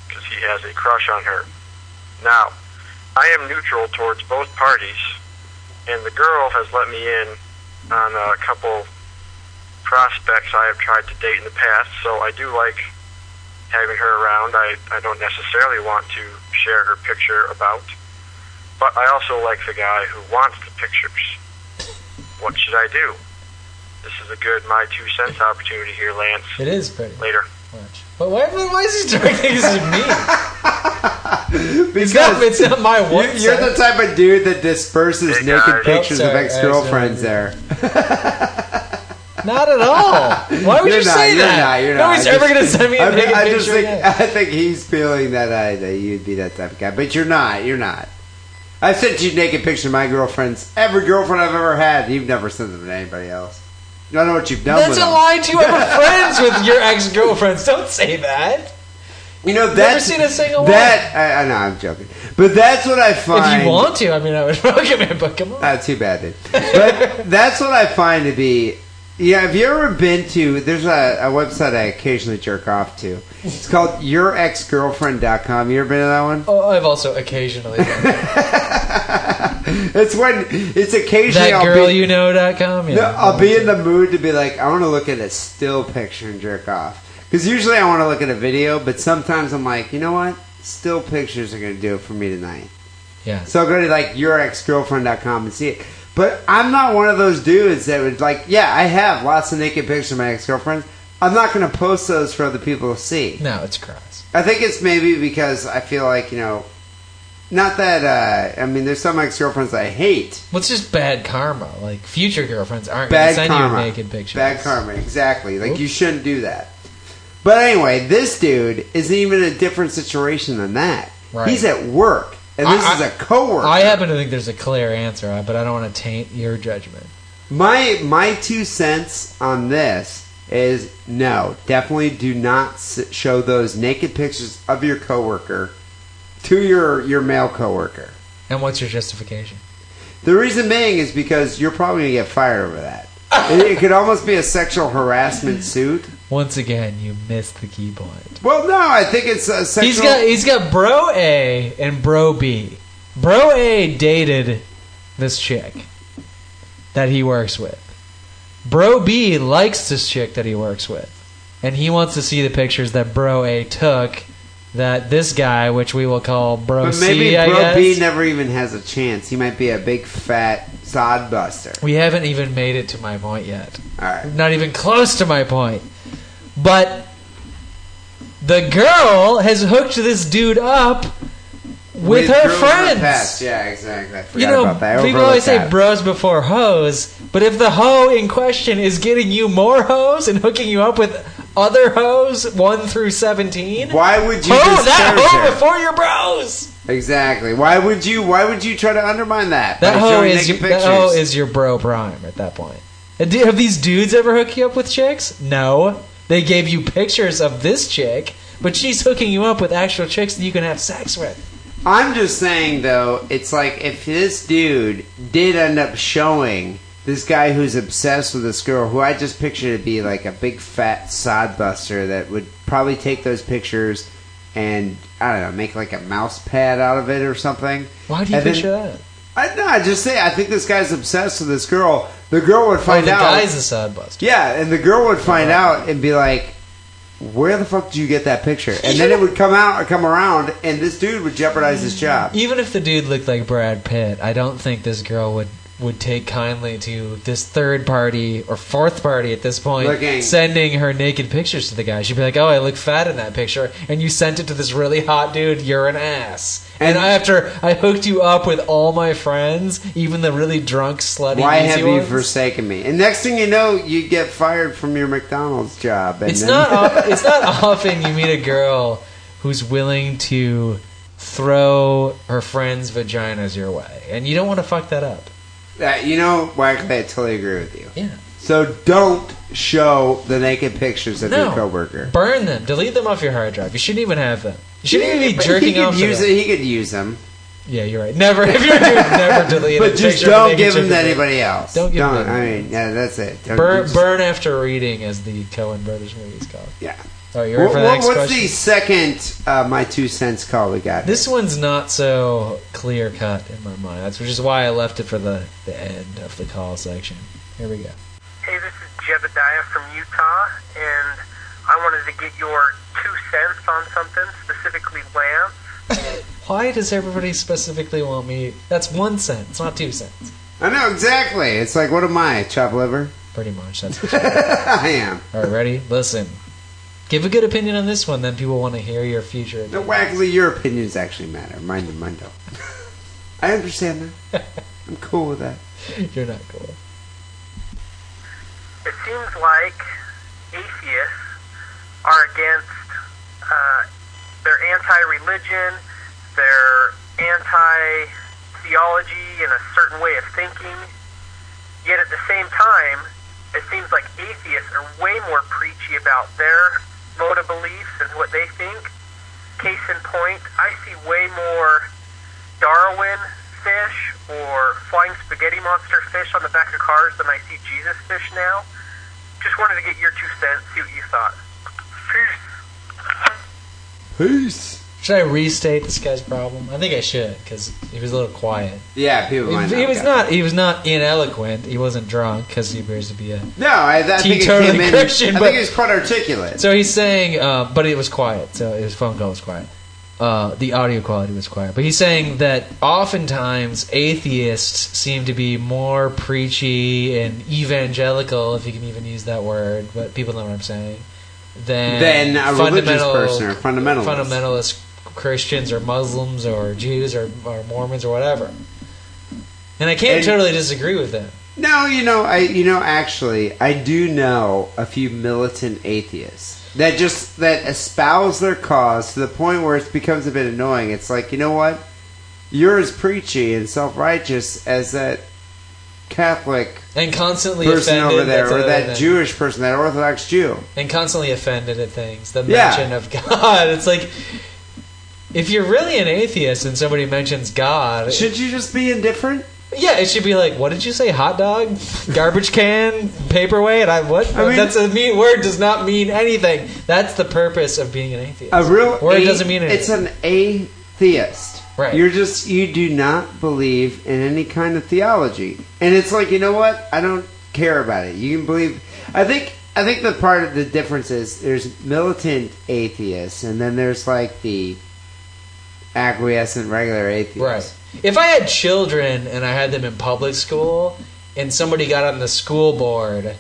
Speaker 7: Because he has a crush on her. Now, I am neutral towards both parties, and the girl has let me in on a couple prospects I have tried to date in the past, so I do like having her around. I, I don't necessarily want to share her picture about. But I also like the guy who wants the pictures. What should I do? This is a good my two cents opportunity here, Lance.
Speaker 4: It is pretty
Speaker 7: Later.
Speaker 4: much. But why, why is he directing this at me? It's not,
Speaker 3: Because
Speaker 4: it's not my one.
Speaker 3: you- you're the
Speaker 4: cent.
Speaker 3: type of dude that disperses
Speaker 7: Hey, guys.
Speaker 3: naked
Speaker 7: Oh,
Speaker 3: pictures of
Speaker 4: sorry,
Speaker 3: ex girlfriends there.
Speaker 4: not at all. Why would
Speaker 3: You're
Speaker 4: you
Speaker 3: not,
Speaker 4: say
Speaker 3: you're
Speaker 4: that?
Speaker 3: Not, you're
Speaker 4: no
Speaker 3: not.
Speaker 4: one's
Speaker 3: I
Speaker 4: ever
Speaker 3: just-
Speaker 4: going to send me a
Speaker 3: I, mean,
Speaker 4: naked
Speaker 3: I
Speaker 4: picture.
Speaker 3: just think
Speaker 4: again.
Speaker 3: I think he's feeling that I, that you'd be that type of guy, but you're not. You're not. I've sent you naked pictures of my girlfriends. Every girlfriend I've ever had. You've never sent them to anybody else. You don't know what you've done.
Speaker 4: That's
Speaker 3: with
Speaker 4: a
Speaker 3: them.
Speaker 4: lie to ever friends with your ex girlfriends. Don't say that.
Speaker 3: You know
Speaker 4: Never
Speaker 3: that's
Speaker 4: seen a single
Speaker 3: that. I, I know I'm joking, but that's what I find.
Speaker 4: If you want to, I mean, I would welcome it, but come on.
Speaker 3: Not Ah, too bad, then. But that's what I find to be. Yeah, have you ever been to? There's a, a website I occasionally jerk off to. It's called yourexgirlfriend.com. You ever been to that one?
Speaker 4: oh, I've also occasionally done that.
Speaker 3: It's when it's occasionally
Speaker 4: that
Speaker 3: I'll
Speaker 4: girl
Speaker 3: be,
Speaker 4: you know.com. Yeah.
Speaker 3: no, I'll be in the mood to be like, I want to look at a still picture and jerk off. Because usually I want to look at a video, but sometimes I'm like, you know what? Still pictures are going to do it for me tonight.
Speaker 4: Yeah.
Speaker 3: So I'll go to like yourexgirlfriend.com and see it. But I'm not one of those dudes that would like, yeah, I have lots of naked pictures of my ex-girlfriends. I'm not going to post those for other people to see.
Speaker 4: No, it's gross.
Speaker 3: I think it's maybe because I feel like, you know, not that, uh, I mean, there's some ex-girlfriends I hate.
Speaker 4: What's just bad karma? Like, future girlfriends aren't going
Speaker 3: bad
Speaker 4: to send
Speaker 3: karma.
Speaker 4: you naked pictures.
Speaker 3: Bad karma, exactly. Like you
Speaker 4: Oops.
Speaker 3: shouldn't do that. But anyway, this dude is even in a different situation than that.
Speaker 4: Right.
Speaker 3: He's at work, and
Speaker 4: I-
Speaker 3: this
Speaker 4: I-
Speaker 3: is a coworker.
Speaker 4: I happen to think there's a clear answer, but I don't want to taint your judgment.
Speaker 3: my my two cents on this is no, definitely do not s- show those naked pictures of your coworker to your your male coworker.
Speaker 4: And what's your justification?
Speaker 3: The reason being is because you're probably gonna get fired over that. it, it could almost be a sexual harassment suit.
Speaker 4: Once again, you missed the key point.
Speaker 3: Well, no, I think it's a sexual.
Speaker 4: He's got he's got bro A and bro B. Bro A dated this chick.
Speaker 8: that he works with. Bro B likes this chick that he works with, and he wants to see the pictures that Bro A took. That this guy, which we will call Bro
Speaker 3: But maybe
Speaker 8: C, Oh, I
Speaker 3: Bro
Speaker 8: guess.
Speaker 3: B never even has a chance. He might be a big fat sod buster.
Speaker 8: we haven't even made it to my point yet.
Speaker 3: All right.
Speaker 8: Not even close to my point. But the girl has hooked this dude up with, her
Speaker 3: girls in the
Speaker 8: friends.
Speaker 3: past. Yeah, exactly. I forgot
Speaker 8: you know,
Speaker 3: about that. I
Speaker 8: people always
Speaker 3: overlooked
Speaker 8: say
Speaker 3: that.
Speaker 8: bros before hoes, but if the hoe in question is getting you more hoes and hooking you up with other hoes, 1 through 17,
Speaker 3: Why would you?
Speaker 8: hoe
Speaker 3: disparage
Speaker 8: that hoe
Speaker 3: her?
Speaker 8: before your bros!
Speaker 3: Exactly. Why would you? Why would you try to undermine that?
Speaker 8: That
Speaker 3: by
Speaker 8: hoe,
Speaker 3: showing
Speaker 8: is your,
Speaker 3: naked
Speaker 8: that hoe
Speaker 3: pictures?
Speaker 8: is your bro prime at that point. And do- Have these dudes ever hooked you up with chicks? No. They gave you pictures of this chick, but she's hooking you up with actual chicks that you can have sex with.
Speaker 3: I'm just saying though, it's like if this dude did end up showing this guy who's obsessed with this girl, who I just pictured to be like a big fat sodbuster that would probably take those pictures and I don't know, make like a mouse pad out of it or something.
Speaker 8: Why do you
Speaker 3: And then-
Speaker 8: picture that?
Speaker 3: I no, I just say I think this guy's obsessed with this girl. The girl would
Speaker 8: Oh, the
Speaker 3: find out.
Speaker 8: guy's a side buster.
Speaker 3: Yeah, and the girl would find out and be like, "Where the fuck did you get that picture?" And then it would come out or come around, and this dude would jeopardize his job.
Speaker 8: Even if the dude looked like Brad Pitt, I don't think this girl would would take kindly to this third party or fourth party at this point
Speaker 3: Looking.
Speaker 8: sending her naked pictures to the guy. She'd be like, "Oh, I look fat in that picture, and you sent it to this really hot dude. You're an ass." And,
Speaker 3: And-
Speaker 8: after I hooked you up with all my friends, even the really drunk, slutty,
Speaker 3: Why
Speaker 8: easy
Speaker 3: have you
Speaker 8: ones,
Speaker 3: forsaken me? And next thing you know, you get fired from your McDonald's job. And
Speaker 8: It's
Speaker 3: then-
Speaker 8: not. of- it's not often you meet a girl who's willing to throw her friends' vaginas your way, and you don't want to fuck that up.
Speaker 3: That- you know, Wackley, I totally agree with you.
Speaker 8: Yeah.
Speaker 3: So don't show the naked pictures of your
Speaker 8: No.
Speaker 3: coworker.
Speaker 8: Burn them. Delete them off your hard drive. You shouldn't even have them. You shouldn't even be
Speaker 3: But
Speaker 8: jerking
Speaker 3: he could
Speaker 8: off to
Speaker 3: use
Speaker 8: them.
Speaker 3: it. He could use them,
Speaker 8: Yeah, you're right. Never. If you're a dude, never delete a
Speaker 3: but just
Speaker 8: picture of a
Speaker 3: don't
Speaker 8: naked
Speaker 3: give them
Speaker 8: chick
Speaker 3: to
Speaker 8: with it.
Speaker 3: anybody else.
Speaker 8: Don't give them to
Speaker 3: I
Speaker 8: anybody
Speaker 3: mean, yeah, that's it. Don't-
Speaker 8: Burn,
Speaker 3: just-
Speaker 8: burn after reading, as the Cohen Brothers movie is called.
Speaker 3: Yeah.
Speaker 8: All right, you ready
Speaker 3: What-
Speaker 8: for the
Speaker 3: what-
Speaker 8: next
Speaker 3: what's
Speaker 8: question?
Speaker 3: the second uh, my two cents call we got?
Speaker 8: This one's not so clear cut in my mind, That's which is why I left it for the, the end of the call section. Here we go.
Speaker 7: Hey, this is Jebediah from Utah, and I wanted to get your two cents on something, specifically lamb.
Speaker 8: Why does everybody specifically want me? That's one cent. It's not two cents.
Speaker 3: I know exactly. It's like what am I? Chop liver?
Speaker 8: Pretty much. That's
Speaker 3: I am.
Speaker 8: All right, ready? Listen. Give a good opinion on this one, then people want to hear your future.
Speaker 3: No,
Speaker 8: opinion.
Speaker 3: Wackley, your opinions actually matter. Mine do, mine don't. I understand that. I'm cool with that.
Speaker 8: You're not cool.
Speaker 7: It seems like atheists are against, uh, they're anti-religion, they're anti-theology and a certain way of thinking, yet at the same time, it seems like atheists are way more preachy about their mode of beliefs and what they think. Case in point, I see way more Darwin fish or flying spaghetti monster fish on the back of cars than I see Jesus fish now. Just wanted to get your two cents, see what you thought. Peace.
Speaker 3: Peace.
Speaker 8: Should I restate this guy's problem? I think I should because he was a little quiet.
Speaker 3: Yeah, people
Speaker 8: He,
Speaker 3: might
Speaker 8: he was
Speaker 3: get
Speaker 8: not. He was not ineloquent. He wasn't drunk because he appears to be a.
Speaker 3: it. No, I, I think it
Speaker 8: Teetotally
Speaker 3: came in.
Speaker 8: Christian,
Speaker 3: I
Speaker 8: but-
Speaker 3: think it was quite articulate.
Speaker 8: So he's saying, uh, but it was quiet. So his phone call was quiet. Uh, the audio quality was quiet. But he's saying that oftentimes atheists seem to be more preachy and evangelical, if you can even use that word. But people know what I'm saying. Than
Speaker 3: Then a religious
Speaker 8: fundamental-
Speaker 3: person or fundamentalist.
Speaker 8: fundamentalist Christians or Muslims or Jews or, or Mormons or whatever. And I can't
Speaker 3: And-
Speaker 8: totally disagree with them.
Speaker 3: No, you know, I you know actually, I do know a few militant atheists that just that espouse their cause to the point where it becomes a bit annoying. It's like, you know what? You're as preachy and self-righteous as that Catholic
Speaker 8: And constantly
Speaker 3: person
Speaker 8: offended
Speaker 3: over there
Speaker 8: that's
Speaker 3: or
Speaker 8: another
Speaker 3: that
Speaker 8: thing.
Speaker 3: Jewish person, that Orthodox Jew.
Speaker 8: and constantly offended at things. The
Speaker 3: Yeah.
Speaker 8: mention of God. It's like if you're really an atheist and somebody mentions God,
Speaker 3: Should you just be indifferent?
Speaker 8: yeah, it should be like, what did you say? Hot dog, garbage can, paperweight. I what?
Speaker 3: I mean-
Speaker 8: That's a mean word. Does not mean anything. That's the purpose of being an atheist.
Speaker 3: A real
Speaker 8: word
Speaker 3: a-
Speaker 8: doesn't mean anything.
Speaker 3: It's an atheist.
Speaker 8: Right.
Speaker 3: You're just you do not believe in any kind of theology, and it's like you know what? I don't care about it. You can believe. I think I think the part of the difference is there's militant atheists, and then there's like the acquiescent regular atheists.
Speaker 8: Right. If I had children and I had them in public school and somebody got on the school board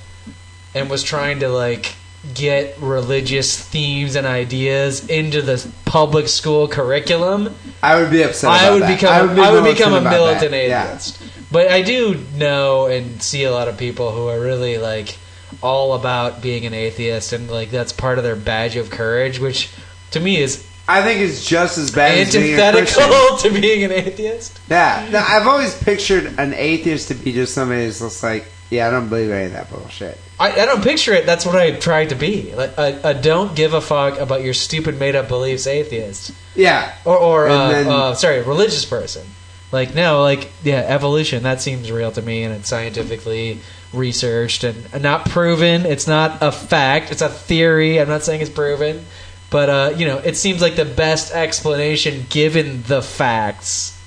Speaker 8: and was trying to like get religious themes and ideas into the public school curriculum,
Speaker 3: I would be upset.
Speaker 8: I
Speaker 3: about
Speaker 8: would
Speaker 3: that.
Speaker 8: become I would,
Speaker 3: be
Speaker 8: become a
Speaker 3: about that.
Speaker 8: militant
Speaker 3: Yeah.
Speaker 8: atheist. But I do know and see a lot of people who are really like all about being an atheist and like that's part of their badge of courage, which to me is
Speaker 3: I think it's just as bad as being a Christian.
Speaker 8: antithetical to being an atheist.
Speaker 3: Yeah, no, I've always pictured an atheist to be just somebody that's just like, yeah, I don't believe any of that bullshit.
Speaker 8: I, I don't picture it. That's what I tried to be. Like a, a don't give a fuck about your stupid made up beliefs atheist.
Speaker 3: Yeah,
Speaker 8: Or, or
Speaker 3: And
Speaker 8: uh,
Speaker 3: then-
Speaker 8: uh, sorry, religious person. Like, no, like, yeah, evolution, that seems real to me and it's scientifically researched and not proven. It's not a fact, it's a theory. I'm not saying it's proven. But, uh, you know, it seems like the best explanation given the facts.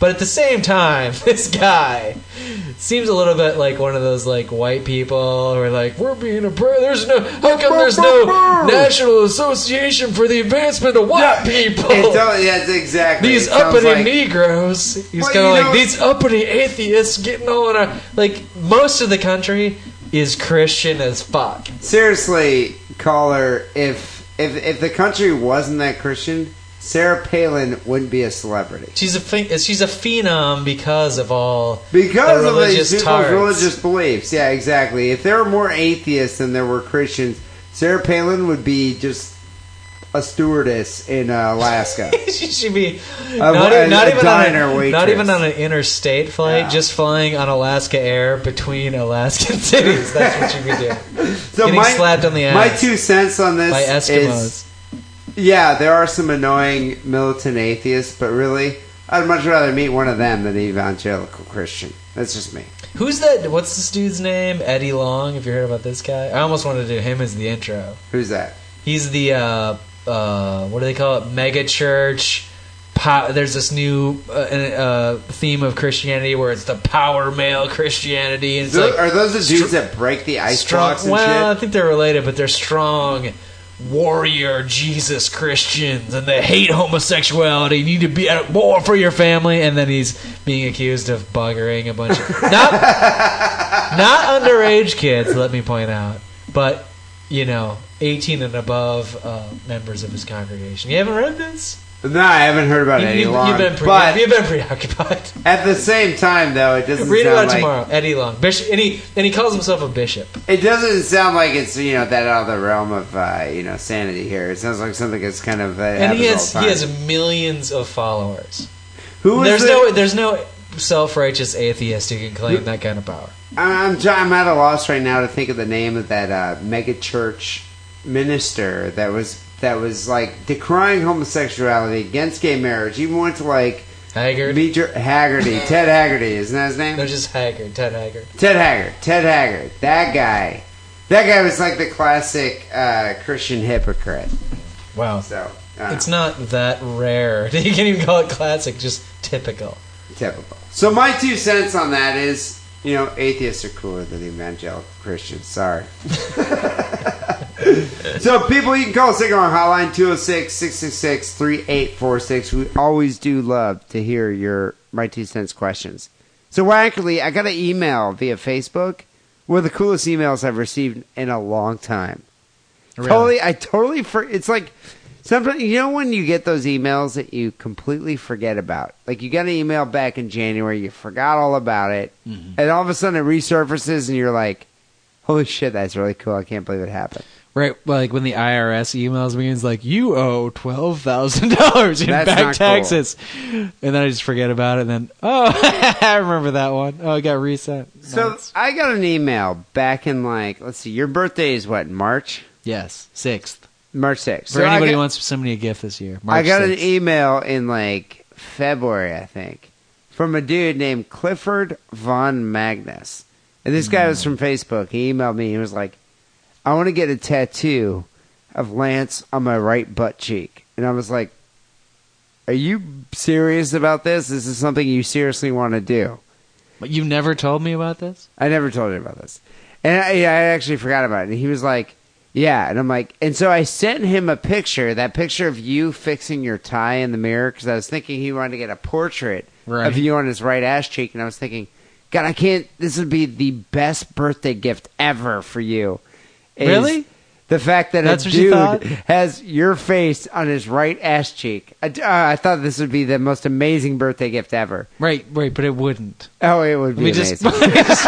Speaker 8: But at the same time, this guy seems a little bit like one of those like white people who are like, "We're being a pro- there's no how come there's no National Association for the Advancement of White
Speaker 3: It's
Speaker 8: People?
Speaker 3: all, yeah, it's exactly.
Speaker 8: These
Speaker 3: it sounds
Speaker 8: uppity
Speaker 3: like-
Speaker 8: Negroes." He's
Speaker 3: Well,
Speaker 8: kind
Speaker 3: you
Speaker 8: of
Speaker 3: know-
Speaker 8: like these uppity atheists getting all in our like most of the country is Christian as fuck.
Speaker 3: Seriously, caller, if if if the country wasn't that Christian, Sarah Palin wouldn't be a celebrity
Speaker 8: She's a phen- she's a phenom because of all
Speaker 3: because
Speaker 8: The
Speaker 3: of these
Speaker 8: religious
Speaker 3: people's
Speaker 8: tards.
Speaker 3: religious beliefs. Yeah, exactly. If there were more atheists than there were Christians, Sarah Palin would be just a stewardess in uh, Alaska.
Speaker 8: she should be
Speaker 3: A-
Speaker 8: not, e-
Speaker 3: Uh, a-
Speaker 8: not
Speaker 3: a
Speaker 8: even
Speaker 3: diner
Speaker 8: on a,
Speaker 3: waitress.
Speaker 8: not even on an interstate flight,
Speaker 3: Yeah.
Speaker 8: just flying on Alaska Air between Alaskan cities. That's what you could do.
Speaker 3: so
Speaker 8: Getting
Speaker 3: my
Speaker 8: slapped on the ass
Speaker 3: my two cents on this
Speaker 8: by
Speaker 3: is
Speaker 8: Eskimos.
Speaker 3: Yeah, there are some annoying militant atheists, but really, I'd much rather meet one of them than an evangelical Christian. That's just me.
Speaker 8: Who's that? What's this dude's name? Eddie Long. If you heard about this guy, I almost wanted to do him as the intro.
Speaker 3: Who's that?
Speaker 8: He's the uh, uh, what do they call it? Mega church. Po- there's this new uh, uh, theme of Christianity where it's the power male Christianity, and it's
Speaker 3: Tho-
Speaker 8: like
Speaker 3: are those the dudes that break the ice blocks and
Speaker 8: well, I
Speaker 3: shit?
Speaker 8: think they're related, but they're strong warrior Jesus Christians, and they hate homosexuality. You need to be at war for your family, and then he's being accused of buggering a bunch of not not underage kids. Let me point out, but you know, eighteen and above uh, members of his congregation. You haven't read this?
Speaker 3: No, I haven't heard about
Speaker 8: You,
Speaker 3: any
Speaker 8: you,
Speaker 3: long.
Speaker 8: have been pre-
Speaker 3: but
Speaker 8: you've been preoccupied.
Speaker 3: at the same time, though, it doesn't
Speaker 8: Read
Speaker 3: sound
Speaker 8: about it
Speaker 3: like
Speaker 8: tomorrow, Eddie Long, Bishop, and he and he calls himself a bishop.
Speaker 3: it doesn't sound like it's you know that out of the realm of uh, you know sanity here. It sounds like something that's kind of uh,
Speaker 8: and he
Speaker 3: happens
Speaker 8: has
Speaker 3: all
Speaker 8: he
Speaker 3: the
Speaker 8: has
Speaker 3: time.
Speaker 8: millions of followers.
Speaker 3: Who is
Speaker 8: There's
Speaker 3: the-
Speaker 8: no there's no self righteous atheist who can claim that kind of power.
Speaker 3: I'm j- I'm at a loss right now to think of the name of that uh, mega church minister that was that was like decrying homosexuality against gay marriage. Even went to like
Speaker 8: Haggard.
Speaker 3: meet your Haggerty, Ted Haggerty, isn't that his name?
Speaker 8: No, just Haggard. Ted Haggard.
Speaker 3: Ted Haggard, Ted Haggard, that guy, that guy was like the classic uh, Christian hypocrite.
Speaker 8: Wow.
Speaker 3: So uh,
Speaker 8: It's not that rare. You can't even call it classic. Just typical.
Speaker 3: typical. So my two cents on that is, you know, atheists are cooler than evangelical Christians. Sorry. so people, you can call us on hotline 206-666-3846. We always do love to hear your my two cents questions. So actually, I got an email via Facebook. One of the coolest emails I've received in a long time. Totally, I totally. For, it's like sometimes you know when you get those emails that you completely forget about. Like you got an email back in January, you forgot all about it,
Speaker 4: Mm-hmm.
Speaker 3: and all of a sudden it resurfaces, and you're like, "Holy shit, that's really cool! I can't believe it happened."
Speaker 4: Right, like when the IRS emails me, it's like you owe twelve thousand dollars in
Speaker 3: That's
Speaker 4: back
Speaker 3: not cool.
Speaker 4: taxes, and then I just forget about it. And then oh, I remember that one. Oh, it got reset.
Speaker 3: So
Speaker 4: Nice.
Speaker 3: I got an email back in like, let's see, your birthday is what in March,
Speaker 4: yes, sixth.
Speaker 3: March sixth.
Speaker 4: For
Speaker 3: So I got-
Speaker 4: anybody who wants to send me a gift this year, March
Speaker 3: I got
Speaker 4: 6th.
Speaker 3: an e- email in like February, I think, from a dude named Clifford Von Magnus. And this guy was from Facebook. He emailed me. He was like, I want to get a tattoo of Lance on my right butt cheek. And I was like, "Are you serious about this? This is something you seriously want to do."
Speaker 4: But you never told me about this.
Speaker 3: I never told you about this. And I, yeah, I actually forgot about it. And he was like, yeah. And I'm like, and so I sent him a picture, that picture of you fixing your tie in the mirror, because I was thinking he wanted to get a portrait
Speaker 4: Right.
Speaker 3: of you on his right ass cheek. And I was thinking, God, I can't, this would be the best birthday gift ever for you. is
Speaker 4: Really?
Speaker 3: The fact that
Speaker 4: That's
Speaker 3: a
Speaker 4: what you
Speaker 3: dude
Speaker 4: thought?
Speaker 3: has your face on his right ass cheek. I, uh, I thought this would be the most amazing birthday gift ever.
Speaker 4: Right, right, but it wouldn't.
Speaker 3: Oh, it would be
Speaker 4: Let me
Speaker 3: amazing.
Speaker 4: just, let me just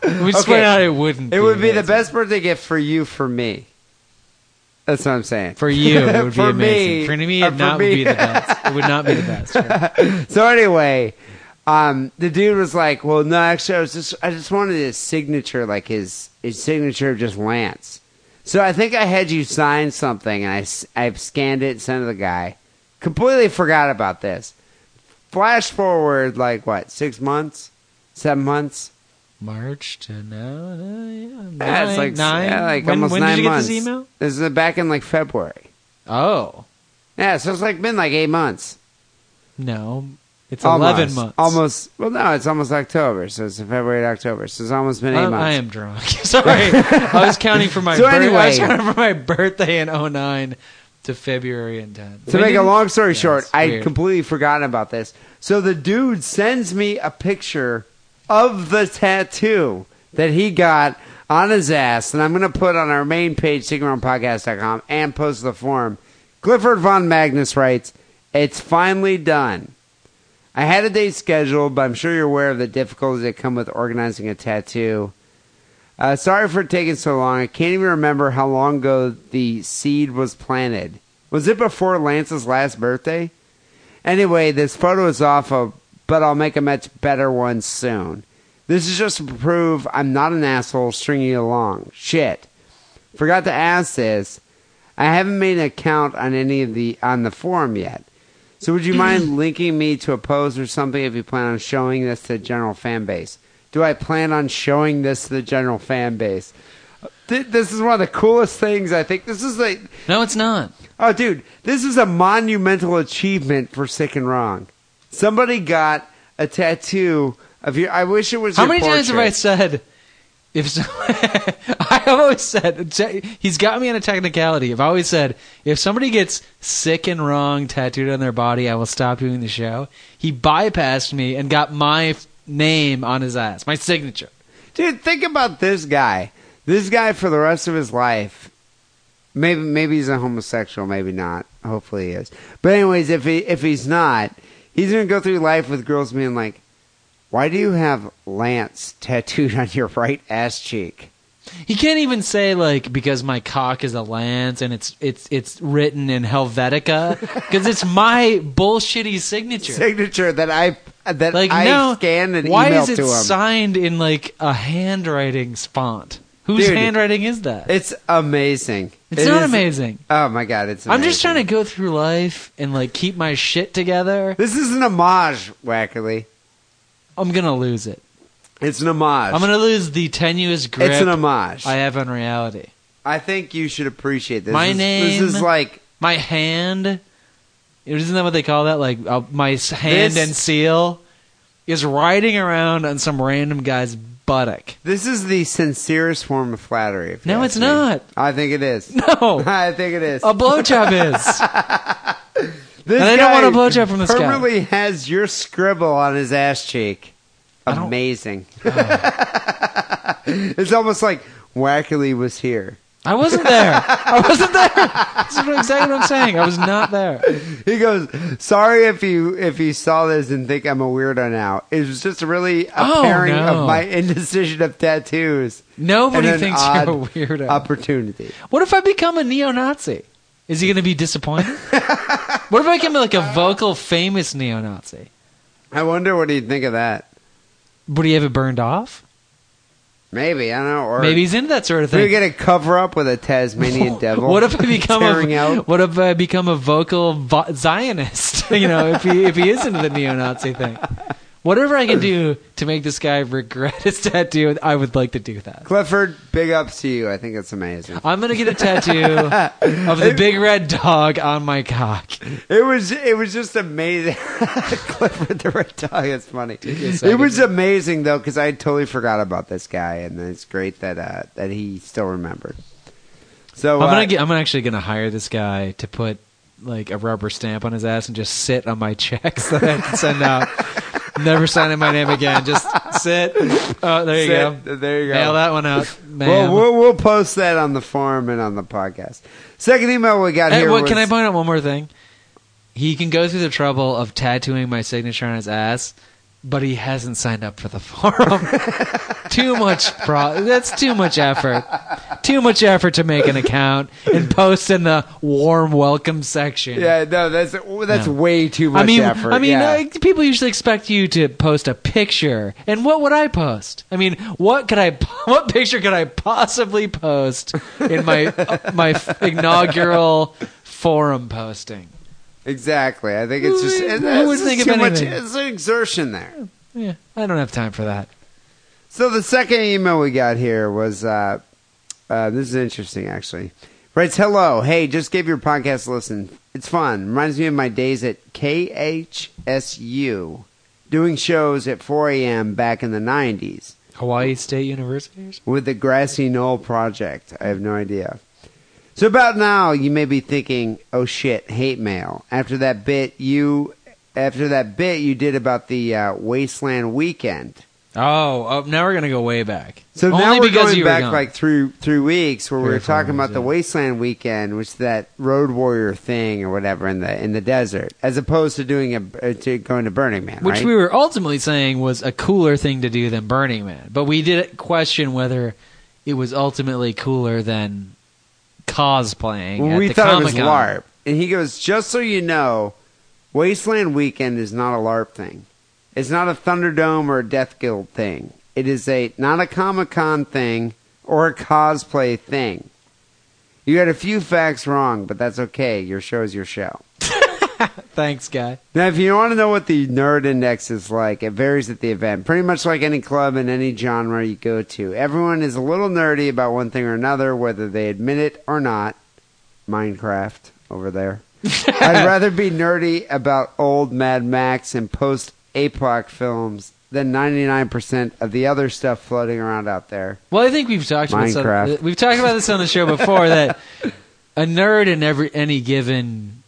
Speaker 4: point out it wouldn't.
Speaker 3: It would be the
Speaker 4: amazing.
Speaker 3: best birthday gift for you, for me. That's what I'm saying.
Speaker 4: for you. It would be
Speaker 3: For
Speaker 4: amazing.
Speaker 3: me,
Speaker 4: for me,
Speaker 3: uh,
Speaker 4: it
Speaker 3: for
Speaker 4: not
Speaker 3: me.
Speaker 4: would be the best. It would not be the best.
Speaker 3: so anyway, um, the dude was like, "Well, no, actually, I was just, I just wanted his signature, like his his signature of just Lance." So I think I had you sign something, and I s- I scanned it and sent it to the guy. Completely forgot about this. Flash forward like what six months, seven months.
Speaker 4: March to now, uh, yeah, nine,
Speaker 3: Yeah, it's like
Speaker 4: nine.
Speaker 3: yeah, like
Speaker 4: when
Speaker 3: almost
Speaker 4: when
Speaker 3: nine
Speaker 4: did you
Speaker 3: months.
Speaker 4: get this email?
Speaker 3: This is back in like February.
Speaker 4: Oh
Speaker 3: Yeah, so it's like been like eight months.
Speaker 4: no, it's
Speaker 3: Almost.
Speaker 4: eleven months.
Speaker 3: Almost. Well, no, it's almost October, so it's February to October. So it's almost been eight
Speaker 4: I,
Speaker 3: months.
Speaker 4: I am drunk. Sorry, I was counting for my.
Speaker 3: So
Speaker 4: bir- I was
Speaker 3: anyway.
Speaker 4: counting for my birthday in 09 to February and 10.
Speaker 3: To make a long story
Speaker 4: Yeah,
Speaker 3: short,
Speaker 4: it's
Speaker 3: I
Speaker 4: weird.
Speaker 3: completely forgotten about this. So the dude sends me a picture of the tattoo that he got on his ass, and I'm going to put on our main page, sigmaroundpodcast.com, and post the form. Clifford Von Magnus writes, It's finally done. I had a date scheduled, but I'm sure you're aware of the difficulties that come with organizing a tattoo. Uh, sorry for taking so long. I can't even remember how long ago the seed was planted. Was it before Lance's last birthday? Anyway, this photo is awful, but I'll make a much better one soon. This is just to prove I'm not an asshole stringing you along. Shit. Forgot to ask this. I haven't made an account on any of the on the forum yet. So would you mind linking me to a post or something if you plan on showing this to the general fan base? Do I plan on showing this to the general fan base? Th- This is one of the coolest things I think. This is like
Speaker 4: No, it's not.
Speaker 3: Oh, dude, this is a monumental achievement for Sick and Wrong. Somebody got a tattoo of your. I wish it was.
Speaker 4: How
Speaker 3: your
Speaker 4: many times have I
Speaker 3: portrait.
Speaker 4: said? If so, I've always said te- he's got me on a technicality. I've always said if somebody gets sick and wrong tattooed on their body, I will stop doing the show. He bypassed me and got my f- name on his ass, my signature.
Speaker 3: Dude, think about this guy. This guy for the rest of his life. Maybe maybe he's a homosexual. Maybe not. Hopefully he is. But anyways, if he if he's not, he's gonna go through life with girls being like, "Why do you have Lance tattooed on your right ass cheek?"
Speaker 4: He can't even say like because my cock is a lance and it's it's it's written in Helvetica because it's my bullshitty signature.
Speaker 3: Signature that I that
Speaker 4: like
Speaker 3: I
Speaker 4: no,
Speaker 3: scanned and
Speaker 4: why
Speaker 3: emailed
Speaker 4: is it
Speaker 3: to him.
Speaker 4: signed in like a handwriting font? Whose
Speaker 3: Dude,
Speaker 4: handwriting is that?
Speaker 3: It's amazing.
Speaker 4: It's
Speaker 3: It
Speaker 4: not
Speaker 3: is-
Speaker 4: amazing.
Speaker 3: Oh my god, it's.
Speaker 4: I'm just trying
Speaker 3: amazing.
Speaker 4: to go through life and like keep my shit together.
Speaker 3: This is an homage, Wackerly.
Speaker 4: I'm gonna lose it.
Speaker 3: It's an homage.
Speaker 4: I'm gonna lose the tenuous grip
Speaker 3: It's an homage.
Speaker 4: I
Speaker 3: I,
Speaker 4: have on reality.
Speaker 3: think you should appreciate this.
Speaker 4: My
Speaker 3: This is- This is
Speaker 4: name-
Speaker 3: like
Speaker 4: My hand, isn't that what they call that? Like uh, my s- hand
Speaker 3: This-
Speaker 4: and seal is riding around on some random guy's buttock.
Speaker 3: this is the sincerest form of flattery. if you
Speaker 4: No,
Speaker 3: ask
Speaker 4: it's
Speaker 3: me.
Speaker 4: not.
Speaker 3: I think it is.
Speaker 4: No,
Speaker 3: I think it is.
Speaker 4: a blowjob is.
Speaker 3: This
Speaker 4: and I don't
Speaker 3: guy
Speaker 4: want a blowjob from this guy.
Speaker 3: Permanently has your scribble on his ass cheek.
Speaker 4: I don't-
Speaker 3: Amazing. it's almost like Wackerly was here.
Speaker 4: I wasn't there. I wasn't there. This is what- exactly what I'm saying. I was not there.
Speaker 3: He goes, "Sorry if you if you saw this and think I'm a weirdo now. It was just really a
Speaker 4: Oh,
Speaker 3: pairing of
Speaker 4: no.
Speaker 3: my indecision of tattoos
Speaker 4: Nobody
Speaker 3: and an
Speaker 4: thinks
Speaker 3: odd
Speaker 4: you're a weirdo.
Speaker 3: opportunity.
Speaker 4: what if I become a neo-Nazi? Is he going to be disappointed? what if I become like a vocal, famous neo-Nazi?
Speaker 3: I wonder what he'd think of that.
Speaker 4: Would he have it burned off?
Speaker 3: Maybe I don't know. Or
Speaker 4: Maybe he's into that sort of
Speaker 3: we
Speaker 4: thing.
Speaker 3: get a cover up with a Tasmanian devil.
Speaker 4: What if I become
Speaker 3: tearing
Speaker 4: a
Speaker 3: out?
Speaker 4: What if I become a vocal vo- Zionist? you know, if he if he is into the neo-Nazi thing, Whatever I can do to make this guy regret his tattoo, I would like to do that.
Speaker 3: Clifford, big ups to you. I think that's amazing.
Speaker 4: I'm gonna get a tattoo of the big red dog on my cock.
Speaker 3: It was it was just amazing. Clifford the Red Dog. That's funny.
Speaker 4: yes, I
Speaker 3: it was
Speaker 4: did.
Speaker 3: amazing though because I totally forgot about this guy, and it's great that uh, that he still remembered. So
Speaker 4: I'm
Speaker 3: uh,
Speaker 4: gonna get, I'm actually gonna hire this guy to put like a rubber stamp on his ass and just sit on my checks that I can send out. Never signing my name again. Just sit. Oh, there you go.
Speaker 3: Sit. There you go.
Speaker 4: Nail that one out, man.
Speaker 3: Well, we'll we'll post that on the forum and on the podcast. Second email we got
Speaker 4: Hey,
Speaker 3: here.
Speaker 4: what,
Speaker 3: was-
Speaker 4: can I point out one more thing? He can go through the trouble of tattooing my signature on his ass, but he hasn't signed up for the forum. too much pro- that's too much effort. Too much effort to make an account and post in the warm welcome section.
Speaker 3: Yeah, no, that's oh, that's
Speaker 4: No.
Speaker 3: way too much
Speaker 4: I mean,
Speaker 3: effort.
Speaker 4: I mean,
Speaker 3: yeah.
Speaker 4: uh, people usually expect you to post a picture, and what would I post? I mean, what could I? What picture could I possibly post in my uh, my inaugural forum posting?
Speaker 3: exactly. I think it's just
Speaker 4: Who would-
Speaker 3: it's,
Speaker 4: who would
Speaker 3: it's just
Speaker 4: think of
Speaker 3: too much.
Speaker 4: anything?
Speaker 3: It's an exertion there.
Speaker 4: Yeah, I don't have time for that.
Speaker 3: So the second email we got here was uh, uh, this is interesting actually. Writes hello, hey, just gave your podcast a listen. It's fun. Reminds me of my days at KHSU, doing shows at 4 a.m. back in the 90s
Speaker 4: Hawaii State University. Or something?
Speaker 3: with the Grassy Knoll Project. I have no idea. So about now, you may be thinking, "Oh shit, hate mail." After that bit, you after that bit you did about the uh, Wasteland Weekend.
Speaker 4: Oh, oh, now we're gonna go way back.
Speaker 3: So
Speaker 4: Only
Speaker 3: now we're
Speaker 4: because
Speaker 3: going
Speaker 4: you were
Speaker 3: back
Speaker 4: gone.
Speaker 3: like through three weeks where we
Speaker 4: Three or
Speaker 3: were
Speaker 4: four
Speaker 3: talking about
Speaker 4: weeks,
Speaker 3: the
Speaker 4: yeah.
Speaker 3: Wasteland Weekend, which is that Road Warrior thing or whatever in the in the desert, as opposed to doing a uh, to going to Burning Man,
Speaker 4: which
Speaker 3: right?
Speaker 4: we were ultimately saying was a cooler thing to do than Burning Man, but we did question whether it was ultimately cooler than cosplaying.
Speaker 3: Well,
Speaker 4: at
Speaker 3: we
Speaker 4: the
Speaker 3: thought it
Speaker 4: Comic-Con.
Speaker 3: was LARP, and he goes, "Just so you know, Wasteland Weekend is not a LARP thing. It's not a Thunderdome or a Death Guild thing. It is a not a Comic Con thing or a cosplay thing." You had a few facts wrong, but that's okay. Your show is your show.
Speaker 4: Thanks, guy.
Speaker 3: Now, if you want to know what the nerd index is like, it varies at the event. Pretty much like any club in any genre you go to, everyone is a little nerdy about one thing or another, whether they admit it or not. Minecraft over there. I'd rather be nerdy about old Mad Max and post APOC films than 99% of the other stuff floating around out there.
Speaker 4: Well, I think we've talked about this on,
Speaker 3: Minecraft.
Speaker 4: we've talked about this on the show before that a nerd in every any given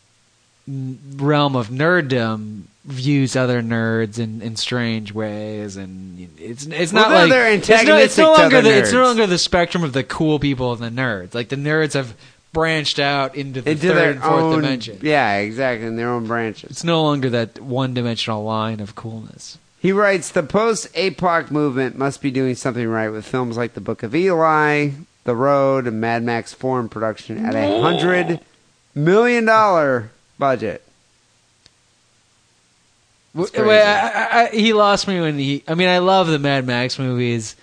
Speaker 4: n- realm of nerddom views other nerds in, in strange ways, and it's it's
Speaker 3: Well,
Speaker 4: not
Speaker 3: they're-
Speaker 4: like
Speaker 3: they're
Speaker 4: it's no, it's
Speaker 3: antagonistic
Speaker 4: no
Speaker 3: to
Speaker 4: longer
Speaker 3: other
Speaker 4: the, it's no
Speaker 3: nerds.
Speaker 4: longer the spectrum of the cool people and the nerds. Like the nerds have branched out into the
Speaker 3: Into
Speaker 4: third
Speaker 3: their
Speaker 4: and fourth
Speaker 3: own,
Speaker 4: dimension.
Speaker 3: yeah, exactly, in their own branches.
Speaker 4: It's no longer that one dimensional line of coolness.
Speaker 3: He writes the post APOC movement must be doing something right with films like The Book of Eli, The Road, and Mad Max Foreign production at a hundred million dollar budget.
Speaker 4: W-
Speaker 3: It's
Speaker 4: wait,
Speaker 3: crazy.
Speaker 4: I, I, I, he lost me when he. I mean, I love the Mad Max movies,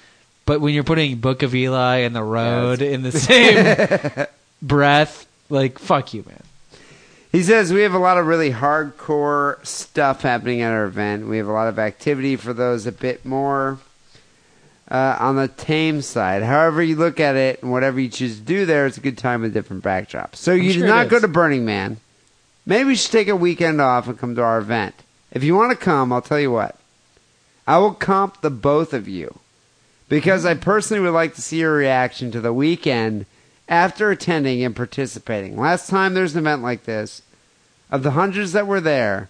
Speaker 4: but when you're putting Book of Eli and The Road in the same breath, like fuck you, man.
Speaker 3: He says we have a lot of really hardcore stuff happening at our event. We have a lot of activity for those a bit more uh, on the tame side. However you look at it and whatever you choose to do there, it's a good time with different backdrops. So you
Speaker 4: sure
Speaker 3: did
Speaker 4: it
Speaker 3: not go
Speaker 4: is.
Speaker 3: to Burning Man. Maybe you should take a weekend off and come to our event. If you want to come, I'll tell you what. I will comp the both of you because I personally would like to see your reaction to the weekend after attending and participating. Last time there's an event like this, of the hundreds that were there,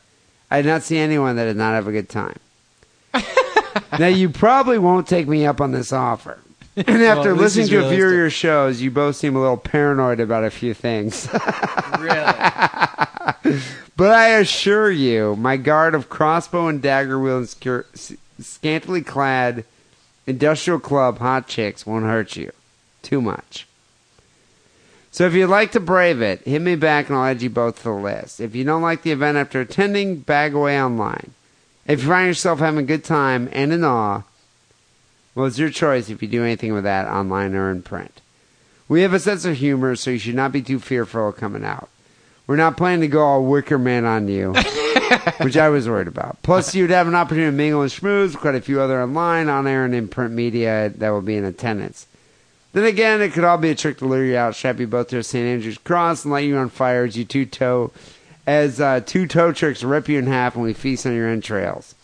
Speaker 3: I did not see anyone that did not have a good time. now you probably won't take me up on this offer. And
Speaker 4: Well,
Speaker 3: after
Speaker 4: at least
Speaker 3: listening
Speaker 4: he's
Speaker 3: to a few of
Speaker 4: realistic.
Speaker 3: your shows, you both seem a little paranoid about a few things.
Speaker 4: Really?
Speaker 3: But I assure you, my guard of crossbow and dagger wielding, scur- s- scantily clad, industrial club hot chicks won't hurt you too much. So if you'd like to brave it, hit me back and I'll add you both to the list. If you don't like the event after attending, bag away online. If you find yourself having a good time and in awe, well, it's your choice if you do anything with that online or in print. We have a sense of humor, so you should not be too fearful of coming out. We're not planning to go all Wicker Man on you. which I was worried about. Plus, you'd have an opportunity to mingle and schmooze with quite a few other online, on air, and in print media that will be in attendance. Then again, it could all be a trick to lure you out, strap you both to a St. Andrew's cross, and light you on fire as you two toe, as uh, two toe tricks rip you in half and we feast on your entrails.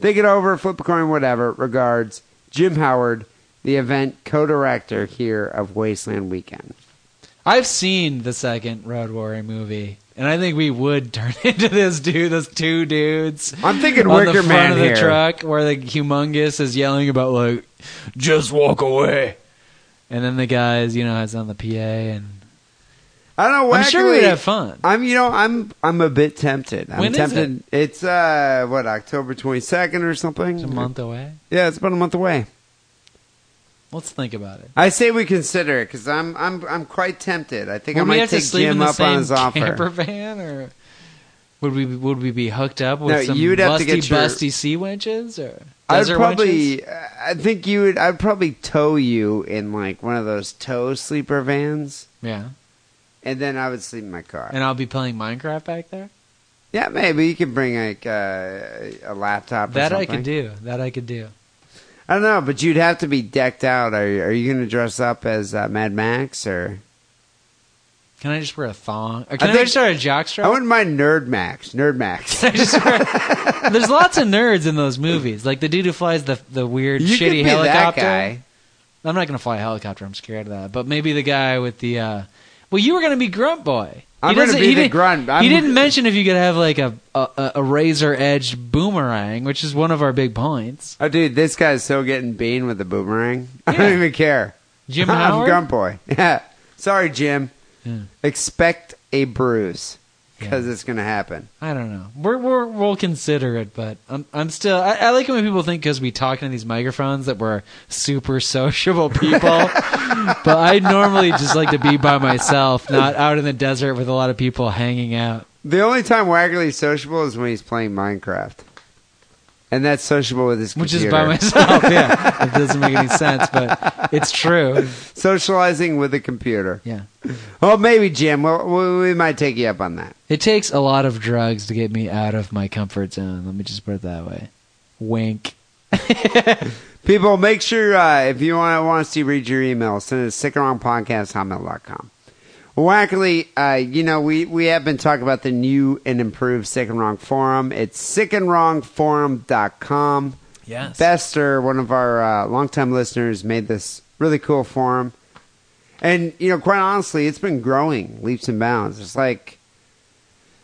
Speaker 3: Think it over, flip a coin, whatever. Regards, Jim Howard, the event co-director here of Wasteland Weekend.
Speaker 4: I've seen the second Road Warrior movie, and I think we would turn into this dude, those two dudes.
Speaker 3: I'm thinking
Speaker 4: on
Speaker 3: Wicker
Speaker 4: the front
Speaker 3: Man
Speaker 4: of the
Speaker 3: here.
Speaker 4: truck, where the humongous is yelling about like, "Just walk away," and then the guys, you know, has on the PA, and
Speaker 3: I don't know.
Speaker 4: I'm sure
Speaker 3: wackily-
Speaker 4: we'd have fun.
Speaker 3: I'm you know I'm I'm a bit tempted. I'm
Speaker 4: When is
Speaker 3: tempted. It's uh what October 22nd or something.
Speaker 4: It's a month away.
Speaker 3: Yeah, it's about a month away.
Speaker 4: Let's think about it.
Speaker 3: I say we consider it because I'm I'm I'm quite tempted. I think I
Speaker 4: Would we
Speaker 3: might
Speaker 4: have to
Speaker 3: take
Speaker 4: sleep in
Speaker 3: Jim
Speaker 4: the
Speaker 3: up on
Speaker 4: same
Speaker 3: his offer.
Speaker 4: camper van, or would we would we be hooked up with
Speaker 3: No,
Speaker 4: some
Speaker 3: you'd have to
Speaker 4: busty
Speaker 3: get your-
Speaker 4: busty sea wenches or
Speaker 3: I'd
Speaker 4: desert wenches?
Speaker 3: probably uh, I think you would I'd probably tow you in like one of those tow sleeper vans,
Speaker 4: yeah,
Speaker 3: and then I would sleep in my car.
Speaker 4: and I'll be playing Minecraft back there.
Speaker 3: yeah, maybe you could bring like uh, a laptop. Or
Speaker 4: That I
Speaker 3: something.
Speaker 4: could do. That I could do.
Speaker 3: I don't know, but you'd have to be decked out. Are you, are you going to dress up as uh, Mad Max or?
Speaker 4: Can I just wear a thong? Or can I,
Speaker 3: think-
Speaker 4: just wear a jockstrap?
Speaker 3: I wouldn't mind Nerd Max. Nerd Max.
Speaker 4: I just wear- There's lots of nerds in those movies. Like the dude who flies the the weird
Speaker 3: You
Speaker 4: shitty
Speaker 3: could be
Speaker 4: helicopter.
Speaker 3: that guy.
Speaker 4: I'm not gonna fly a helicopter. I'm scared of that. But maybe the guy with the. uh Well, you were gonna be Grunt Boy.
Speaker 3: I'm
Speaker 4: He
Speaker 3: gonna
Speaker 4: doesn't-
Speaker 3: be
Speaker 4: he
Speaker 3: the
Speaker 4: didn't-
Speaker 3: grunt. I'm-
Speaker 4: he didn't mention if you could have like a a, a razor edged boomerang, which is one of our big points.
Speaker 3: Oh, dude, this guy's so getting bean with the boomerang. I don't
Speaker 4: Yeah.
Speaker 3: even care.
Speaker 4: Jim
Speaker 3: I'm
Speaker 4: Howard.
Speaker 3: Grunt Boy. Yeah. Sorry, Jim.
Speaker 4: Yeah.
Speaker 3: Expect a bruise because
Speaker 4: Yeah.
Speaker 3: it's going to happen.
Speaker 4: I don't know. We're, we're we'll consider it, but I'm I'm still. I, I like it when people think because we talk into these microphones that we're super sociable people. but I normally just like to be by myself, not out in the desert with a lot of people hanging out.
Speaker 3: The only time Waggerly's sociable is when he's playing Minecraft. And that's sociable with his
Speaker 4: Which
Speaker 3: computer.
Speaker 4: is by myself. Yeah, it doesn't make any sense, but it's true.
Speaker 3: Socializing with a computer.
Speaker 4: Yeah,
Speaker 3: Oh, maybe, Jim. Well, we we might take you up on that.
Speaker 4: it takes a lot of drugs to get me out of my comfort zone. Let me just put it that way. Wink.
Speaker 3: People, make sure uh, if you want, want us to read your email, send it to sickandwrongpodcast.com. Wackily, uh, you know, we, we have been talking about the new and improved Sick and Wrong Forum. It's sickandwrongforum.com.
Speaker 4: Yes.
Speaker 3: Bester, one of our uh, longtime listeners, made this really cool forum. And, you know, quite honestly, it's been growing leaps and bounds. It's like,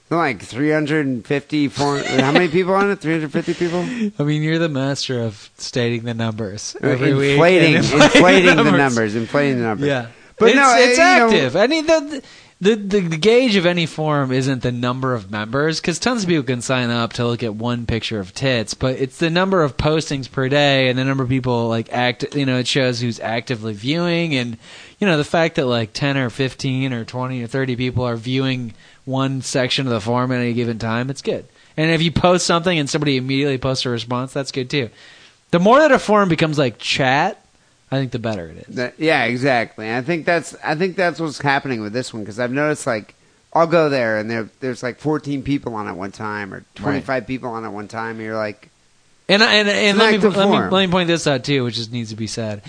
Speaker 3: like 350, 400, how many people on it? 350 people?
Speaker 4: I mean, you're the master of stating the numbers every week.
Speaker 3: inflating,
Speaker 4: and
Speaker 3: inflating, the numbers, inflating the numbers.
Speaker 4: Yeah,
Speaker 3: But
Speaker 4: but it's,
Speaker 3: no,
Speaker 4: it's
Speaker 3: you know-
Speaker 4: active. I mean, the, the the the gauge of any forum isn't the number of members because tons of people can sign up to look at one picture of tits, but it's the number of postings per day and the number of people like act. You know, it shows who's actively viewing, and you know the fact that like ten or fifteen or twenty or thirty people are viewing one section of the forum at any given time. It's good. And if you post something and somebody immediately posts a response, that's good too. The more that a forum becomes like chat, I think the better it is.
Speaker 3: That- yeah, exactly. And I think that's I think that's what's happening with this one because I've noticed like I'll go there and there there's like 14 people on at one time or 25 people on at one time. And you're like,
Speaker 4: And I- and, and
Speaker 3: It's an
Speaker 4: let, me,
Speaker 3: active
Speaker 4: let me
Speaker 3: form.
Speaker 4: let me point this out too, which just needs to be said.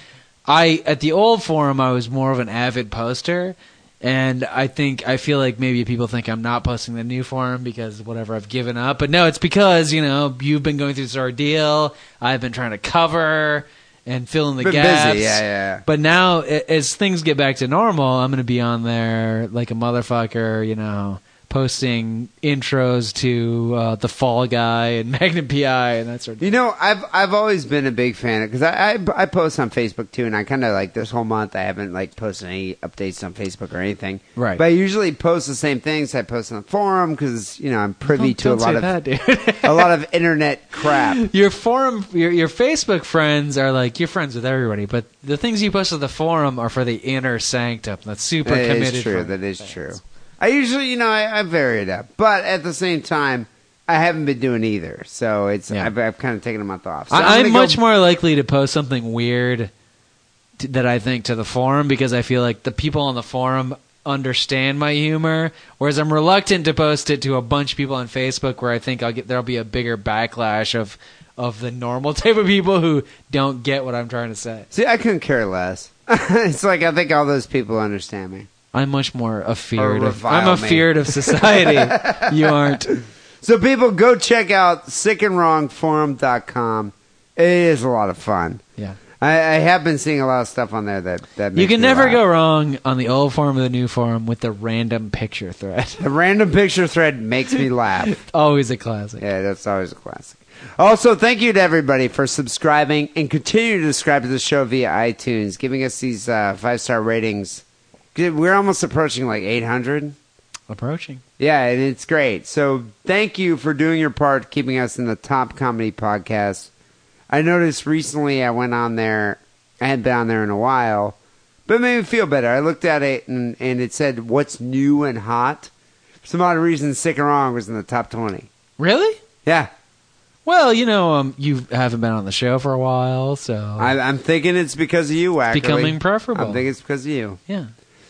Speaker 4: I at the old forum, I was more of an avid poster, and I think I feel like maybe people think I'm not posting the new forum because whatever I've given up. But no, it's because you know you've been going through this ordeal. I've been trying to cover and fill in the
Speaker 3: Been busy,
Speaker 4: gaps.
Speaker 3: yeah, yeah.
Speaker 4: But now, a- as things get back to normal, I'm going to be on there like a motherfucker, you know, posting intros to uh, the Fall Guy and Magnum PI and that sort of.
Speaker 3: you know, I've I've always been a big fan because I, I I post on Facebook too, and I kind of like this whole month I haven't like posted any updates on Facebook or anything.
Speaker 4: Right.
Speaker 3: But I usually post the same things I post on the forum because you know I'm
Speaker 4: Oh,
Speaker 3: privy to a lot of a lot of internet crap.
Speaker 4: your forum, your your Facebook friends are like you're friends with everybody, but the things you post on the forum are for the inner sanctum. That's super
Speaker 3: That is
Speaker 4: committed.
Speaker 3: true.
Speaker 4: friends.
Speaker 3: That is true. I usually, you know, I, I vary it up, but at the same time, I haven't been doing either. So it's
Speaker 4: Yeah.
Speaker 3: I've, I've kind of taken a month off. So
Speaker 4: I,
Speaker 3: gonna
Speaker 4: I'm
Speaker 3: go-
Speaker 4: much more likely to post something weird t- that I think to the forum because I feel like the people on the forum understand my humor, whereas I'm reluctant to post it to a bunch of people on Facebook where I think I'll get there'll be a bigger backlash of of the normal type of people who don't get what I'm trying to say.
Speaker 3: See, I couldn't care less. it's like I think all those people understand me.
Speaker 4: I'm much more afeared of
Speaker 3: revile
Speaker 4: I'm
Speaker 3: me.
Speaker 4: afeared of society. you aren't.
Speaker 3: So people go check out sickandwrongforum.com. It is a lot of fun.
Speaker 4: Yeah.
Speaker 3: I, I have been seeing a lot of stuff on there that that
Speaker 4: You
Speaker 3: makes
Speaker 4: can
Speaker 3: me
Speaker 4: never
Speaker 3: laugh.
Speaker 4: go wrong on the old forum or the new forum with the random picture thread.
Speaker 3: The random picture thread makes me laugh.
Speaker 4: Always a classic.
Speaker 3: yeah, that's always a classic. Also, thank you to everybody for subscribing and continue to subscribe to the show via iTunes, giving us these uh, five star ratings. We're almost approaching like 800.
Speaker 4: Approaching.
Speaker 3: Yeah, and it's great. So thank you for doing your part, keeping us in the top comedy podcast. I noticed recently I went on there, I hadn't been on there in a while, but it made me feel better. I looked at it and, and it said, What's new and hot? For some odd reason, Sick and Wrong was in the top 20.
Speaker 4: Really?
Speaker 3: Yeah,
Speaker 4: Well, you know, um, you haven't been on the show for a while, so
Speaker 3: I, I'm thinking it's because of you, Wackerly.
Speaker 4: becoming preferable.
Speaker 3: I'm thinking it's because of you.
Speaker 4: yeah.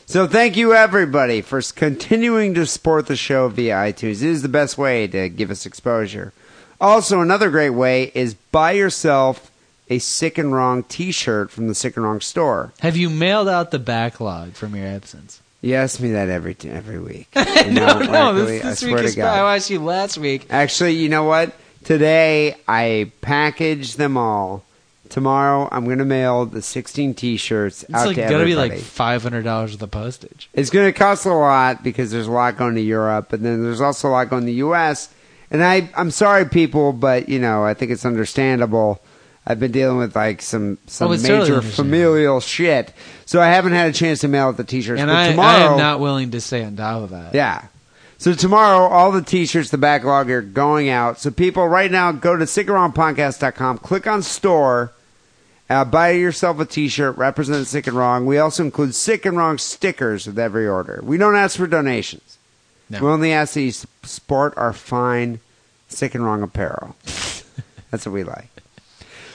Speaker 3: So thank you everybody for s- continuing to support the show via iTunes. It is the best way to give us exposure. Also, another great way is buy yourself a Sick and Wrong T-shirt from the Sick and Wrong store.
Speaker 4: Have you mailed out the backlog from your absence?
Speaker 3: You ask me that every t- every week.
Speaker 4: no, no.
Speaker 3: Wackerly,
Speaker 4: This,
Speaker 3: I
Speaker 4: this
Speaker 3: swear
Speaker 4: week
Speaker 3: to
Speaker 4: is.
Speaker 3: God.
Speaker 4: I asked you last week.
Speaker 3: Actually, you know what? Today I packaged them all. Tomorrow I'm going to mail the 16 T-shirts
Speaker 4: It's
Speaker 3: out
Speaker 4: like
Speaker 3: to
Speaker 4: gonna
Speaker 3: everybody.
Speaker 4: be like five hundred dollars of the postage.
Speaker 3: It's going to cost a lot because there's a lot going to Europe, and then there's also a lot going to the U.S. And I, I'm sorry, people, but you know, I think it's understandable. I've been dealing with like some some
Speaker 4: Oh, it's totally
Speaker 3: major
Speaker 4: understandable.
Speaker 3: familial shit, so I haven't had a chance to mail out the T-shirts.
Speaker 4: And
Speaker 3: but
Speaker 4: I, I
Speaker 3: tomorrow,
Speaker 4: am not willing to stay on top of that.
Speaker 3: yeah. So tomorrow, all the t-shirts, the backlog are going out. So people, right now, go to sickandwrongpodcast.com, click on store, uh, buy yourself a t-shirt, represent Sick and Wrong. We also include Sick and Wrong stickers with every order. We don't ask for donations.
Speaker 4: No.
Speaker 3: We only ask that you s- support our fine Sick and Wrong apparel. That's what we like.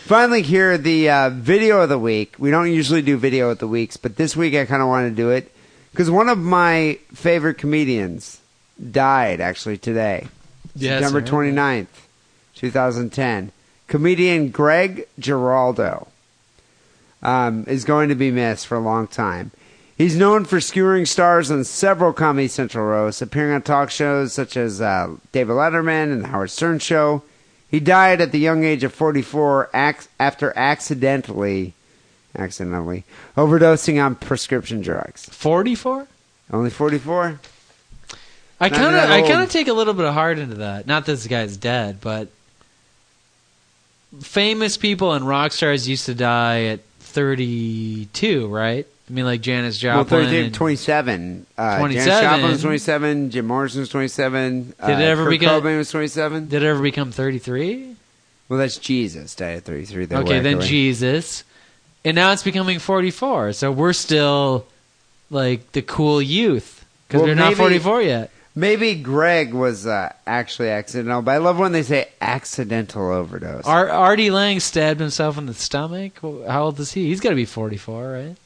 Speaker 3: Finally, here the uh, video of the week. We don't usually do video of the weeks, but this week I kind of want to do it because one of my favorite comedians died actually today,
Speaker 4: Yes,
Speaker 3: September
Speaker 4: sir.
Speaker 3: 29th, 2010. Comedian Greg Giraldo um, is going to be missed for a long time. He's known for skewering stars on several Comedy Central roasts, appearing on talk shows such as uh, David Letterman and The Howard Stern Show. He died at the young age of 44 ac- after accidentally, accidentally overdosing on prescription drugs.
Speaker 4: Forty-four.
Speaker 3: Only 44?
Speaker 4: I
Speaker 3: Not
Speaker 4: kind of,
Speaker 3: that
Speaker 4: I
Speaker 3: old.
Speaker 4: kind of take a little bit of heart into that. Not that this guy's dead, but famous people and rock stars used to die at thirty-two, right? I mean, like Janis
Speaker 3: Well,
Speaker 4: Joplin.
Speaker 3: 32,
Speaker 4: and-
Speaker 3: 27. Uh,
Speaker 4: 27.
Speaker 3: Janis Joplin was 27. Jim Morrison was 27. Did uh,
Speaker 4: it ever
Speaker 3: Kurt
Speaker 4: become-
Speaker 3: Cobain was 27.
Speaker 4: Did it ever become thirty-three?
Speaker 3: Well, that's Jesus died at 33. They're
Speaker 4: okay, then
Speaker 3: wackily.
Speaker 4: Jesus, and now it's becoming forty-four. So we're still like the cool youth because
Speaker 3: Well,
Speaker 4: they're
Speaker 3: maybe-
Speaker 4: not forty-four yet.
Speaker 3: Maybe Greg was uh, actually accidental, but I love when they say accidental overdose.
Speaker 4: Ar- Artie Lang stabbed himself in the stomach. Wh- How old is he? He's got to be forty-four, right?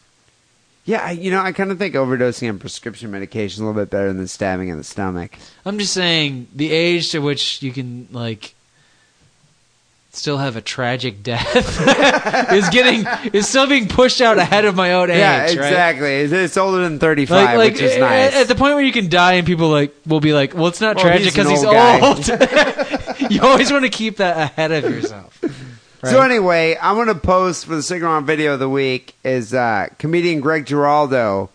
Speaker 3: yeah, I, you know, I kind of think overdosing on prescription medication is a little bit better than stabbing in the stomach.
Speaker 4: I'm just saying the age to which you can like still have a tragic death is getting is still being pushed out ahead of my own age.
Speaker 3: yeah,
Speaker 4: right?
Speaker 3: exactly. It's, it's older than 35,
Speaker 4: Like, like eh,
Speaker 3: which is
Speaker 4: a-
Speaker 3: nice.
Speaker 4: at the point where you can die and people like will be like, well, it's not
Speaker 3: Well,
Speaker 4: tragic
Speaker 3: he's
Speaker 4: because
Speaker 3: an
Speaker 4: he's
Speaker 3: old guy.
Speaker 4: old. you always want to keep that ahead of yourself. eh,
Speaker 3: So anyway, I'm going to post for the Cigarron video of the week is uh, comedian Greg Giraldo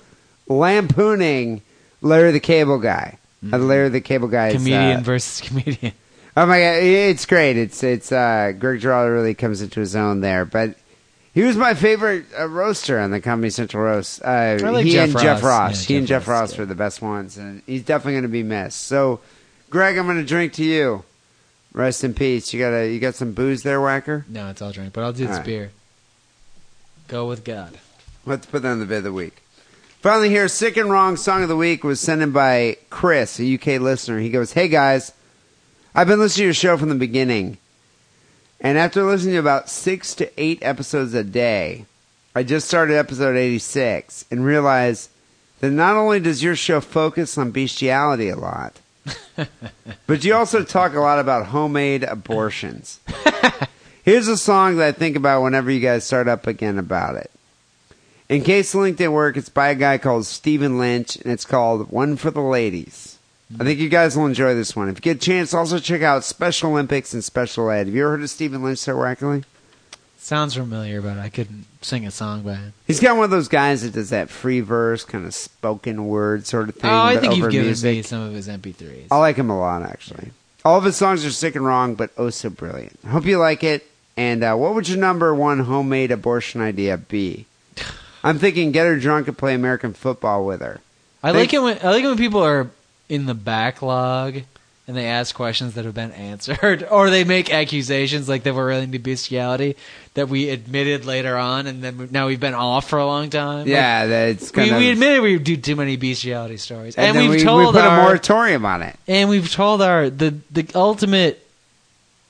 Speaker 3: lampooning Larry the Cable Guy. Uh, Larry the Cable Guy is,
Speaker 4: Mm-hmm. comedian
Speaker 3: uh,
Speaker 4: versus comedian.
Speaker 3: Oh my god, it's great. It's it's uh, Greg Giraldo really comes into his own there, but he was my favorite uh, roaster on the Comedy Central roast. Uh,
Speaker 4: like
Speaker 3: he
Speaker 4: Jeff
Speaker 3: and Jeff
Speaker 4: Ross.
Speaker 3: Ross,
Speaker 4: Yeah,
Speaker 3: he and
Speaker 4: Jeff
Speaker 3: Jeff
Speaker 4: Ross,
Speaker 3: Ross were the best ones, and he's definitely going to be missed. So, Greg, I'm going to drink to you. Rest in peace. You got a you got some booze there, Whacker.
Speaker 4: No, it's all drink, but I'll do this
Speaker 3: All right.
Speaker 4: beer. Go with God.
Speaker 3: Let's put that on the bit of the week. Finally, here, Sick and Wrong Song of the Week was sent in by Chris, a UK listener. He goes, Hey guys, I've been listening to your show from the beginning. And after listening to about six to eight episodes a day, I just started episode 86 and realized that not only does your show focus on bestiality a lot, but you also talk a lot about homemade abortions. Here's a song that I think about whenever you guys start up again about it. In case the link didn't work, it's by a guy called Stephen Lynch, and it's called One for the Ladies. I think you guys will enjoy this one. If you get a chance, also check out Special Olympics and Special Ed. Have you ever heard of Stephen Lynch, Sir Wackerly?
Speaker 4: Sounds familiar, but I couldn't sing a song by him.
Speaker 3: He's got one of those guys that does that free verse, kind of spoken word sort of thing.
Speaker 4: Oh, I
Speaker 3: but
Speaker 4: think
Speaker 3: over
Speaker 4: you've given
Speaker 3: music.
Speaker 4: me some of his MP3s.
Speaker 3: I like him a lot, actually. All of his songs are sick and wrong, but oh so brilliant. Hope you like it. And uh, what would your number one homemade abortion idea be? I'm thinking get her drunk and play American football with her.
Speaker 4: I
Speaker 3: They-
Speaker 4: like it when I like it when people are in the backlog and they ask questions that have been answered, or they make accusations like that we're relating to bestiality that we admitted later on, and then we, now we've been off for a long time.
Speaker 3: yeah, that's kind
Speaker 4: Like, we,
Speaker 3: of.
Speaker 4: we admitted we do too many bestiality stories,
Speaker 3: and
Speaker 4: and,
Speaker 3: then
Speaker 4: we've
Speaker 3: we,
Speaker 4: told
Speaker 3: we put
Speaker 4: our
Speaker 3: a moratorium on it.
Speaker 4: and we've told our the the ultimate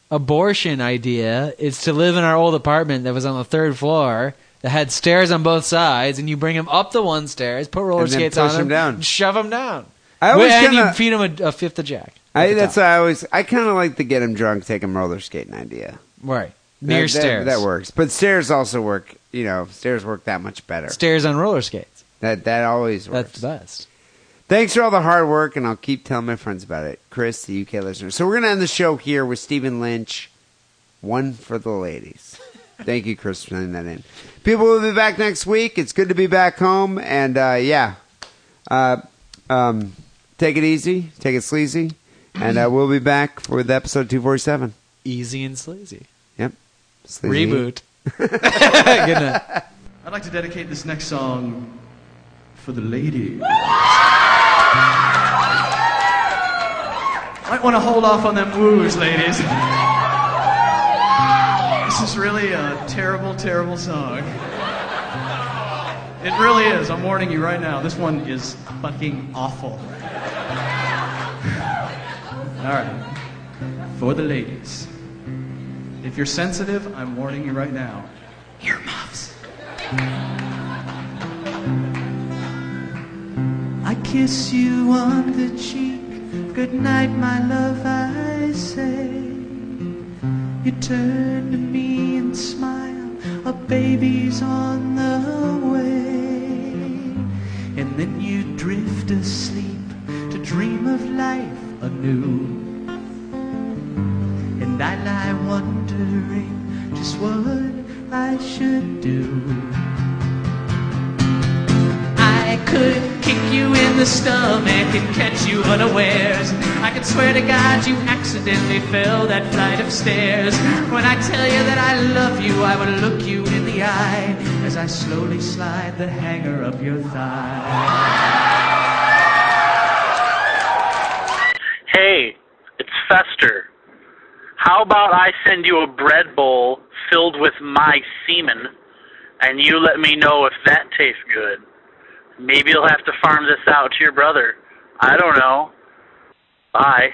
Speaker 4: abortion idea is to live in our old apartment that was on the third floor that had stairs on both sides, and you bring them up the one stairs, put roller
Speaker 3: And then
Speaker 4: skates
Speaker 3: push
Speaker 4: on
Speaker 3: 'em down.
Speaker 4: and shove them down.
Speaker 3: I always
Speaker 4: and
Speaker 3: kind
Speaker 4: you
Speaker 3: of.
Speaker 4: feed him a, a fifth of Jack. at
Speaker 3: I,
Speaker 4: the
Speaker 3: that's
Speaker 4: top.
Speaker 3: why I always. I kind of like the get him drunk, take him roller skating idea.
Speaker 4: right near
Speaker 3: that,
Speaker 4: stairs.
Speaker 3: That, that works, but stairs also work. You know, stairs work that much better.
Speaker 4: Stairs on roller skates.
Speaker 3: That that always works.
Speaker 4: That's the best.
Speaker 3: Thanks for all the hard work, and I'll keep telling my friends about it. Chris, the UK listener. So we're going to end the show here with Stephen Lynch, One for the Ladies. Thank you, Chris, for sending that in. People will be back next week. It's good to be back home, and uh, yeah, uh, um, take it easy, take it sleazy, and uh, we'll be back with episode 247.
Speaker 4: Easy and sleazy.
Speaker 3: Sleazy.
Speaker 4: Reboot. Good night.
Speaker 9: I'd like to dedicate this next song for the lady. Might want to hold off on them woos, ladies. This is really a terrible, terrible song. It really is. I'm warning you right now. This one is fucking awful. All right. For the ladies. If you're sensitive, I'm warning you right now. Earmuffs. I kiss you on the cheek. Good night, my love, I say. You turn to me and smile. A baby's on the way. And then you drift asleep to dream of life anew. And I lie wondering just what I should do. I could kick you in the stomach and catch you unawares. I could swear to God you accidentally fell that flight of stairs. When I tell you that I love you, I would look you in the eye as I slowly slide the hanger up your thigh.
Speaker 10: Hey, it's Fester. How about I send you a bread bowl filled with my semen, and you let me know if that tastes good? Maybe you'll have to farm this out to your brother. I don't know. Bye.